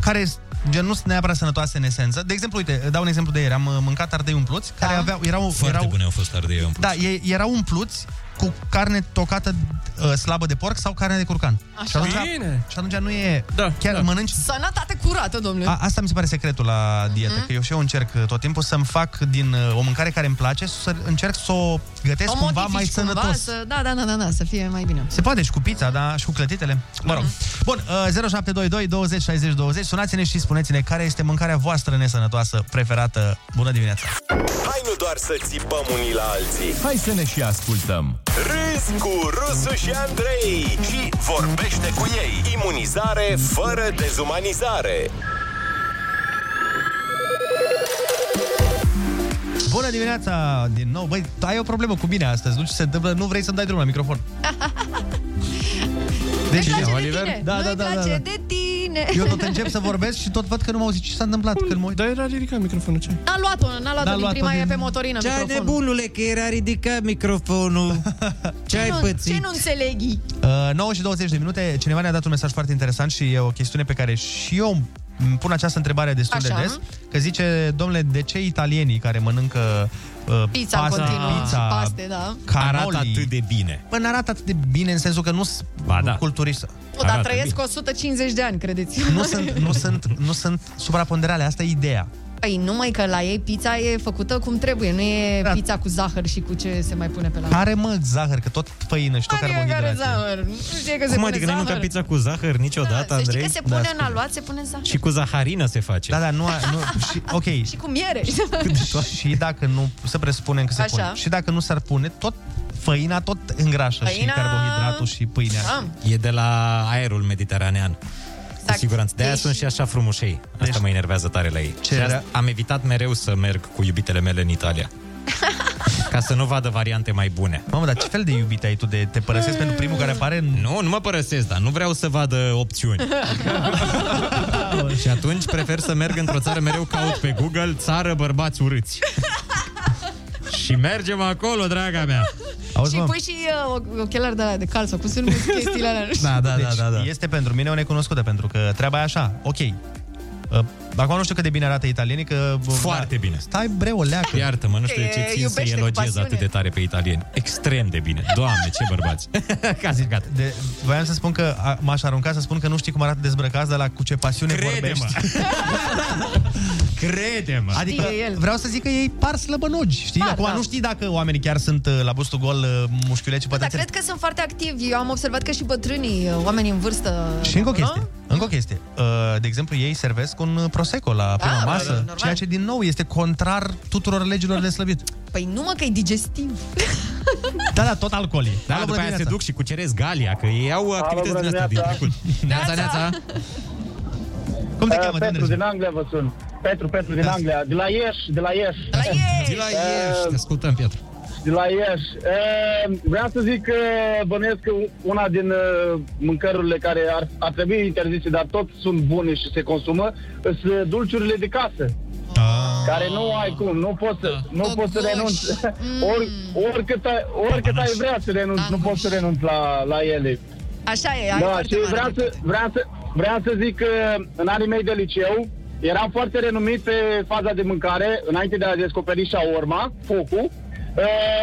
[SPEAKER 6] care s- gen nu sunt neapărat sănătoase în esență. De exemplu, uite, dau un exemplu de ieri, am uh, mâncat ardei umpluți care da. aveau erau
[SPEAKER 7] Foarte
[SPEAKER 6] erau
[SPEAKER 7] bune au fost ardei în
[SPEAKER 6] da, ei, erau umpluți cu carne tocată uh, slabă de porc sau carne de curcan.
[SPEAKER 15] Așa.
[SPEAKER 6] Și atunci,
[SPEAKER 15] Bine.
[SPEAKER 6] și atunci nu e da, chiar da. mănânci
[SPEAKER 15] Sănătate curată, domnule.
[SPEAKER 6] a, asta mi se pare secretul la dietă,
[SPEAKER 15] Mhm.
[SPEAKER 6] mm-hmm. că eu și eu încerc uh, tot timpul să-mi fac din uh, o mâncare care îmi place, să încerc să o gătesc
[SPEAKER 15] O
[SPEAKER 6] cumva
[SPEAKER 15] modifici
[SPEAKER 6] mai sănătos.
[SPEAKER 15] să, da, da, da, da, da, să fie mai bine.
[SPEAKER 6] Se poate și cu pizza, da, și cu clătitele. Mă rog.
[SPEAKER 15] Mhm.
[SPEAKER 6] Bun, uh, 0722 20 60 20. Sunați-ne și spuneți-ne care este mâncarea voastră nesănătoasă preferată. Bună dimineața!
[SPEAKER 1] Hai nu doar să țipăm unii la alții
[SPEAKER 5] Hai să ne și ascultăm.
[SPEAKER 1] Râzi cu Rusu și Andrei Și vorbește cu ei Imunizare fără dezumanizare
[SPEAKER 6] Bună dimineața din nou. Băi, tu ai o problemă cu mine astăzi. Nu știu ce se întâmplă, nu vrei să-mi dai drumul la microfon.
[SPEAKER 15] Deci, place de
[SPEAKER 6] Oliver?
[SPEAKER 15] tine.
[SPEAKER 6] Da,
[SPEAKER 15] Nu-i
[SPEAKER 6] da, da, da,
[SPEAKER 15] place
[SPEAKER 6] da.
[SPEAKER 15] de tine.
[SPEAKER 6] Eu tot încep să vorbesc și tot văd că nu m-au zis ce s-a întâmplat. Când mă... Da, era ridicat microfonul, ce?
[SPEAKER 15] N-a luat-o, n-a luat-o
[SPEAKER 6] N-a
[SPEAKER 15] din
[SPEAKER 6] luat-o
[SPEAKER 15] prima,
[SPEAKER 6] din-
[SPEAKER 15] e pe motorină
[SPEAKER 3] Ce ai
[SPEAKER 15] microfonul.
[SPEAKER 3] nebunule că era ridicat microfonul? Ce ai
[SPEAKER 15] Nu-
[SPEAKER 3] pățit?
[SPEAKER 15] Ce nu înțelegi?
[SPEAKER 6] Uh, 9 și 20 de minute, cineva ne-a dat un mesaj foarte interesant și e o chestiune pe care și eu îmi pun această întrebare destul
[SPEAKER 15] Așa.
[SPEAKER 6] de des, că zice, domnule, de ce italienii care mănâncă uh,
[SPEAKER 15] Pizza în
[SPEAKER 6] pasta,
[SPEAKER 15] continuu și
[SPEAKER 6] pizza,
[SPEAKER 15] paste, da.
[SPEAKER 6] canoli,
[SPEAKER 7] Arată atât de bine.
[SPEAKER 6] Bă, n-arată atât de bine în sensul că nu sunt da. culturiști.
[SPEAKER 15] O, dar trăiesc cu 150 de ani, credeți.
[SPEAKER 6] Nu sunt, nu, sunt, nu sunt supraponderale, asta e ideea.
[SPEAKER 15] Păi numai că la ei pizza e făcută cum trebuie, nu e pizza cu zahăr și cu ce se mai pune pe la...
[SPEAKER 6] Are mă zahăr, că tot făină și tot
[SPEAKER 15] Care
[SPEAKER 6] carbohidrate.
[SPEAKER 15] Adică zahăr? Nu știe că se
[SPEAKER 7] Cum
[SPEAKER 15] pune
[SPEAKER 7] adică n-ai
[SPEAKER 15] zahăr? Da,
[SPEAKER 7] mâncat pizza cu zahăr niciodată,
[SPEAKER 15] Să știi
[SPEAKER 7] Andrei?
[SPEAKER 15] că se pune în aluat, se pune zahăr.
[SPEAKER 7] Și cu zaharină se face.
[SPEAKER 6] Da, da, nu, nu și, ok,
[SPEAKER 15] Și cu miere.
[SPEAKER 6] și dacă nu, să presupunem că se
[SPEAKER 15] Așa.
[SPEAKER 6] pune, și dacă nu s-ar pune, tot făina tot îngrașă
[SPEAKER 15] Făina-
[SPEAKER 6] și carbohidratul și pâinea.
[SPEAKER 15] Am.
[SPEAKER 7] E de la aerul mediteranean. Cu siguranță. De-aia sunt și așa frumușei. Asta mă enervează tare la ei.
[SPEAKER 6] Deci- Ce
[SPEAKER 7] Și
[SPEAKER 6] era-
[SPEAKER 7] asta- Am evitat mereu să merg cu iubitele mele în Italia. Ca să nu vadă variante mai bune.
[SPEAKER 6] Mamă, dar ce fel de iubit ai tu de te părăsesc pentru primul care apare?
[SPEAKER 7] Nu, nu mă părăsesc, dar nu vreau să vadă opțiuni.
[SPEAKER 6] Da,
[SPEAKER 7] și atunci prefer să merg într-o țară, mereu caut pe Google, țară bărbați urâți. și mergem acolo, draga mea.
[SPEAKER 6] Auzi,
[SPEAKER 15] Și
[SPEAKER 6] mă,
[SPEAKER 15] pui și uh, ochelari de, alea de cal sau cum se numesc
[SPEAKER 6] Deci,
[SPEAKER 15] chestiile alea. nu știu.
[SPEAKER 7] da.
[SPEAKER 6] da, da, da, da. este pentru mine o necunoscută, pentru că treaba e așa, ok, uh, Acum nu știu cât de bine arată italienii, că... uh,
[SPEAKER 7] Foarte bine.
[SPEAKER 6] Stai, bre, o leacă.
[SPEAKER 7] Iartă-mă, nu știu de
[SPEAKER 6] Că
[SPEAKER 7] ce țin să
[SPEAKER 6] iubește cu
[SPEAKER 7] elogiez
[SPEAKER 6] pasiune.
[SPEAKER 7] atât de tare pe italieni. Extrem de bine. Doamne, ce bărbați. Cazin, gata.
[SPEAKER 6] De, voiam să spun că a, m-aș arunca să spun că nu știi cum arată dezbrăcați, dar la cu ce pasiune
[SPEAKER 7] Crede-mă.
[SPEAKER 6] vorbești. Crede-mă. Adică
[SPEAKER 7] Știe el.
[SPEAKER 6] vreau să zic că ei par slăbănogi, știi?
[SPEAKER 18] Da,
[SPEAKER 6] Acum
[SPEAKER 18] tá?
[SPEAKER 6] nu știi dacă oamenii chiar sunt uh, la bustul gol uh, mușchiuleci, poate
[SPEAKER 15] Dar cred că sunt foarte activi. Eu am observat că și bătrânii, uh, oamenii în vârstă... uh,
[SPEAKER 6] Și încă o
[SPEAKER 15] acolo.
[SPEAKER 6] chestie, încă o chestie. Uh, De exemplu, ei servesc un uh, prosecco la prima
[SPEAKER 15] da,
[SPEAKER 6] masă,
[SPEAKER 15] normal.
[SPEAKER 6] ceea ce din nou este contrar tuturor legilor de slăbit.
[SPEAKER 15] Păi nu mă că e digestiv.
[SPEAKER 6] Da, da, tot alcoolii.
[SPEAKER 7] Da, după aia se duc și cuceresc Galia, că ei au activități din astea din trecut. Neața, neața.
[SPEAKER 6] Cum te
[SPEAKER 16] cheamă? Uh, Petru din Anglia vă sun. Petru, Petru din Anglia. De la Ieși, de la Ieși. De la Ieși!
[SPEAKER 7] Da. De la Ieși, te ascultăm, Pietru.
[SPEAKER 16] De la Ieși. E, vreau să zic că bănuiesc că una din e, mâncărurile care ar, ar trebui interzise, dar tot sunt bune și se consumă, sunt e, dulciurile de casă. Care nu ai cum, nu poți să, nu poți să renunți. Ori, oricât, ai, oricât ai vrea să renunți, nu poți să renunți la, la ele.
[SPEAKER 15] Așa e, ai
[SPEAKER 16] Da,
[SPEAKER 15] foarte
[SPEAKER 16] și
[SPEAKER 15] mare
[SPEAKER 16] vreau să, vreau, să, vreau să zic că în anii mei de liceu eram foarte renumit pe faza de mâncare, înainte de a descoperi shawarma, focul.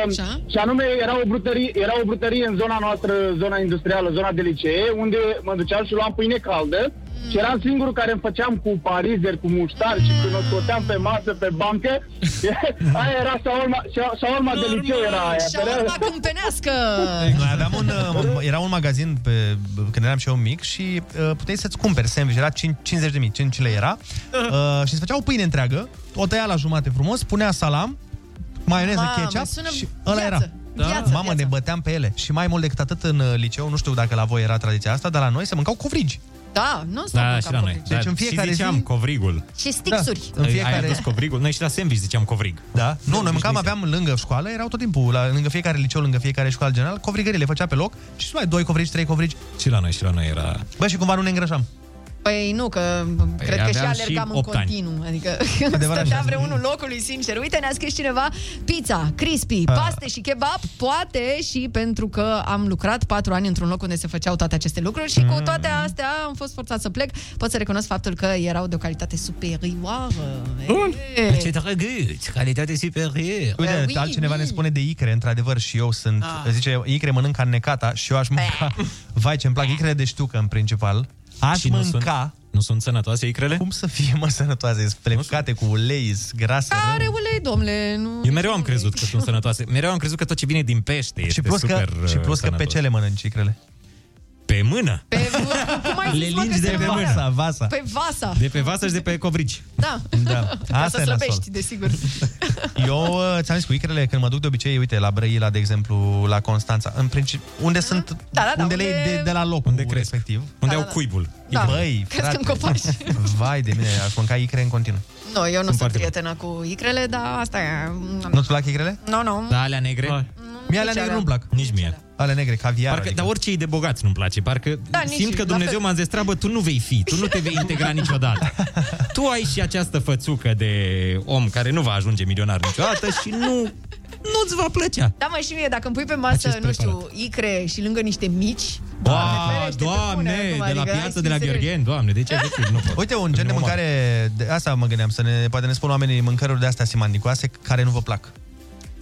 [SPEAKER 16] Uh, și anume era o, brutărie, era o brutărie în zona noastră, zona industrială, zona de licee, unde mă duceam și luam pâine caldă și eram singurul care îmi făceam cu parizeri, cu muștar și când o scoteam pe masă, pe bancă, aia era shawarma, shawarma de liceu era aia.
[SPEAKER 15] Și urma câmpenească.
[SPEAKER 6] exact. Noi aveam un, uh, era un magazin pe, când eram și eu mic și uh, puteai să-ți cumperi sandwich, era 5, 50 de mii, 5 lei era uh, și îți făceau pâine întreagă, o tăia la jumate frumos, punea salam, maioneză,
[SPEAKER 15] Mamă,
[SPEAKER 6] ketchup
[SPEAKER 15] sună
[SPEAKER 6] și ăla
[SPEAKER 15] viață.
[SPEAKER 6] era.
[SPEAKER 15] Da? Viață,
[SPEAKER 6] Mamă, ne băteam pe ele. Și mai mult decât atât în uh, liceu, nu știu dacă la voi era tradiția asta, dar la noi se mâncau covrigi.
[SPEAKER 15] Da, nu s-a
[SPEAKER 7] Da,
[SPEAKER 15] mâncat
[SPEAKER 7] și la noi.
[SPEAKER 15] covrigi.
[SPEAKER 7] Da,
[SPEAKER 6] Deci în fiecare
[SPEAKER 7] și ziceam
[SPEAKER 6] zi-
[SPEAKER 7] covrigul.
[SPEAKER 15] Și stixuri.
[SPEAKER 7] În fiecare... Ai adus covrigul? Noi și la sandwich ziceam covrig.
[SPEAKER 6] Da? Nu, noi mâncam, aveam lângă școală, erau tot timpul, la, lângă fiecare liceu, lângă fiecare școală general, covrigările le făcea pe loc și mai doi covrigi, trei covrigi.
[SPEAKER 7] Și la noi, și la noi era...
[SPEAKER 6] Bă, și cumva nu ne îngrășam.
[SPEAKER 15] Păi nu, că păi cred că și
[SPEAKER 6] aveam
[SPEAKER 15] alergam
[SPEAKER 6] și
[SPEAKER 15] în
[SPEAKER 6] opt ani.
[SPEAKER 15] continuu. Adică
[SPEAKER 6] Adevărat,
[SPEAKER 15] stătea
[SPEAKER 6] așa.
[SPEAKER 15] vreunul locului, sincer. Uite, ne-a scris cineva pizza, crispy,
[SPEAKER 7] Ah.
[SPEAKER 15] paste și kebab, poate și pentru că am lucrat patru ani într-un loc unde se făceau toate aceste lucruri și
[SPEAKER 6] Mm.
[SPEAKER 15] cu toate astea am fost forțat să plec. Pot să recunosc faptul că erau de o calitate superioară. Bun.
[SPEAKER 28] Ce drăguț, calitate superioară.
[SPEAKER 6] Uite,
[SPEAKER 28] Eh,
[SPEAKER 6] uh, altcineva ne spune de icre, într-adevăr, și eu sunt...
[SPEAKER 28] Ah.
[SPEAKER 6] Ah. Zice, icre mănânc annecata și eu aș mânca... Vai, ce-mi plac icrele de știucă, în principal. Aș
[SPEAKER 7] Și nu
[SPEAKER 6] mânca...
[SPEAKER 7] sunt, nu sunt sănătoase icrele?
[SPEAKER 6] Cum să fie, mă, sănătoase? Sunt plecate cu ulei, sunt grase.
[SPEAKER 15] Are ulei, domnule, nu...
[SPEAKER 7] Eu mereu am crezut că sunt sănătoase. Mereu am crezut că tot ce vine din pește este
[SPEAKER 6] Și plus,
[SPEAKER 7] super
[SPEAKER 6] că, și plus că pe ce le mănânci icrele?
[SPEAKER 7] Pe mână.
[SPEAKER 15] Pe, cum ai
[SPEAKER 7] Le
[SPEAKER 15] zis, Păi mă, că
[SPEAKER 7] lingi de
[SPEAKER 15] se Păi-
[SPEAKER 7] pe
[SPEAKER 15] numără?
[SPEAKER 7] mână. Vasa.
[SPEAKER 15] Pe vasa.
[SPEAKER 7] De pe vasă și de pe covrigi.
[SPEAKER 15] Da.
[SPEAKER 6] Da. Asta e
[SPEAKER 15] Ca să
[SPEAKER 6] nasol.
[SPEAKER 15] slăbești, desigur.
[SPEAKER 6] Eu uh, ți-am zis cu icrele, când mă duc de obicei, uite, la Brăila, de exemplu, la Constanța, în principiu, unde sunt,
[SPEAKER 15] Da, da, da,
[SPEAKER 6] unde, le iei
[SPEAKER 15] unde-
[SPEAKER 6] de, de, la locul unde respectiv.
[SPEAKER 7] Unde au cuibul.
[SPEAKER 15] Da.
[SPEAKER 6] Băi,
[SPEAKER 15] Cresc
[SPEAKER 6] frate,
[SPEAKER 15] în copaci.
[SPEAKER 6] vai de mine, aș mânca icre în continuu.
[SPEAKER 15] Nu, eu nu
[SPEAKER 6] Sunt
[SPEAKER 15] sunt
[SPEAKER 6] foarte bun.
[SPEAKER 15] prietena cu icrele, dar asta e...
[SPEAKER 6] Nu-ți plac icrele?
[SPEAKER 15] Nu, nu.
[SPEAKER 7] Da, alea negre?
[SPEAKER 6] Mie alea negre nu-mi plac.
[SPEAKER 7] Nici mie.
[SPEAKER 6] Ale negre, caviar.
[SPEAKER 7] Parcă, Dar orice e de bogați nu-mi place. Parcă
[SPEAKER 15] Da,
[SPEAKER 7] da,
[SPEAKER 15] nici
[SPEAKER 7] simt
[SPEAKER 15] la
[SPEAKER 7] că
[SPEAKER 15] fel.
[SPEAKER 7] Dumnezeu m-a zis treabă, tu nu vei fi, tu nu te vei integra niciodată. Tu ai și această fățucă de om care nu va ajunge milionar niciodată și nu... Nu-ți va plăcea.
[SPEAKER 15] Da, mă, și mie, dacă îmi pui pe masă,
[SPEAKER 7] Acest
[SPEAKER 15] nu știu, icre și lângă niște mici,
[SPEAKER 7] Da, doamne, de la
[SPEAKER 15] adică,
[SPEAKER 7] piață, de la Gheorgheni, doamne, de ce? De ce? Nu pot.
[SPEAKER 6] Uite, un gen de mâncare, de asta mă gândeam, să ne, poate ne spun oamenii mâncăruri de astea simandicoase care nu vă plac.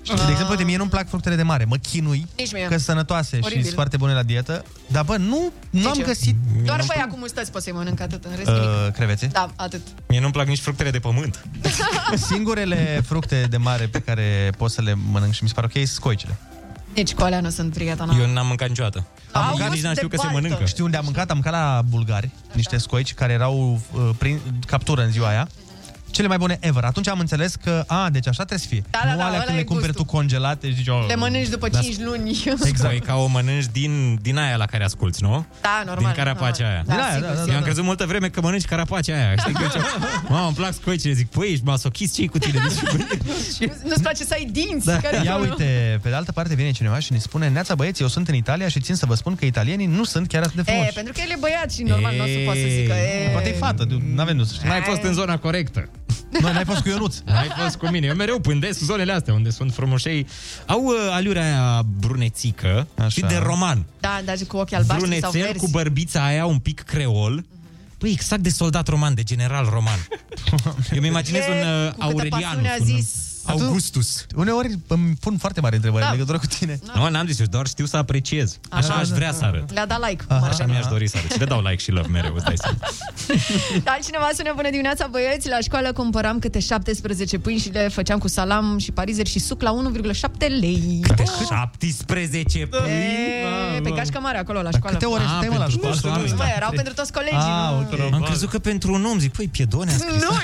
[SPEAKER 6] Și,
[SPEAKER 15] Ah.
[SPEAKER 6] de exemplu, de mie nu-mi plac fructele de mare, mă chinui,
[SPEAKER 15] Nici mie.
[SPEAKER 6] că sunt sănătoase
[SPEAKER 15] Oribil.
[SPEAKER 6] și sunt foarte bune la dietă, dar bă, nu, nu am
[SPEAKER 15] eu.
[SPEAKER 6] găsit...
[SPEAKER 15] doar
[SPEAKER 6] Nu-mi
[SPEAKER 15] băia cu mustăți poți să-i mănânc atât, în rest
[SPEAKER 6] plac,
[SPEAKER 15] nimic.
[SPEAKER 6] uh, crevețe.
[SPEAKER 15] Da, atât.
[SPEAKER 7] Mie nu-mi plac nici fructele de pământ.
[SPEAKER 6] Singurele fructe de mare pe care pot să le mănânc și mi se par ok, sunt scoicele.
[SPEAKER 15] Nici cu alea nu sunt prietena.
[SPEAKER 7] Eu n-am mâncat niciodată.
[SPEAKER 15] Am mâncat, nici n-am știut că se Da. mănâncă.
[SPEAKER 6] Știu unde am mâncat? Am mâncat la bulgari niște scoici care erau uh, prin captură în ziua aia. Cele mai bune ever. Atunci am înțeles că, a, deci așa trebuie să fie.
[SPEAKER 15] Da, da,
[SPEAKER 6] nu
[SPEAKER 15] da,
[SPEAKER 6] alea
[SPEAKER 15] ăla
[SPEAKER 6] când
[SPEAKER 15] e
[SPEAKER 6] le cumperi tu congelate și zici, oh,
[SPEAKER 15] Le mănânci după
[SPEAKER 7] Da,
[SPEAKER 15] 5 luni.
[SPEAKER 7] Exact. E ca o mănânci din, din aia la care asculti, nu?
[SPEAKER 15] Da, normal.
[SPEAKER 7] din carapacea aia.
[SPEAKER 15] normal. Da, sigur, sigur.
[SPEAKER 7] Eu am crezut multă vreme că mănânci carapacea aia. Știi că ziceam, mamă, îmi plac scoicile. Zic, păi, ești masochist, ce cu tine? Deci,
[SPEAKER 15] Nu- Nu-ți place să ai dinți?
[SPEAKER 6] Da.
[SPEAKER 15] Care e
[SPEAKER 6] Ia
[SPEAKER 15] problema?
[SPEAKER 6] uite, pe de altă parte vine cineva și ne spune Neața băieți, eu sunt în Italia și țin să vă spun că italienii nu sunt chiar atât de
[SPEAKER 15] E,
[SPEAKER 6] frumoși.
[SPEAKER 15] pentru că el e băiat și normal nu o să poată să zică. E...
[SPEAKER 6] Poate e fată, nu avem de să știm.
[SPEAKER 7] N-ai fost în zona corectă.
[SPEAKER 6] Nu, n-ai fost cu Ionuț.
[SPEAKER 7] N-ai fost cu mine. Eu mereu pândesc zonele astea unde sunt frumoșei. Au uh, alura aia brunețică Așa. și de roman.
[SPEAKER 15] Da, dar da, cu ochii albaștri sau
[SPEAKER 7] Brunețel
[SPEAKER 15] verzi. Mhm.
[SPEAKER 7] cu bărbița aia un pic creol. Păi exact de soldat roman, de general roman. Eu mi imaginez un
[SPEAKER 15] E,
[SPEAKER 7] uh,
[SPEAKER 15] cu câtă
[SPEAKER 7] Aurelianus,
[SPEAKER 15] pasiune a
[SPEAKER 7] un
[SPEAKER 15] zis.
[SPEAKER 7] Augustus.
[SPEAKER 6] Uneori îmi pun foarte mare întrebări
[SPEAKER 15] Da.
[SPEAKER 6] în legătură cu tine.
[SPEAKER 7] Nu, n-am zis, eu doar știu să apreciez. Așa
[SPEAKER 15] Aha.
[SPEAKER 7] aș vrea să arăt.
[SPEAKER 15] Le-a dat like. cum ar
[SPEAKER 7] Așa mi-aș da. dori să arăt. Și le dau like și love mereu, îți dai seama.
[SPEAKER 15] Da, cineva sună bună dimineața, băieți. La școală cumpăram câte 17 pâini și le făceam cu salam și parizeri și suc la 1,7 lei. Câte
[SPEAKER 7] 17
[SPEAKER 15] E, Da. pe gașca mare acolo la școală. Ah,
[SPEAKER 7] câte ore stai, mă, la școală? Nu știu,
[SPEAKER 15] Nu,
[SPEAKER 7] nu
[SPEAKER 15] mă,
[SPEAKER 7] știu.
[SPEAKER 15] erau pentru toți colegii. nu.
[SPEAKER 7] Am crezut că pentru un om, zic, păi, piedone, a scris.
[SPEAKER 15] Nu!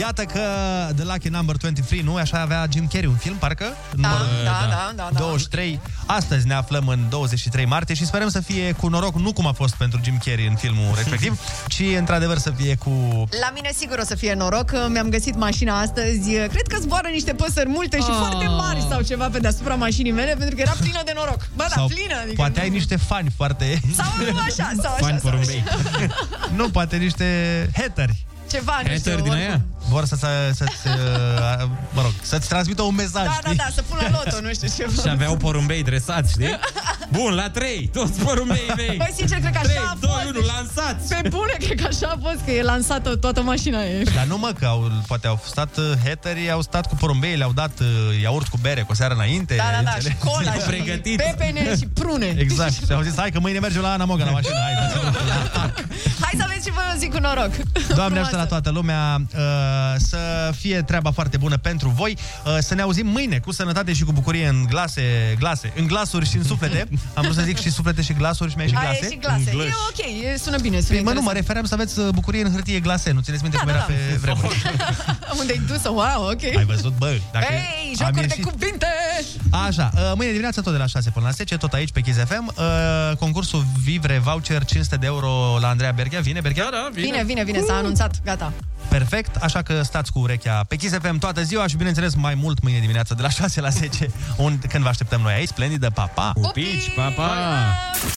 [SPEAKER 6] Iată că The Lucky Number 23, nu? Așa avea Jim Carrey un film, parcă? Da,
[SPEAKER 15] da, da, da, da.
[SPEAKER 6] 23. Astăzi ne aflăm în 23 martie și sperăm să fie cu noroc, nu cum a fost pentru Jim Carrey în filmul respectiv, ci într-adevăr să fie cu...
[SPEAKER 15] La mine sigur o să fie noroc. Mi-am găsit mașina astăzi. Cred că zboară niște păsări multe și
[SPEAKER 6] Ah.
[SPEAKER 15] foarte mari sau ceva pe deasupra mașinii mele, pentru că era plină de noroc. Ba, da,
[SPEAKER 6] sau
[SPEAKER 15] plină. Adică
[SPEAKER 6] poate
[SPEAKER 15] nu-
[SPEAKER 6] ai niște fani foarte...
[SPEAKER 15] Sau nu așa, sau așa. sau așa.
[SPEAKER 6] nu, poate niște hateri.
[SPEAKER 15] Ceva, Ah, nu știu. oricum.
[SPEAKER 6] Vor să, să, să-ți, uh, mă rog, să-ți transmită un mesaj.
[SPEAKER 15] Da, da,
[SPEAKER 6] știi?
[SPEAKER 15] da, să pun la loto, nu știu ce.
[SPEAKER 7] Și aveau porumbei dresați, știi? Bun, la 3, toți porumbei mei.
[SPEAKER 15] Băi, Păi, sincer, cred că așa a fost.
[SPEAKER 7] 2, 1, lansați!
[SPEAKER 15] Pe bune, cred că așa a fost, că e lansată toată mașina e.
[SPEAKER 6] Dar nu mă, că au, poate au stat uh, haterii, au stat cu porumbei, le-au dat uh, iaurt cu bere cu o seară înainte.
[SPEAKER 15] Da, da, da, și
[SPEAKER 6] înțelegi?
[SPEAKER 15] cola și pepene și prune.
[SPEAKER 6] Exact. Și au zis, hai că mâine mergem la Ana Moga la mașină. Hai,
[SPEAKER 15] Hai să aveți și voi o zi cu noroc.
[SPEAKER 6] Doamne ajută la toată lumea uh, să fie treaba foarte bună pentru voi. Uh, să ne auzim mâine cu sănătate și cu bucurie în glase, glase, în glasuri și în suflete. Am vrut să zic și suflete și glasuri și mai și
[SPEAKER 15] Aia
[SPEAKER 6] glase.
[SPEAKER 15] e și glase. E ok, e- sună bine, sună
[SPEAKER 6] Păi, mă, nu, mă
[SPEAKER 15] interesant.
[SPEAKER 6] refeream să aveți uh, bucurie în hârtie glase. Nu țineți minte
[SPEAKER 15] Da,
[SPEAKER 6] cum
[SPEAKER 15] da,
[SPEAKER 6] era
[SPEAKER 15] da.
[SPEAKER 6] pe vremuri?
[SPEAKER 15] Unde-ai dus-o? Wow, ok.
[SPEAKER 6] Ai văzut, bă, dacă
[SPEAKER 15] Ei,
[SPEAKER 6] am
[SPEAKER 15] jocuri de
[SPEAKER 6] ieșit-
[SPEAKER 15] cuvinte!
[SPEAKER 6] Așa, uh, mâine dimineața tot de la 6 până la 10, tot aici pe Kiss FM. Uh, Concursul Vivre Voucher 500 de euro la Andreea Berghea. Vine, Berghea? Da, da,
[SPEAKER 15] Vine, vine, vine, s-a anunțat, gata.
[SPEAKER 6] Perfect, așa că stați cu urechea pe Kiss FM toată ziua și bineînțeles mai mult mâine dimineața de la 6 la 10, unde, când vă așteptăm noi aici. Splendidă, pa, pa!
[SPEAKER 7] Pupici, pa, pa!